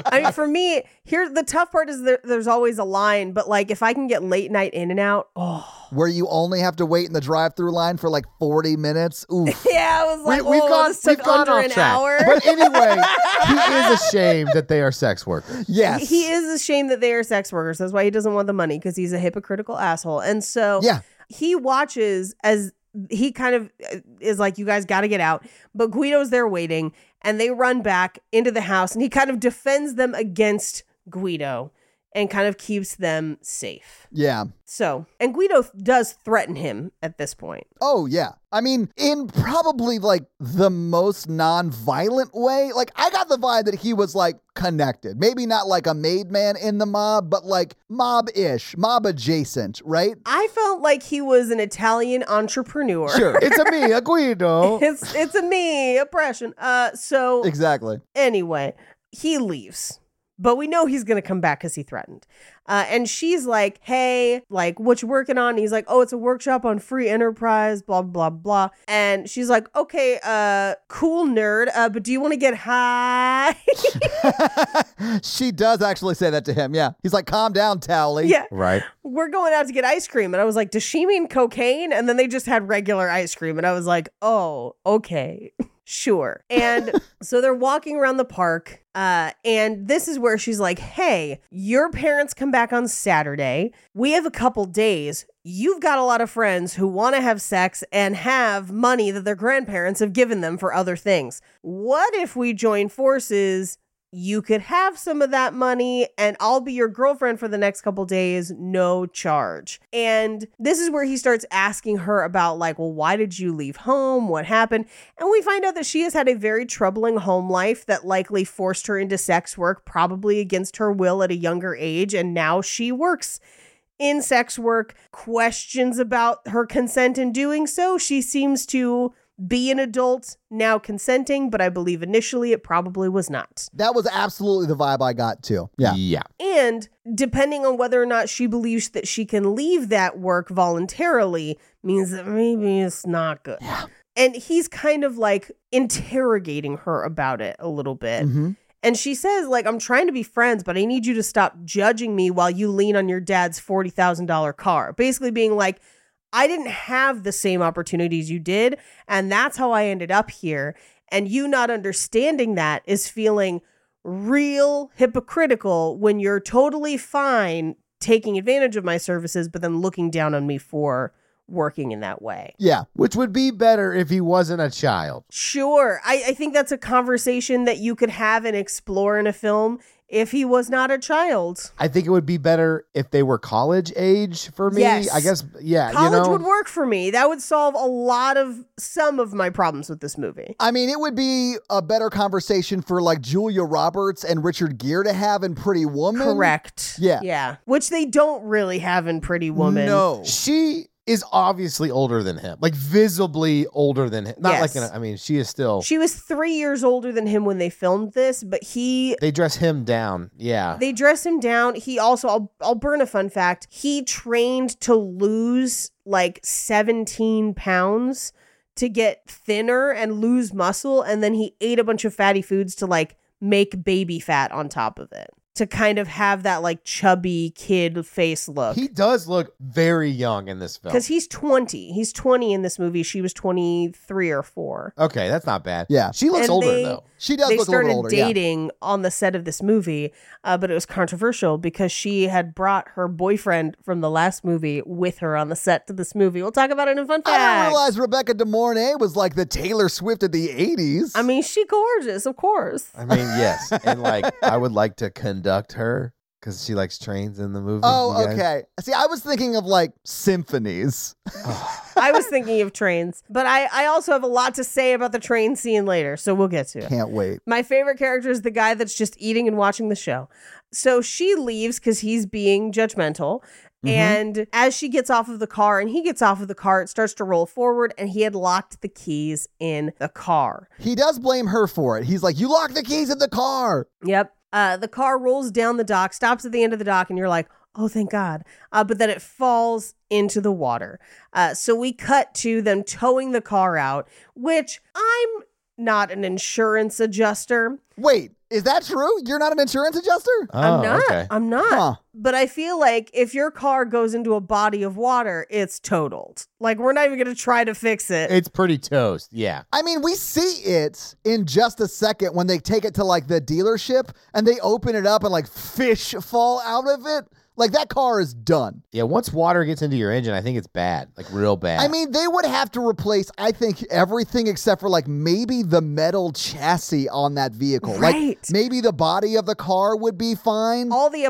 Speaker 7: I mean, for me, here the tough part is there, there's always a line, but like if I can get late night in and out,
Speaker 8: *sighs*
Speaker 7: oh
Speaker 9: Where you only have to wait in the drive through line for like 40 minutes.
Speaker 7: *laughs*
Speaker 9: Oof.
Speaker 7: yeah, I was like,
Speaker 8: we,
Speaker 7: oh,
Speaker 8: have gone,
Speaker 7: this took
Speaker 8: we've gone
Speaker 7: under
Speaker 8: off
Speaker 7: an
Speaker 8: track.
Speaker 7: hour.
Speaker 8: *laughs* But anyway, he
Speaker 7: *laughs*
Speaker 8: is ashamed that they are sex workers.
Speaker 9: Yes.
Speaker 7: He is ashamed that they are sex workers. That's why he doesn't want the money because he's a hypocritical asshole. And so
Speaker 9: Yeah.
Speaker 7: he watches as he kind of uh, is like, you guys got to get out. But Guido's there waiting and they run back into the house and he kind of defends them against Guido and kind of keeps them safe.
Speaker 9: Yeah.
Speaker 7: So, and Guido does threaten him at this point.
Speaker 9: Oh yeah. I mean, in probably like the most non-violent way. Like I got the vibe that he was like connected. Maybe not like a made man in the mob, but like mob-ish, mob adjacent, right?
Speaker 7: I felt like he was an Italian entrepreneur. *laughs*
Speaker 9: Sure.
Speaker 8: It's a me, a Guido.
Speaker 7: It's it's a me oppression. Uh so
Speaker 9: exactly.
Speaker 7: Anyway, he leaves, but we know he's going to come back because he threatened. Uh, and she's like, hey, like, what you working on? And he's like, oh, it's a workshop on free enterprise, blah, blah, blah. And she's like, okay, uh, cool nerd, uh, but do you want to get high? *laughs*
Speaker 9: *laughs* she does actually say that to him. Yeah. He's like, "Calm down, Towley."
Speaker 7: yeah,
Speaker 8: Right.
Speaker 7: we're going out to get ice cream. And I was like, does she mean cocaine? And then they just had regular ice cream. And I was like, oh, okay. *laughs* Sure. And so they're walking around the park. Uh, and this is where she's like, Hey, your parents come back on Saturday. We have a couple days. You've got a lot of friends who want to have sex and have money that their grandparents have given them for other things. What if we join forces? you could have some of that money and I'll be your girlfriend for the next couple days, no charge. And this is where he starts asking her about, like, well, why did you leave home? What happened? And we find out that she has had a very troubling home life that likely forced her into sex work, probably against her will at a younger age. And now she works in sex work, questions about her consent in doing so. She seems to be an adult now consenting, but I believe initially it probably was not.
Speaker 9: That was absolutely the vibe I got too. Yeah.
Speaker 10: Yeah.
Speaker 7: And depending on whether or not she believes that she can leave that work voluntarily, means that maybe it's not good. And he's kind of like interrogating her about it a little bit.
Speaker 9: Mhm.
Speaker 7: And she says, like, I'm trying to be friends, but I need you to stop judging me while you lean on your dad's $40,000 car. Basically, being like, I didn't have the same opportunities you did. And that's how I ended up here. And you not understanding that is feeling real hypocritical when you're totally fine taking advantage of my services, but then looking down on me for working in that way.
Speaker 9: Yeah.
Speaker 8: Which would be better if he wasn't a child.
Speaker 7: Sure. I, I think that's a conversation that you could have and explore in a film if he was not a child.
Speaker 8: I think it would be better if they were college age for me.
Speaker 7: Yes.
Speaker 8: I guess,
Speaker 9: Uh,
Speaker 8: yeah.
Speaker 7: College
Speaker 8: you know,
Speaker 7: would work for me. That would solve a lot of some of my problems with this movie.
Speaker 9: I mean, it would be a better conversation for like Julia Roberts and Richard Gere to have in Pretty Woman.
Speaker 7: Correct.
Speaker 9: Yeah.
Speaker 7: Yeah. Which they don't really have in Pretty Woman.
Speaker 9: No.
Speaker 8: Oh. She is obviously older than him, like visibly older than him. Not
Speaker 7: Yes.
Speaker 8: like, in a, I mean, she is still,
Speaker 7: She was three years older than him when they filmed this, but he
Speaker 8: they dress him down. Yeah.
Speaker 7: They dress him down. He also, I'll, I'll burn a fun fact. He trained to lose like 17 pounds to get thinner and lose muscle. And then he ate a bunch of fatty foods to like make baby fat on top of it to kind of have that like chubby kid face look.
Speaker 8: he does look very young in this film.
Speaker 7: Because he's 20. He's 20 in this movie. She was 23 or 4.
Speaker 8: okay, that's not bad.
Speaker 9: Yeah.
Speaker 8: She Oh, looks
Speaker 7: And
Speaker 8: older,
Speaker 7: they-
Speaker 8: though.
Speaker 9: She does
Speaker 7: they
Speaker 9: look a
Speaker 7: started
Speaker 9: little older. yeah.
Speaker 7: dating on the set of this movie, uh, but it was controversial because she had brought her boyfriend from the last movie with her on the set to this movie. We'll talk about it in fun facts.
Speaker 9: I didn't realize Rebecca De Mornay was like the Taylor Swift of the 80s.
Speaker 7: I mean, she gorgeous, of course.
Speaker 8: I mean, yes. and like, I would like to conduct her because she likes trains in the movie.
Speaker 9: oh,
Speaker 8: you guys.
Speaker 9: okay. See, I was thinking of like symphonies.
Speaker 7: I was thinking of trains, but I, I also have a lot to say about the train scene later, so we'll get to it.
Speaker 9: *laughs* Can't wait.
Speaker 7: My favorite character is the guy that's just eating and watching the show. So she leaves because he's being judgmental. And as she gets off of the car and he gets off of the car, it starts to roll forward and he had locked the keys in the car.
Speaker 9: He does blame her for it. He's like, You locked the keys in the car.
Speaker 7: Yep. Uh, the car rolls down the dock, stops at the end of the dock, and you're like, oh, thank God. Uh, but then it falls into the water. Uh, so we cut to them towing the car out, which I'm not an insurance adjuster.
Speaker 9: Wait, is that true? You're not an insurance adjuster?
Speaker 8: Oh,
Speaker 7: I'm not.
Speaker 8: okay.
Speaker 7: I'm not.
Speaker 9: Huh.
Speaker 7: But I feel like if your car goes into a body of water, it's totaled. Like we're not even going to try to fix it.
Speaker 8: It's pretty toast. Yeah.
Speaker 9: I mean, we see it in just a second when they take it to like the dealership and they open it up and like fish fall out of it. Like that car is done.
Speaker 8: Yeah. Once water gets into your engine, I think it's bad, like real bad.
Speaker 9: I mean, they would have to replace, I think, everything except for like maybe the metal chassis on that vehicle.
Speaker 7: Right.
Speaker 9: Like maybe the body of the car would be fine.
Speaker 7: All the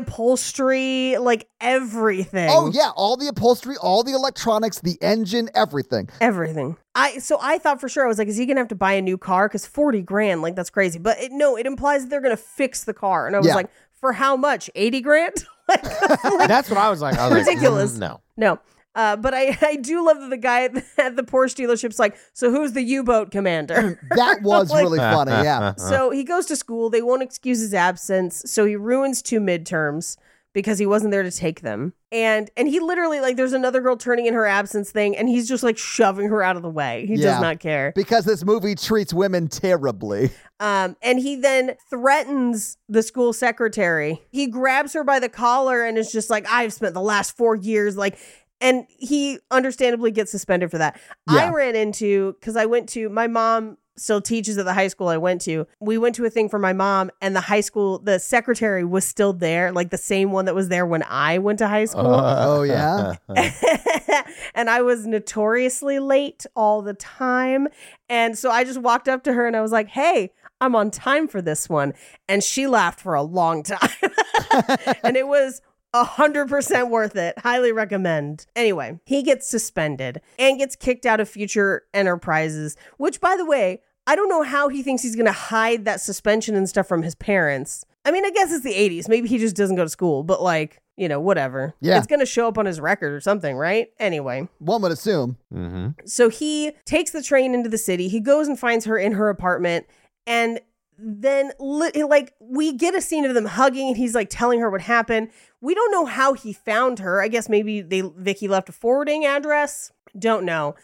Speaker 7: upholstery, like everything.
Speaker 9: oh, yeah. All the upholstery, all the electronics, the engine, everything.
Speaker 7: Everything. I so I thought for sure I was like, is he gonna have to buy a new car? Because forty grand, like that's crazy. But it, no, it implies that they're gonna fix the car, and I was
Speaker 9: Yeah.
Speaker 7: like, for how much? Eighty grand? *laughs* like,
Speaker 8: that's what I was *laughs* like. I was like,
Speaker 7: Ridiculous.
Speaker 8: mm, no.
Speaker 7: no. Uh, but I, *laughs* I do love that the guy *laughs* at the, at the Porsche dealership's like, so who's the U-boat commander? *laughs*
Speaker 9: That was
Speaker 7: Like-
Speaker 9: really funny. Yeah.
Speaker 7: So he goes to school. They won't excuse his absence. So he ruins two midterms because he wasn't there to take them. And and he literally like there's another girl turning in her absence thing and he's just like shoving her out of the way. He does
Speaker 9: Yeah.
Speaker 7: not care.
Speaker 9: Because this movie treats women terribly.
Speaker 7: Um and he then threatens the school secretary. He grabs her by the collar and is just like I've spent the last 4 years like and he understandably gets suspended for that. I
Speaker 9: Yeah.
Speaker 7: ran into because I went to my mom still teaches at the high school I went to. We went to a thing for my mom, and the high school the secretary was still there, like the same one that was there when I went to high school.
Speaker 8: *laughs*
Speaker 9: Oh, yeah.
Speaker 7: *laughs* and I was notoriously late all the time, and so I just walked up to her and I was like, "Hey." I'm on time for this one. And she laughed for a long time. *laughs* and it was 100% worth it. Highly recommend. Anyway, he gets suspended and gets kicked out of future enterprises, which, by the way, I don't know how he thinks he's going to hide that suspension and stuff from his parents. I mean, I guess it's the 80s. Maybe he just doesn't go to school, but like, you know, whatever.
Speaker 9: Yeah.
Speaker 7: It's going to show up on his record or something, right? Anyway.
Speaker 9: One would assume.
Speaker 10: Mm-hmm.
Speaker 7: So he takes the train into the city. He goes and finds her in her apartment. And then, li- like, we get a scene of them hugging and he's like telling her what happened. We don't know how he found her. I guess maybe they Vicky left a forwarding address. Don't know.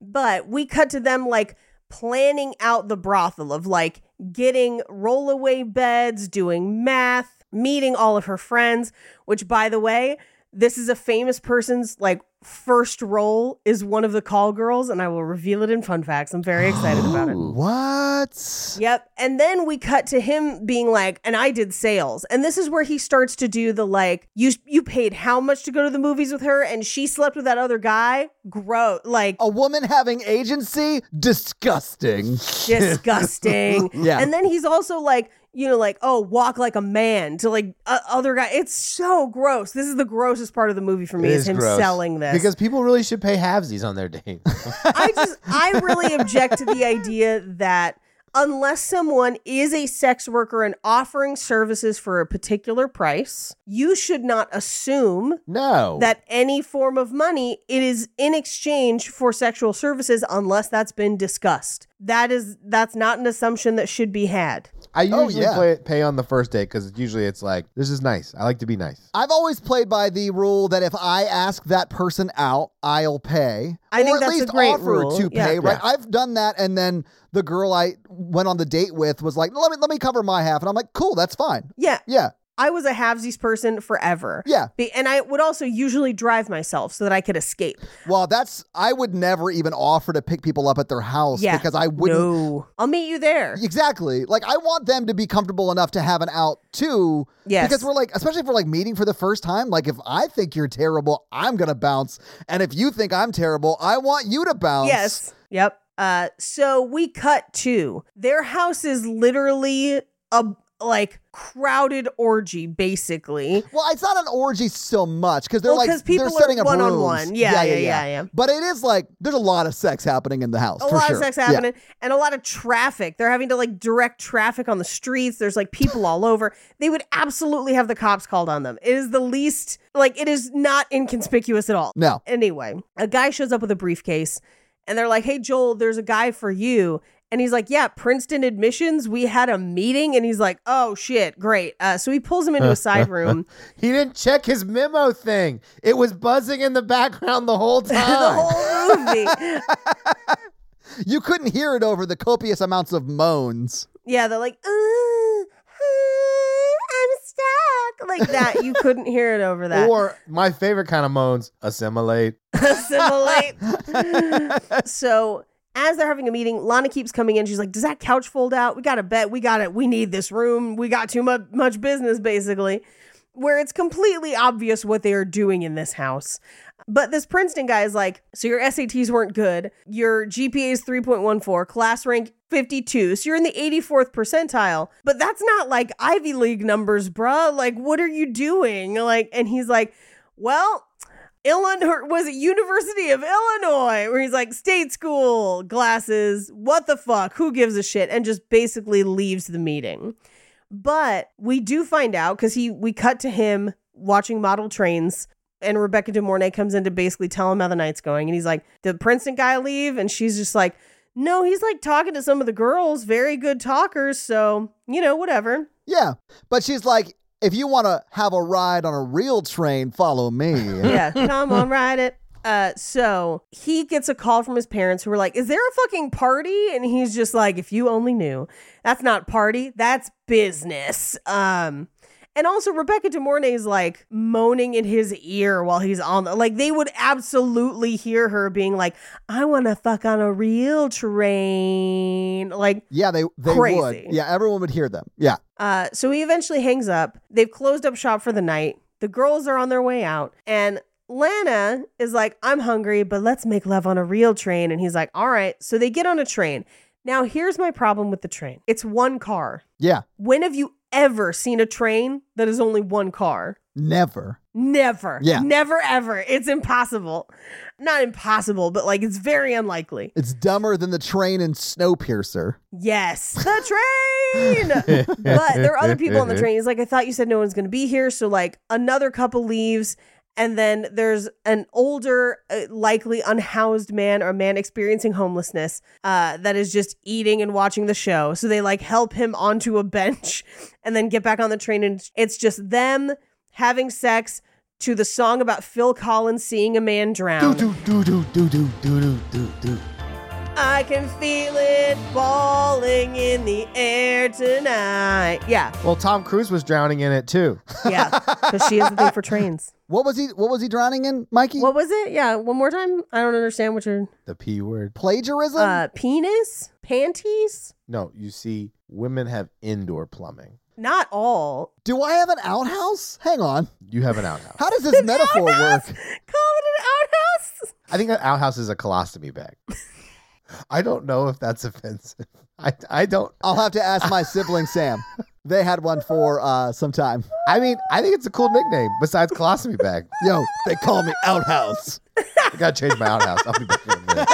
Speaker 7: But we cut to them like planning out the brothel of like getting rollaway beds, doing math, meeting all of her friends, which by the way, this is a famous person's like first role is one of the call girls and I will reveal it in fun facts. I'm very excited about it.
Speaker 9: What?
Speaker 7: Yep. And then we cut to him being like, and I did sales. And this is where he starts to do the like, you you paid how much to go to the movies with her and she slept with that other guy? Gross. Like
Speaker 9: *laughs* A woman having agency? Disgusting.
Speaker 7: disgusting.
Speaker 9: *laughs* Yeah.
Speaker 7: And then he's also like, you know, like, oh, walk like a man to like uh, other guy. It's so gross. This is the grossest part of the movie for me is, him selling this.
Speaker 8: because people really should pay halvesies on their dates.
Speaker 9: *laughs*
Speaker 7: I just I really object to the idea that unless someone is a sex worker and offering services for a particular price, you should not assume
Speaker 9: Oh.
Speaker 8: no,
Speaker 7: that any form of money it is in exchange for sexual services unless that's been discussed. That is that's not an assumption that should be had.
Speaker 8: I usually
Speaker 9: Oh, yeah.
Speaker 8: play, pay on the first date because usually it's like this is nice. I like to be nice.
Speaker 9: I've always played by the rule that if I ask that person out, I'll pay.
Speaker 7: I
Speaker 9: or
Speaker 7: think
Speaker 9: at
Speaker 7: that's a
Speaker 9: least
Speaker 7: great
Speaker 9: offer
Speaker 7: rule.
Speaker 9: to
Speaker 7: Yeah.
Speaker 9: pay, right? I've done that, and then the girl I went on the date with was like, "Let me let me cover my half," and I'm like, "Cool, that's fine."
Speaker 7: Yeah,
Speaker 9: Yeah,
Speaker 7: I was a halvesies person forever.
Speaker 9: yeah.
Speaker 7: Be- and I would also usually drive myself so that I could escape.
Speaker 9: Well, that's I would never even offer to pick people up at their house
Speaker 7: Yeah.
Speaker 9: because I wouldn't.
Speaker 7: No. I'll meet you there.
Speaker 9: Exactly. Like I want them to be comfortable enough to have an out too.
Speaker 7: Yes.
Speaker 9: Because we're like, especially if we're like meeting for the first time, like if I think you're terrible, I'm gonna bounce. And if you think I'm terrible, I want you to bounce.
Speaker 7: Yes. Yep. Uh, so we cut to their house is literally a like crowded orgy, basically.
Speaker 9: Well, it's not an orgy so much because they're
Speaker 7: Well,
Speaker 9: like
Speaker 7: 'cause people
Speaker 9: they're setting
Speaker 7: are
Speaker 9: up
Speaker 7: one on
Speaker 9: rooms.
Speaker 7: one. Yeah, yeah, yeah, yeah.
Speaker 9: But it is like there's a lot of sex happening in the house.
Speaker 7: A
Speaker 9: for
Speaker 7: lot
Speaker 9: sure.
Speaker 7: of sex
Speaker 9: Yeah.
Speaker 7: happening and a lot of traffic. They're having to like direct traffic on the streets. There's like people all over. They would absolutely have the cops called on them. It is the least like it is not inconspicuous at all.
Speaker 9: No.
Speaker 7: Anyway, a guy shows up with a briefcase and they're like, hey, Joel, there's a guy for you. And he's like, yeah, Princeton admissions. We had a meeting. And he's like, oh, shit, great. Uh, so he pulls him into a side room.
Speaker 8: He didn't check his memo thing. It was buzzing in the background the
Speaker 9: *laughs*
Speaker 8: whole
Speaker 9: Oh.
Speaker 8: time.
Speaker 7: the whole movie.
Speaker 9: You couldn't hear it over the copious amounts of moans.
Speaker 7: yeah, they're like, "Ooh, ooh, I'm stuck. Like that. You couldn't hear it over that.
Speaker 8: or my favorite kind of moans, assimilate.
Speaker 7: *laughs*
Speaker 8: *laughs*
Speaker 7: assimilate. so as they're having a meeting, Lana keeps coming in. She's like, "Does that couch fold out? We got to bet. We got it. We need this room. We got too much much business, basically." Where it's completely obvious what they are doing in this house. But this Princeton guy is like, so your SATs weren't good. Your GPA is 3.14, class rank 52. So you're in the 84th percentile. But that's not like Ivy League numbers, bruh. Like, what are you doing? Like, and he's like, well, Illinois was it University of Illinois where he's like state school glasses what the fuck who gives a shit and just basically leaves the meeting but we do find out cuz he we cut to him watching model trains and Rebecca De Mornay comes in to basically tell him how the night's going and he's like did Princeton guy leave and she's just like no he's like talking to some of the girls very good talkers so you know whatever
Speaker 9: Yeah. But she's like, if you want to have a ride on a real train,
Speaker 7: *laughs*
Speaker 9: follow me.
Speaker 7: yeah, come on, ride it. Uh, so he gets a call from his parents who were like, "Is there a fucking party?" And he's just like, "If you only knew, that's not party, that's business." Um, and also Rebecca De Mornay's like moaning in his ear while he's on the like they would absolutely hear her being like, "I want to fuck on a real train," like
Speaker 9: yeah, they they
Speaker 7: Crazy.
Speaker 9: would. Yeah, everyone would hear them. Yeah.
Speaker 7: uh, so he eventually hangs up. They've closed up shop for the night. The girls are on their way out. And Lana is like, I'm hungry, but let's make love on a real train. And he's like, All right. So they get on a train. Now, here's my problem with the train it's one car.
Speaker 9: Yeah.
Speaker 7: When have you ever seen a train that is only one car?
Speaker 9: Never.
Speaker 7: Never.
Speaker 9: Yeah.
Speaker 7: Never, ever. It's impossible. Not impossible, but like it's very unlikely.
Speaker 9: It's dumber than the train in Snowpiercer.
Speaker 7: Yes, the train. but there are other people on the train. He's like, I thought you said no one's going to be here. So, like, another couple leaves. And then there's an older, uh, likely unhoused man or a man experiencing homelessness uh, that is just eating and watching the show. So they like help him onto a bench *laughs* and then get back on the train. And it's just them having sex to the song about Phil Collins seeing a man drown.
Speaker 8: Do do do do do do do do do.
Speaker 7: I can feel it falling in the air tonight. Yeah,
Speaker 8: Well, Tom Cruise was drowning in it too.
Speaker 7: yeah. Because she has a thing for trains.
Speaker 9: What was he? What was he drowning in, Mikey?
Speaker 7: What was it? Yeah, one more time. I don't understand what you're.
Speaker 8: *laughs* The P word.
Speaker 9: Plagiarism.
Speaker 7: Uh, penis? Panties?
Speaker 8: No, you see, women have indoor plumbing.
Speaker 7: Not all.
Speaker 9: Do I have an outhouse? Hang on.
Speaker 8: You have an outhouse.
Speaker 9: How does this
Speaker 7: *laughs*
Speaker 9: metaphor work?
Speaker 7: Call it an outhouse.
Speaker 8: I think an outhouse is a colostomy *laughs* bag. I don't know if that's offensive. I, I don't.
Speaker 9: I'll have to ask my sibling Sam. They had one for uh, some time.
Speaker 8: I mean, I think it's a cool nickname besides colostomy bag.
Speaker 9: *laughs* Yo, they call me outhouse.
Speaker 8: I gotta change my outhouse. I'll be back in a minute.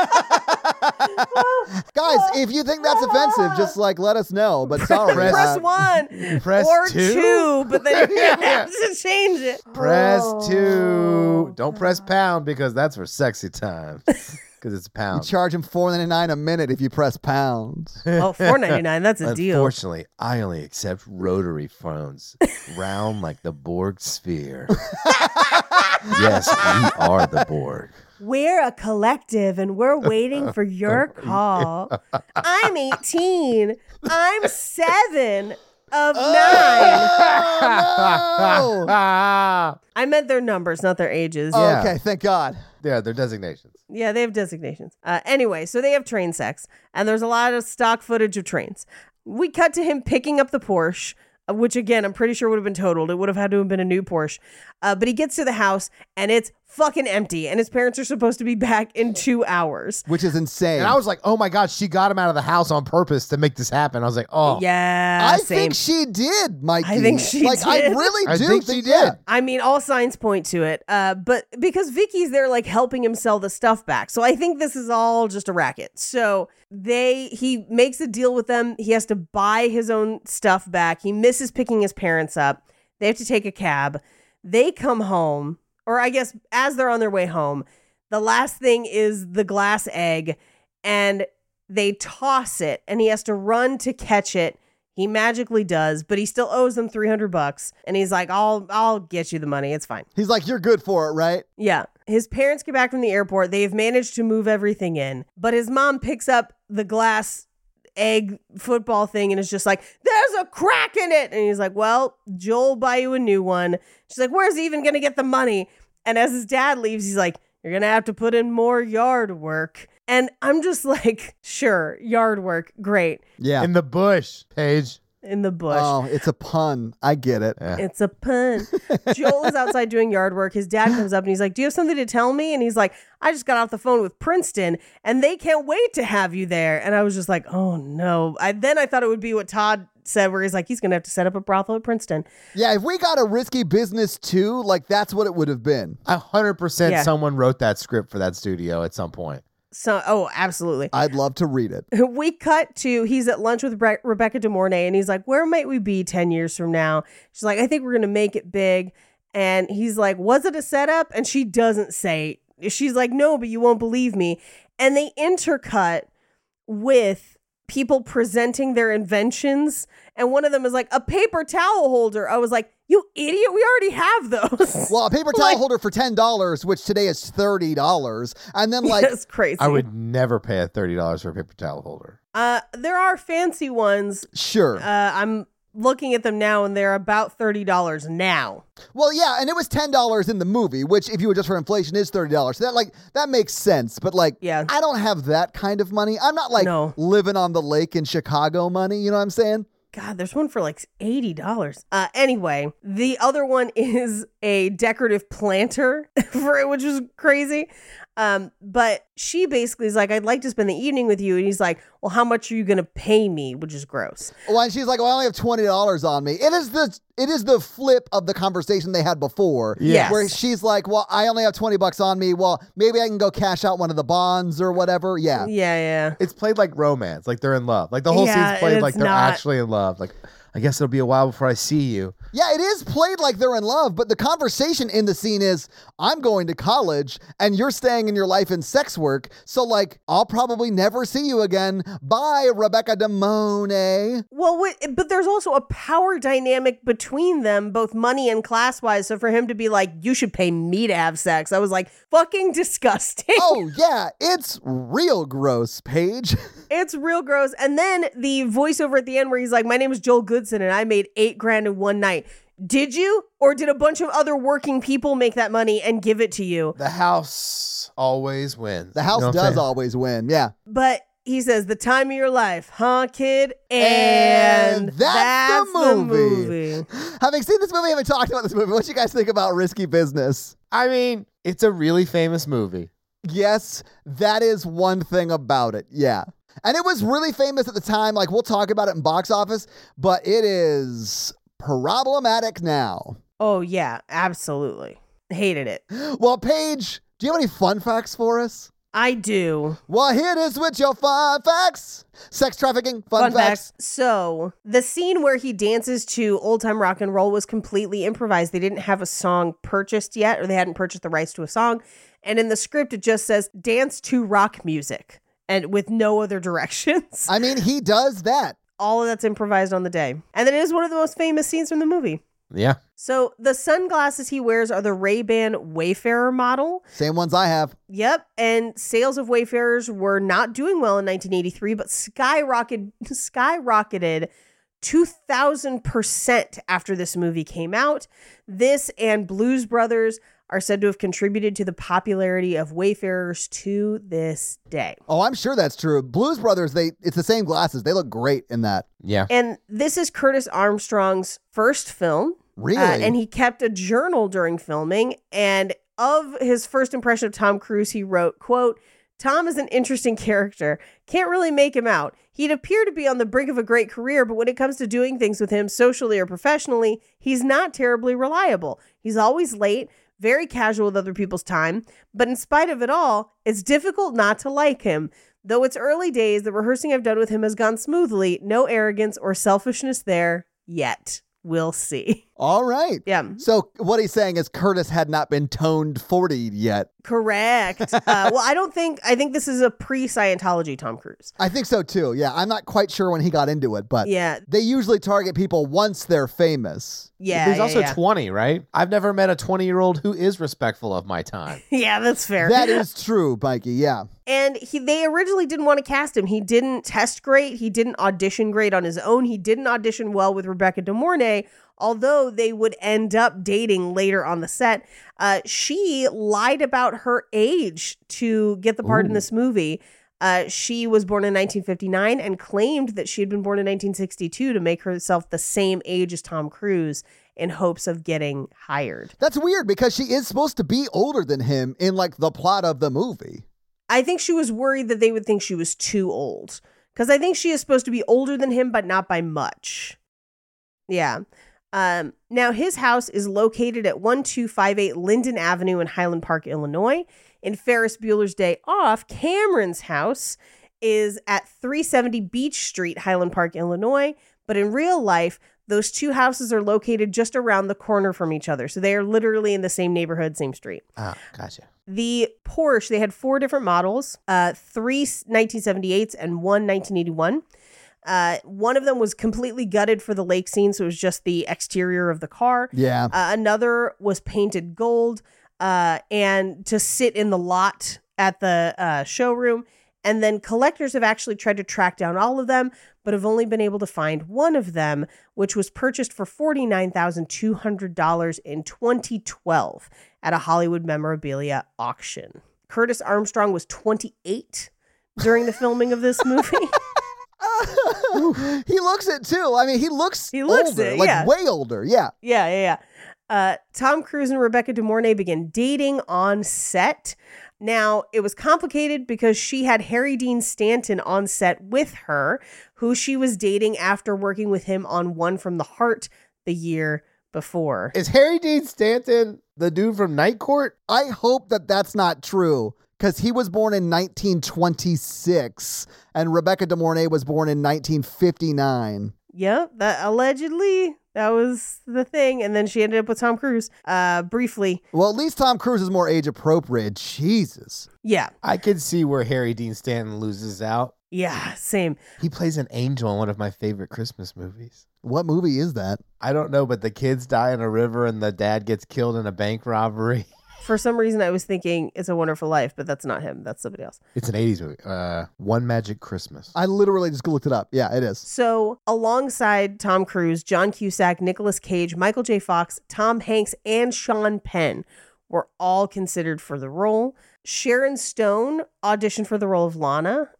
Speaker 9: Guys, if you think that's offensive, just like let us know. But sorry,
Speaker 8: Oh, Press
Speaker 9: uh,
Speaker 7: Press
Speaker 8: *laughs*
Speaker 7: one
Speaker 8: press
Speaker 7: or
Speaker 8: two?
Speaker 7: but
Speaker 8: *laughs*
Speaker 7: then you have to change it.
Speaker 8: Press two. Don't press pound because that's for sexy time. Because it's
Speaker 9: you
Speaker 8: pound.
Speaker 9: charge them four ninety nine a minute if you
Speaker 7: *laughs*
Speaker 9: press pounds.
Speaker 7: Oh, four ninety
Speaker 8: *laughs*
Speaker 7: nine. That's a deal.
Speaker 8: Unfortunately, I only accept rotary phones, round like the Borg sphere. yes, we are the Borg.
Speaker 7: We're a collective and we're waiting for your call. I'm 18. I'm seven of
Speaker 9: Ah.
Speaker 7: nine.
Speaker 9: Oh,
Speaker 8: Ah,
Speaker 7: I meant their numbers, not their ages.
Speaker 8: Oh. *laughs* Yeah.
Speaker 9: Okay, thank God.
Speaker 8: Yeah, they're designations.
Speaker 7: Yeah, they have designations. Uh, anyway, so they have train sex, and there's a lot of stock footage of trains. We cut to him picking up the Porsche, uh, which again, I'm pretty sure would have been totaled. It would have had to have been a new Porsche. Uh, but he gets to the house, and it's fucking empty, and his parents are supposed to be back in two hours.
Speaker 9: Which is insane.
Speaker 8: And I was like, oh my God, she got him out of the house on purpose to make this happen. I was like, oh.
Speaker 7: Yeah,
Speaker 9: I
Speaker 7: Ah, same.
Speaker 9: think she did, Mikey.
Speaker 7: I think she
Speaker 9: like, I
Speaker 7: did.
Speaker 9: really
Speaker 8: I
Speaker 9: do
Speaker 8: think she did.
Speaker 9: yeah.
Speaker 7: I mean, all signs point to it. Uh, but because Vicky's there, like helping him sell the stuff back, so I think this is all just a racket. So they he makes a deal with them. He has to buy his own stuff back. He misses picking his parents up. They have to take a cab. They come home, or I guess as they're on their way home, the last thing is the glass egg, and they toss it, and he has to run to catch it. He magically does, but he still owes them 300 bucks. And he's like, I'll, I'll get you the money. It's fine.
Speaker 9: He's like, you're good for it, right?
Speaker 7: Yeah. His parents get back from the airport. They've managed to move everything in, but his mom picks up the glass egg football thing and is just like, there's a crack in it. And he's like, well, Joel will buy you a new one. She's like, where's he even going to get the money? And as his dad leaves, he's like, you're going to have to put in more yard work. And I'm just *laughs* like, sure, yard work, great.
Speaker 9: Yeah.
Speaker 8: In the bush, Paige.
Speaker 7: In the bush.
Speaker 9: Oh, it's a pun. I get it.
Speaker 7: It's a pun. Joel is outside doing yard work. His dad comes up and he's like, Do you have something to tell me? And he's like, I just got off the phone with Princeton and they can't wait to have you there. And I was just like, Oh no. I then I thought it would be what Todd said, where he's like, He's gonna have to set up a brothel at Princeton.
Speaker 9: Yeah, if we got a risky business too, like that's what it would have been.
Speaker 8: A hundred
Speaker 7: Yeah.
Speaker 8: percent someone wrote that script for that studio at some point.
Speaker 7: So oh, absolutely.
Speaker 9: I'd love to read it.
Speaker 7: *laughs* we cut to he's at lunch with Re- Rebecca De Mornay and he's like, "Where might we be 10 years from now?" She's like, "I think we're going to make it big." And he's like, "Was it a setup?" And she doesn't say. She's like, "No, but you won't believe me." And they intercut with people presenting their inventions and one of them is like, "A paper towel holder." I was like, "You idiot, we already have those."
Speaker 9: Well,
Speaker 7: *laughs*
Speaker 9: a paper towel holder for ten dollars, which today is thirty dollars,
Speaker 7: *laughs*
Speaker 9: and then like
Speaker 7: That's crazy.
Speaker 8: I would never pay a thirty dollars for a paper towel holder.
Speaker 7: uh, there are fancy ones
Speaker 9: sure.
Speaker 7: Uh, I'm looking at them now, and they're about thirty dollars now.
Speaker 9: well, yeah, and it was ten dollars in the movie, which if you adjust for inflation is thirty dollars. So that like that makes sense. But like,
Speaker 7: Yeah.
Speaker 9: I don't have that kind of money. I'm not like
Speaker 7: No.
Speaker 9: living on the lake in Chicago money. You know what I'm saying?
Speaker 7: God, there's one for like eighty dollars. Uh, anyway, *laughs* the other one is a decorative planter for it, which was crazy. Um, but she basically is like, I'd like to spend the evening with you. And he's like, Well, how much are you going to pay me? Which is gross.
Speaker 9: Well, and she's like, "Well, I only have twenty dollars on me." It is the it is the flip of the conversation they had before,
Speaker 7: Yes.
Speaker 9: where she's like, "Well, I only have twenty bucks on me. Well, maybe I can go cash out one of the bonds or whatever." Yeah,
Speaker 7: Yeah, yeah.
Speaker 10: It's played like romance, like they're in love. Like the whole
Speaker 7: Yeah,
Speaker 10: scene's played
Speaker 7: it's
Speaker 10: like they're
Speaker 7: not-
Speaker 10: actually in love. Like I guess it'll be a while before I see you.
Speaker 9: yeah. It is played like they're in love, but the conversation in the scene is, "I'm going to college, and you're staying in your life in sex work, so like I'll probably never see you again." Bye, Rebecca Demone.
Speaker 7: Well, what, but there's also a power dynamic between them, both money and class wise. So for him to be like, You should pay me to have sex, I was like, Fucking *laughs* disgusting.
Speaker 9: oh yeah, it's real gross, Paige. *laughs*
Speaker 7: It's real gross. And then the voiceover at the end where he's like, My name is Joel Goodson and I made eight grand in one night. Did you? Or did a bunch of other working people make that money and give it to you?
Speaker 10: The house always wins.
Speaker 9: The
Speaker 10: You
Speaker 9: house
Speaker 10: know what I'm
Speaker 9: does
Speaker 10: saying?
Speaker 9: always win. Yeah.
Speaker 7: But he says, The time of your life, huh, kid? And,
Speaker 9: And that's the movie. Having seen this movie, I haven't talked about this movie. What do you guys think about Risky Business?
Speaker 10: I mean, it's a really famous movie.
Speaker 9: Yes, that is one thing about it. Yeah. And it was really famous at the time. Like, we'll talk about it in box office, but it is problematic now.
Speaker 7: Oh, yeah, absolutely. Hated it.
Speaker 9: Well, Paige, do you have any fun facts for us?
Speaker 7: I do.
Speaker 9: Well, here it is with your fun facts sex trafficking, fun, facts.
Speaker 7: So the scene where he dances to old time rock and roll was completely improvised. They didn't have a song purchased yet, or they hadn't purchased the rights to a song. And in the script, it just says dance to rock music and with no other *laughs* directions.
Speaker 9: I mean, he does that.
Speaker 7: All of that's improvised on the day. And then it is one of the most famous scenes from the movie.
Speaker 10: Yeah.
Speaker 7: So the sunglasses he wears are the Ray-Ban Wayfarer model.
Speaker 9: Same ones I have.
Speaker 7: Yep. And sales of Wayfarers were not doing well in 1983, but skyrocketed skyrocketed 2000% after this movie came out. This and Blues Brothers are said to have contributed to the popularity of Wayfarers to this day.
Speaker 9: Oh, I'm sure that's true. Blues Brothers, they it's the same glasses. They look great in that.
Speaker 10: Yeah.
Speaker 7: And this is Curtis Armstrong's first film.
Speaker 9: Really?
Speaker 7: Uh, and he kept a journal during filming. And of his first impression of Tom Cruise, he wrote, quote, Tom is an interesting character. Can't really make him out. He'd appear to be on the brink of a great career, but when it comes to doing things with him socially or professionally, he's not terribly reliable. He's always late, very casual with other people's time. But in spite of it all, it's difficult not to like him. Though it's early days, the rehearsing I've done with him has gone smoothly. No arrogance or selfishness there yet. We'll see.
Speaker 9: All right.
Speaker 7: Yeah.
Speaker 9: So what he's saying is Curtis had not been toned 40 yet.
Speaker 7: Correct. uh, well, I don't think I think this is a pre Scientology Tom Cruise.
Speaker 9: I think so too. Yeah, I'm not quite sure when he got into it, but
Speaker 7: Yeah,
Speaker 9: they usually target people once they're famous.
Speaker 7: yeah,
Speaker 10: He's
Speaker 7: yeah,
Speaker 10: also
Speaker 7: yeah.
Speaker 10: 20, right? I've never met a 20 year old who is respectful of my time.
Speaker 7: *laughs* yeah, that's fair.
Speaker 9: That is true, Mikey. Yeah.
Speaker 7: and he, they originally didn't want to cast him. He didn't test great. He didn't audition great on his own. He didn't audition well with Rebecca De Mornay, although they would end up dating later on the set. Uh, she lied about her age to get the part in this movie. Uh, she was born in 1959 and claimed that she had been born in 1962 to make herself the same age as Tom Cruise in hopes of getting hired.
Speaker 9: That's weird because she is supposed to be older than him in like the plot of the movie.
Speaker 7: I think she was worried that they would think she was too old. Because I think she is supposed to be older than him, but not by much. Yeah. Um, now, his house is located at 1258 Linden Avenue in Highland Park, Illinois. In Ferris Bueller's Day Off, Cameron's house is at 370 Beach Street, Highland Park, Illinois. But in real life, those two houses are located just around the corner from each other. So they are literally in the same neighborhood, same street
Speaker 10: Ah, gotcha.
Speaker 7: the Porsche, they had four different models, uh, three 1978s and one 1981. Uh, one of them was completely gutted for the lake scene, so it was just the exterior of the car. *laughs*
Speaker 9: Yeah.
Speaker 7: Uh, another was painted gold uh, and to sit in the lot at the uh, showroom. And then collectors have actually tried to track down all of them, but have only been able to find one of them, which was purchased for $49,200 in 2012 at a Hollywood memorabilia auction. Curtis Armstrong was 28 during the filming of this movie.
Speaker 9: he looks it too. I mean, he looks
Speaker 7: He looks
Speaker 9: older,
Speaker 7: it,
Speaker 9: like
Speaker 7: yeah.
Speaker 9: way older. Yeah.
Speaker 7: Yeah, yeah, yeah. Uh, Tom Cruise and Rebecca De Mornay began dating on set. Now, it was complicated because she had Harry Dean Stanton on set with her, who she was dating after working with him on One from the Heart the year before.
Speaker 8: Is Harry Dean Stanton the dude from Night Court?
Speaker 9: I hope that that's not true because he was born in 1926 and Rebecca De Mornay was born in 1959.
Speaker 7: Yep, that allegedly that was the thing, and then she ended up with Tom Cruise. Uh, briefly,
Speaker 9: Well, at least Tom Cruise is more age appropriate. Jesus.
Speaker 7: yeah,
Speaker 8: *laughs* I could see where Harry Dean Stanton loses out.
Speaker 7: yeah, same.
Speaker 8: He plays an angel in one of my favorite Christmas movies.
Speaker 9: What movie is that?
Speaker 8: I don't know, but the kids die in a river and the dad gets killed in a bank robbery. *laughs*
Speaker 7: For some reason, I was thinking it's a Wonderful Life, but that's not him. That's somebody else.
Speaker 8: It's an 80s movie. Uh, One Magic Christmas.
Speaker 9: I literally just looked it up. Yeah, it is.
Speaker 7: So, alongside Tom Cruise, John Cusack, Nicolas Cage, Michael J. Fox, Tom Hanks, and Sean Penn were all considered for the role. Sharon Stone auditioned for the role of Lana,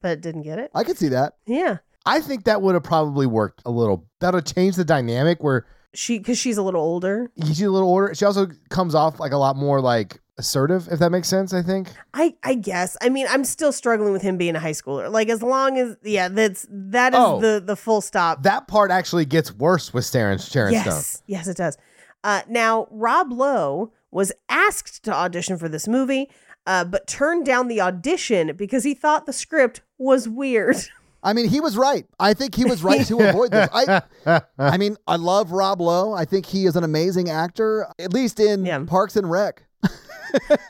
Speaker 7: but didn't get it.
Speaker 9: I could see that.
Speaker 7: Yeah,
Speaker 8: I think that would have probably worked a little. That'll change the dynamic where
Speaker 7: she because she's a little older.
Speaker 8: she's a little older. She also comes off like a lot more like assertive, if that makes sense, I think.
Speaker 7: I I guess. I mean, I'm still struggling with him being a high schooler. Like as long as yeah, that's that is
Speaker 8: Oh.
Speaker 7: the the full stop.
Speaker 8: That part actually gets worse with Sharon, Sharon
Speaker 7: yes,
Speaker 8: Stone.
Speaker 7: yes, it does. Uh, now Rob Lowe was asked to audition for this movie, uh, but turned down the audition because he thought the script was weird. *laughs*
Speaker 9: I mean, he was right. I think he was right to avoid this. I, I mean, I love Rob Lowe. I think he is an amazing actor, at least in
Speaker 7: Yeah.
Speaker 9: Parks and Rec.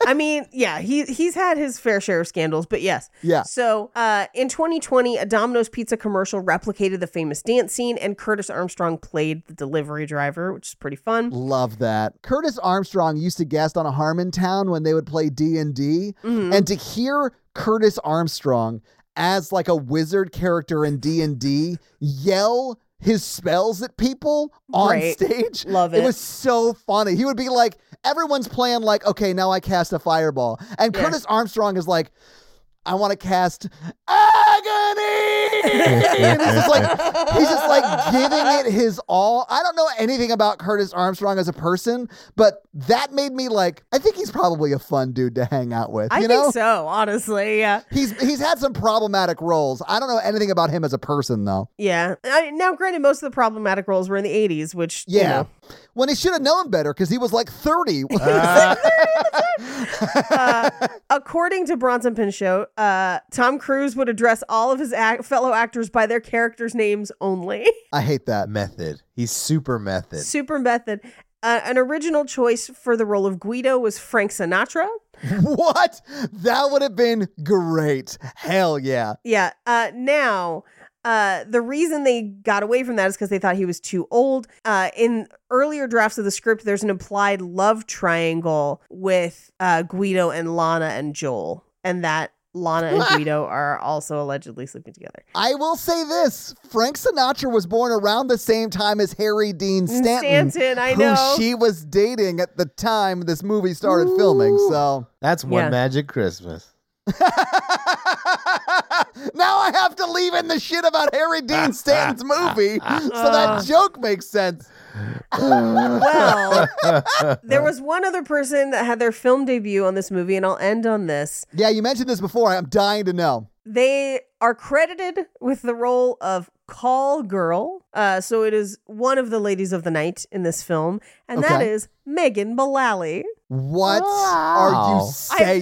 Speaker 7: I mean, yeah, he he's had his fair share of scandals, but yes.
Speaker 9: Yeah.
Speaker 7: So, uh, in 2020, a Domino's Pizza commercial replicated the famous dance scene, and Curtis Armstrong played the delivery driver, which is pretty fun.
Speaker 9: Love that. Curtis Armstrong used to guest on a Harmontown when they would play D and D,
Speaker 7: Mm-hmm.
Speaker 9: and to hear Curtis Armstrong as like a wizard character in D and D yell his spells at people on
Speaker 7: Great.
Speaker 9: stage.
Speaker 7: Love
Speaker 9: It
Speaker 7: it.
Speaker 9: was so funny. He would be like, everyone's playing like, okay, now I cast a fireball, and
Speaker 7: Yeah.
Speaker 9: Curtis Armstrong is like. I want to cast agony. and he's just like he's just like giving it his all. I don't know anything about Curtis Armstrong as a person, but that made me like I think he's probably a fun dude to hang out with.
Speaker 7: I
Speaker 9: you
Speaker 7: think
Speaker 9: know,
Speaker 7: so, honestly. Yeah.
Speaker 9: he's he's had some problematic roles. I don't know anything about him as a person though.
Speaker 7: Yeah. I, now, granted, most of the problematic roles were in the 80s, which, you
Speaker 9: Yeah,
Speaker 7: know.
Speaker 9: when he should have known better because he was like thirty.
Speaker 8: Ah.
Speaker 7: Uh, according to Bronson Pinchot, uh, Tom Cruise would address all of his ac- fellow actors by their characters' names only.
Speaker 9: *laughs*
Speaker 7: *laughs*
Speaker 9: I hate that.
Speaker 8: Method. He's super method.
Speaker 7: Super method. Uh, an original choice for the role of Guido was Frank Sinatra.
Speaker 9: *laughs* What? That would have been great. Hell yeah.
Speaker 7: Yeah. Uh, now, uh, the reason they got away from that is because they thought he was too old. Uh, in earlier drafts of the script, there's an implied love triangle with uh, Guido and Lana and Joel, and that Lana and Guido are also allegedly sleeping together.
Speaker 9: I will say this: Frank Sinatra was born around the same time as Harry Dean Stanton,
Speaker 7: Mm, Stanton, I
Speaker 9: who
Speaker 7: know.
Speaker 9: she was dating at the time this movie started filming. So *laughs*
Speaker 8: That's One
Speaker 7: Yeah.
Speaker 8: Magic Christmas.
Speaker 9: now I have to leave in the shit about Harry Dean Stanton's movie, so that joke makes sense.
Speaker 8: *laughs*
Speaker 7: Well, there was one other person that had their film debut on this movie, and I'll end on this.
Speaker 9: *laughs* Yeah, you mentioned this before. I'm dying to know.
Speaker 7: They are credited with the role of call girl. Uh, so it is one of the ladies of the night in this film, and that
Speaker 9: Okay.
Speaker 7: is Megan Mullally.
Speaker 9: What are
Speaker 8: Wow.
Speaker 9: you
Speaker 7: Oh. I
Speaker 9: saying?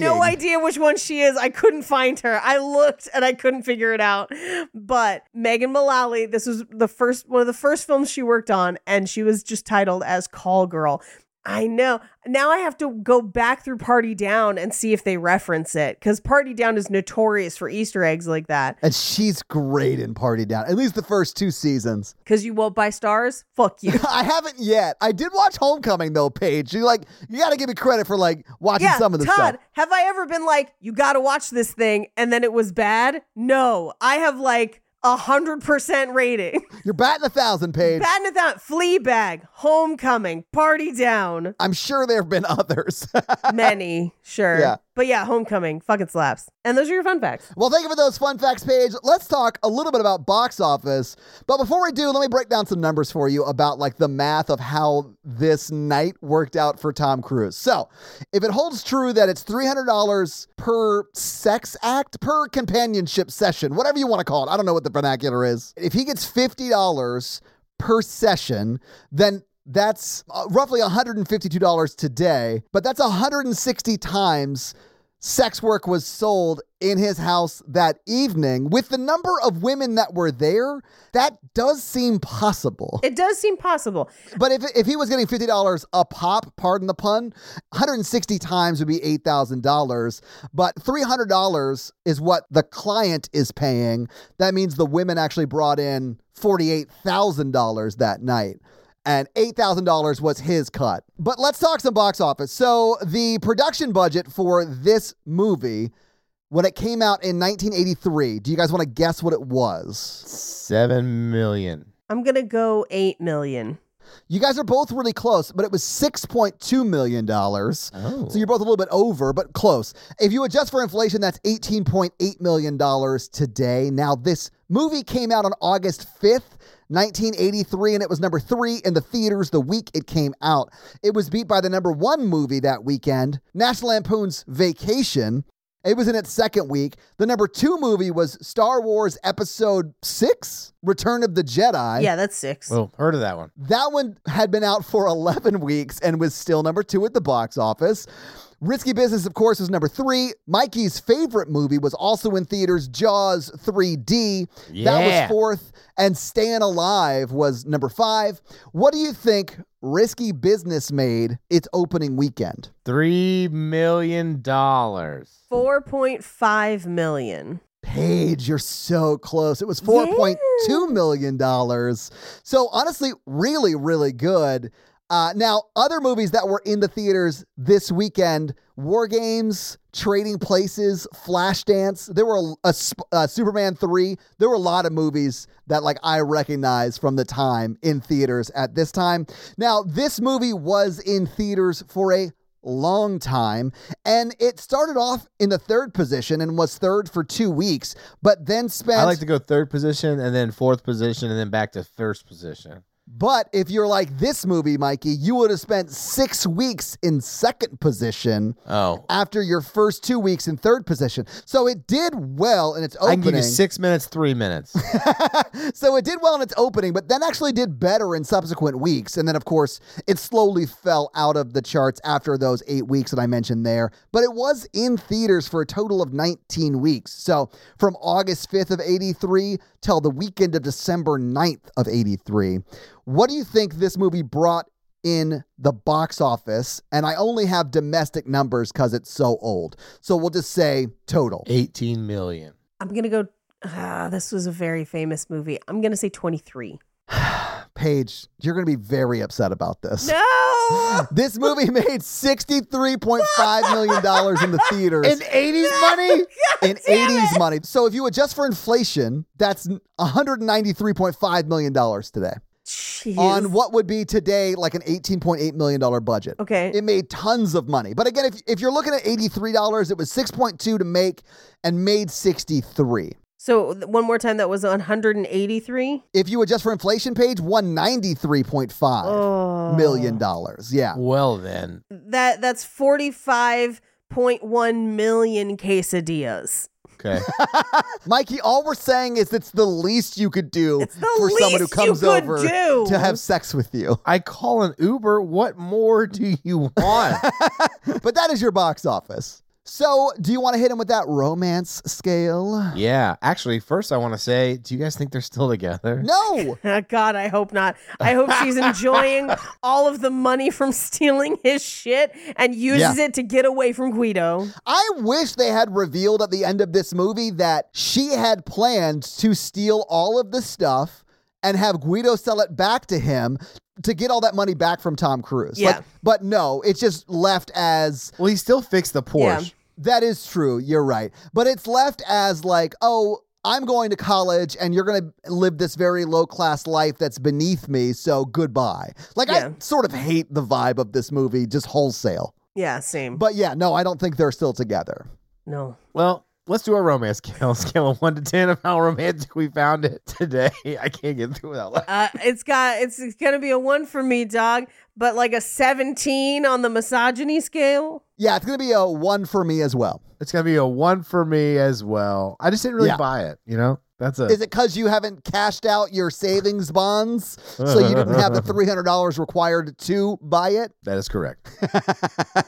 Speaker 7: have no idea which one she is. I couldn't find her. I looked and I couldn't figure it out. But Megan Mullally, this was the first one of the first films she worked on, and she was just titled as Call Girl. I know. Now I have to go back through Party Down and see if they reference it because Party Down is notorious for Easter eggs like that.
Speaker 9: And she's great in Party Down, at least the first two seasons.
Speaker 7: Because you won't buy stars? Fuck you.
Speaker 9: *laughs* I haven't yet. I did watch Homecoming though, Paige. You like you gotta give me credit for like watching
Speaker 7: yeah,
Speaker 9: some of the
Speaker 7: Todd,
Speaker 9: stuff.
Speaker 7: have I ever been like, you gotta watch this thing and then it was bad? No. I have like a hundred percent rating.
Speaker 9: You're batting a thousand, Paige.
Speaker 7: Bad and that Fleabag, Homecoming, Party Down.
Speaker 9: *laughs* I'm sure there have been others. *laughs*
Speaker 7: Many, sure.
Speaker 9: yeah.
Speaker 7: But yeah, Homecoming fucking slaps. And those are your fun facts.
Speaker 9: Well, thank you for those fun facts, Paige. Let's talk a little bit about box office. But before we do, let me break down some numbers for you about like the math of how this night worked out for Tom Cruise. So, if it holds true that it's $300 per sex act, per companionship session, whatever you want to call it, I don't know what the vernacular is. If he gets $50 per session, then that's uh, roughly $152 today, but that's 160 times sex work was sold in his house that evening. With the number of women that were there, that does seem possible.
Speaker 7: It does seem possible.
Speaker 9: But if, if he was getting $50 a pop, pardon the pun, 160 times would be $8,000. But $300 is what the client is paying. That means the women actually brought in $48,000 that night and $8,000 was his cut. But let's talk some box office. So, the production budget for this movie when it came out in 1983, do you guys want to guess what it was?
Speaker 10: Seven million.
Speaker 7: I'm going to go 8 million.
Speaker 9: You guys are both really close, but it was $6.2 million. So you're both a little bit over, but close. If you adjust for inflation, that's $18.8 million today. Now, this movie came out on August 5th. 1983, and it was number three in the theaters the week it came out. It was beat by the number one movie that weekend, National Lampoon's Vacation. It was in its second week. The number two movie was Star Wars Episode 6, Return of the Jedi.
Speaker 7: Yeah, that's 6.
Speaker 10: Well, heard of that one.
Speaker 9: That one had been out for *laughs* 11 weeks and was still number two at the box office. Risky Business, of course, was number three. Mikey's favorite movie was also in theaters, Jaws 3D. That was
Speaker 10: Yeah.
Speaker 9: fourth. And Staying Alive was number five. What do you think Risky Business made its opening weekend?
Speaker 10: Three million dollars.
Speaker 7: 4.5 million.
Speaker 9: Paige, you're so close. It was four point
Speaker 10: Mm.
Speaker 9: two million dollars. So honestly, really, really good. Uh, now, other movies that were in the theaters this weekend: War Games, Trading Places, Flashdance. There were a, a sp- uh, Superman three. There were a lot of movies that like I recognize from the time in theaters at this time. Now, this movie was in theaters for a long time. And it started off in the third position and was third for two weeks, but then spent.
Speaker 10: I like to go third position and then fourth position and then back to first position.
Speaker 9: but if you're like this movie, Mikey, you would have spent six weeks in second position
Speaker 10: Oh.
Speaker 9: after your first two weeks in third position. So it did well in its opening.
Speaker 10: I can give you six minutes, three minutes.
Speaker 9: *laughs* so it did well in its opening, but then actually did better in subsequent weeks. And then, of course, it slowly fell out of the charts after those eight weeks that I mentioned there. But it was in theaters for a total of 19 weeks. So from August 5th of 83 till the weekend of December 9th of 83. What do you think this movie brought in the box office? And I only have domestic numbers because it's so old. So we'll just say total.
Speaker 10: 18
Speaker 8: *laughs*
Speaker 10: million.
Speaker 7: I'm going to go ah, this was a very famous movie. I'm going to say
Speaker 9: *gasps*
Speaker 7: 23.
Speaker 9: Paige, you're going to be very upset about this.
Speaker 7: No!
Speaker 9: This movie *laughs* made $63.5 million dollars in the theaters.
Speaker 10: In 80s money?
Speaker 9: in 80s money. So if you adjust for inflation, that's $193.5 million dollars today.
Speaker 7: Jeez.
Speaker 9: On what would be today like an $18.8 million dollar budget.
Speaker 7: Okay.
Speaker 9: It made tons of money. But again, if, if you're looking at $83, it was 6.2 to make and made 63.
Speaker 7: so th- one more time that was 183.
Speaker 9: If you adjust for inflation, Paige,
Speaker 7: Oh.
Speaker 9: $193.5 million dollars. Yeah.
Speaker 10: *laughs* Well, then.
Speaker 7: That that's 45.1 million quesadillas. *laughs*
Speaker 10: Okay.
Speaker 9: Mikey, all we're saying is it's the least you could do
Speaker 7: It's the
Speaker 9: for someone who
Speaker 7: least you
Speaker 9: comes
Speaker 7: could
Speaker 9: over
Speaker 7: do.
Speaker 9: to have sex with you. *laughs*
Speaker 10: I call an Uber. What more do you
Speaker 8: *laughs*
Speaker 10: want?
Speaker 9: but that is your box office. So, do you want to hit him with that romance scale?
Speaker 10: yeah. Actually, first, I want to say do you guys think they're still together?
Speaker 9: No.
Speaker 7: Ah, God, I hope not. I hope
Speaker 9: *laughs*
Speaker 7: she's enjoying all of the money from stealing his shit and uses it to get away from Guido.
Speaker 9: I wish they had revealed at the end of this movie that she had planned to steal all of the stuff and have Guido sell it back to him to get all that money back from Tom Cruise.
Speaker 7: Yeah.
Speaker 9: Like, but no, it's just left as
Speaker 10: Well, he still fixed the Porsche.
Speaker 7: Yeah.
Speaker 9: That is true. You're right. But it's left as like, oh, I'm going to college and you're going to live this very low class life that's beneath me. So goodbye. Like,
Speaker 7: Yeah.
Speaker 9: I sort of hate the vibe of this movie just wholesale.
Speaker 7: Yeah, same.
Speaker 9: But yeah, no, I don't think they're still together.
Speaker 7: no.
Speaker 8: Well, let's do our romance scale. *laughs* Scale of one to ten of how romantic we found it *laughs* today. I can't get through that. laugh.
Speaker 7: Uh, it's got it's, it's gonna be a one for me, dog. But like a seventeen on the misogyny scale.
Speaker 9: Yeah, it's gonna be a one for me as well.
Speaker 8: It's gonna be a one for me as well. I just didn't really
Speaker 9: Yeah.
Speaker 8: buy it. You know, that's a
Speaker 9: Is it because you haven't cashed out your savings bonds, so you didn't have the three hundred dollars required to buy it?
Speaker 8: that is correct.
Speaker 9: *laughs*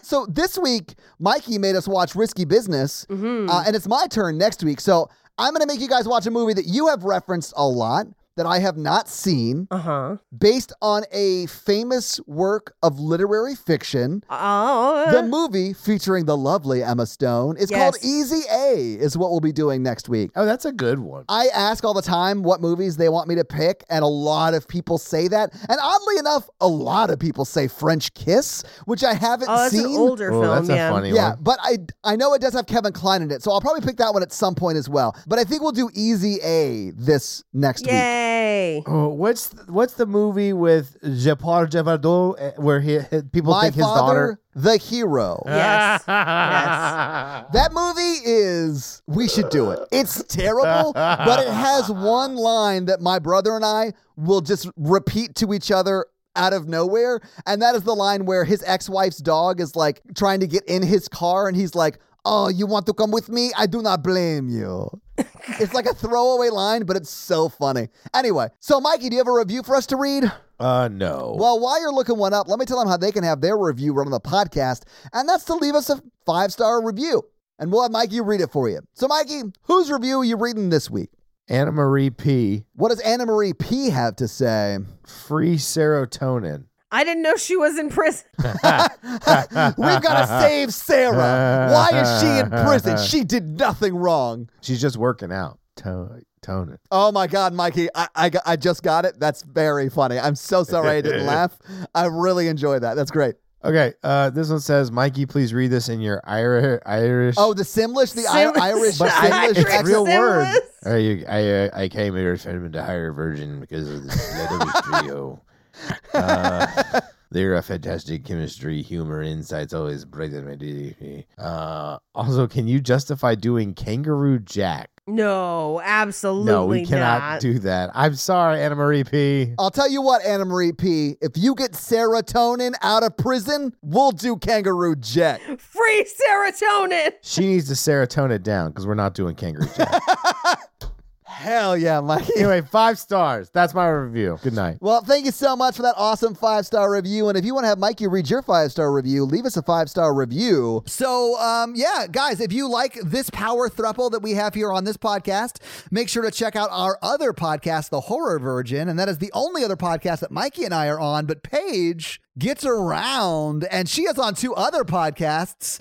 Speaker 9: So this week, Mikey made us watch Risky Business,
Speaker 7: Mm-hmm.
Speaker 9: uh, and it's my turn next week. So I'm going to make you guys watch a movie that you have referenced a lot that I have not seen,
Speaker 7: Uh huh.
Speaker 9: based on a famous work of literary fiction.
Speaker 7: Oh,
Speaker 9: The movie featuring the lovely Emma Stone is called
Speaker 7: Yes.
Speaker 9: Easy A, is what we'll be doing next week.
Speaker 8: Oh, that's a good one.
Speaker 9: I ask all the time what movies they want me to pick, and a lot of people say that. And oddly enough, a lot of people say French Kiss, which I haven't
Speaker 7: oh, that's
Speaker 9: seen.
Speaker 7: an older
Speaker 8: Oh,
Speaker 7: film.
Speaker 8: that's
Speaker 7: yeah.
Speaker 8: a funny
Speaker 9: Yeah,
Speaker 8: one.
Speaker 9: but I I know it does have Kevin Klein in it, so I'll probably pick that one at some point as well. But I think we'll do Easy A this next week.
Speaker 7: Yay!
Speaker 8: Oh, what's what's the movie with Gepard Devardot uh, where he, he- people
Speaker 9: My
Speaker 8: think his
Speaker 9: father,
Speaker 8: daughter?
Speaker 9: the hero.
Speaker 7: Yes.
Speaker 8: *laughs*
Speaker 7: yes.
Speaker 9: That movie is we should do it. It's terrible, but it has one line that my brother and I will just repeat to each other out of nowhere, and that is the line where his ex-wife's dog is like trying to get in his car and he's like, "Oh, you want to come with me? I do not blame you." it's like a throwaway line, but it's so funny. Anyway, so Mikey, do you have a review for us to read?
Speaker 8: Uh, no.
Speaker 9: Well, while you're looking one up, let me tell them how they can have their review run on the podcast, and that's to leave us a five star review. And we'll have Mikey read it for you. So, Mikey, whose review are you reading this week?
Speaker 8: Anna Marie P.
Speaker 9: What does Anna Marie P have to say? *laughs*
Speaker 8: Free serotonin.
Speaker 7: I didn't know she was in prison.
Speaker 9: We've got to save Sarah. Why is she in prison? She did nothing wrong.
Speaker 8: She's just working out. To- tonin.
Speaker 9: Oh my God, Mikey, I, I, got- I just got it. That's very funny. I'm so sorry I didn't laugh. I really enjoy that. That's great.
Speaker 8: Okay. Uh, this one says, Mikey, please read this in your Irish. Irish.
Speaker 9: Oh, the Simlish, the I-
Speaker 7: Sim- *laughs*
Speaker 9: Irish,
Speaker 7: But
Speaker 8: I-
Speaker 9: Simlish
Speaker 8: it's
Speaker 9: accent.
Speaker 8: real
Speaker 7: Sim-
Speaker 8: word.
Speaker 7: Simlish.
Speaker 8: Are you, I uh, I came here from the higher virgin because of this leathery trio. Uh, they're a fantastic chemistry, humor, insights, always bright and ready. Uh, also, can you justify doing Kangaroo Jack?
Speaker 7: No, absolutely
Speaker 8: No, we cannot
Speaker 7: not.
Speaker 8: do that. I'm sorry, Anna Marie P.
Speaker 9: I'll tell you what, Anna Marie P. If you get serotonin out of prison, we'll do Kangaroo Jet.
Speaker 7: Free serotonin.
Speaker 8: She needs to serotonin down because we're not doing Kangaroo Jack.
Speaker 9: *laughs* Hell yeah, Mikey.
Speaker 8: anyway, five stars. That's my review. Good night.
Speaker 9: Well, thank you so much for that awesome five star review. And if you want to have Mikey read your five star review, leave us a five star review. So, um, yeah, guys, if you like this power thruple that we have here on this podcast, make sure to check out our other podcast, The Horror Virgin. And that is the only other podcast that Mikey and I are on. But Paige gets around, and she is on two other podcasts.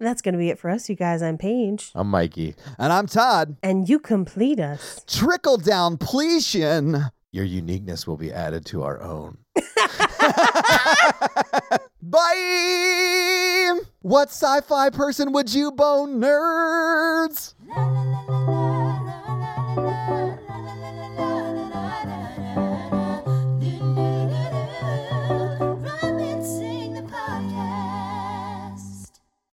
Speaker 7: That's gonna be it for us, you guys. I'm Paige,
Speaker 8: I'm Mikey.
Speaker 9: And I'm Todd.
Speaker 7: and you complete us.
Speaker 9: Trickle down *laughs* plesion.
Speaker 8: Your uniqueness will be added to our own.
Speaker 9: Bye. What sci fi person would you bone nerds?
Speaker 4: La, la, la,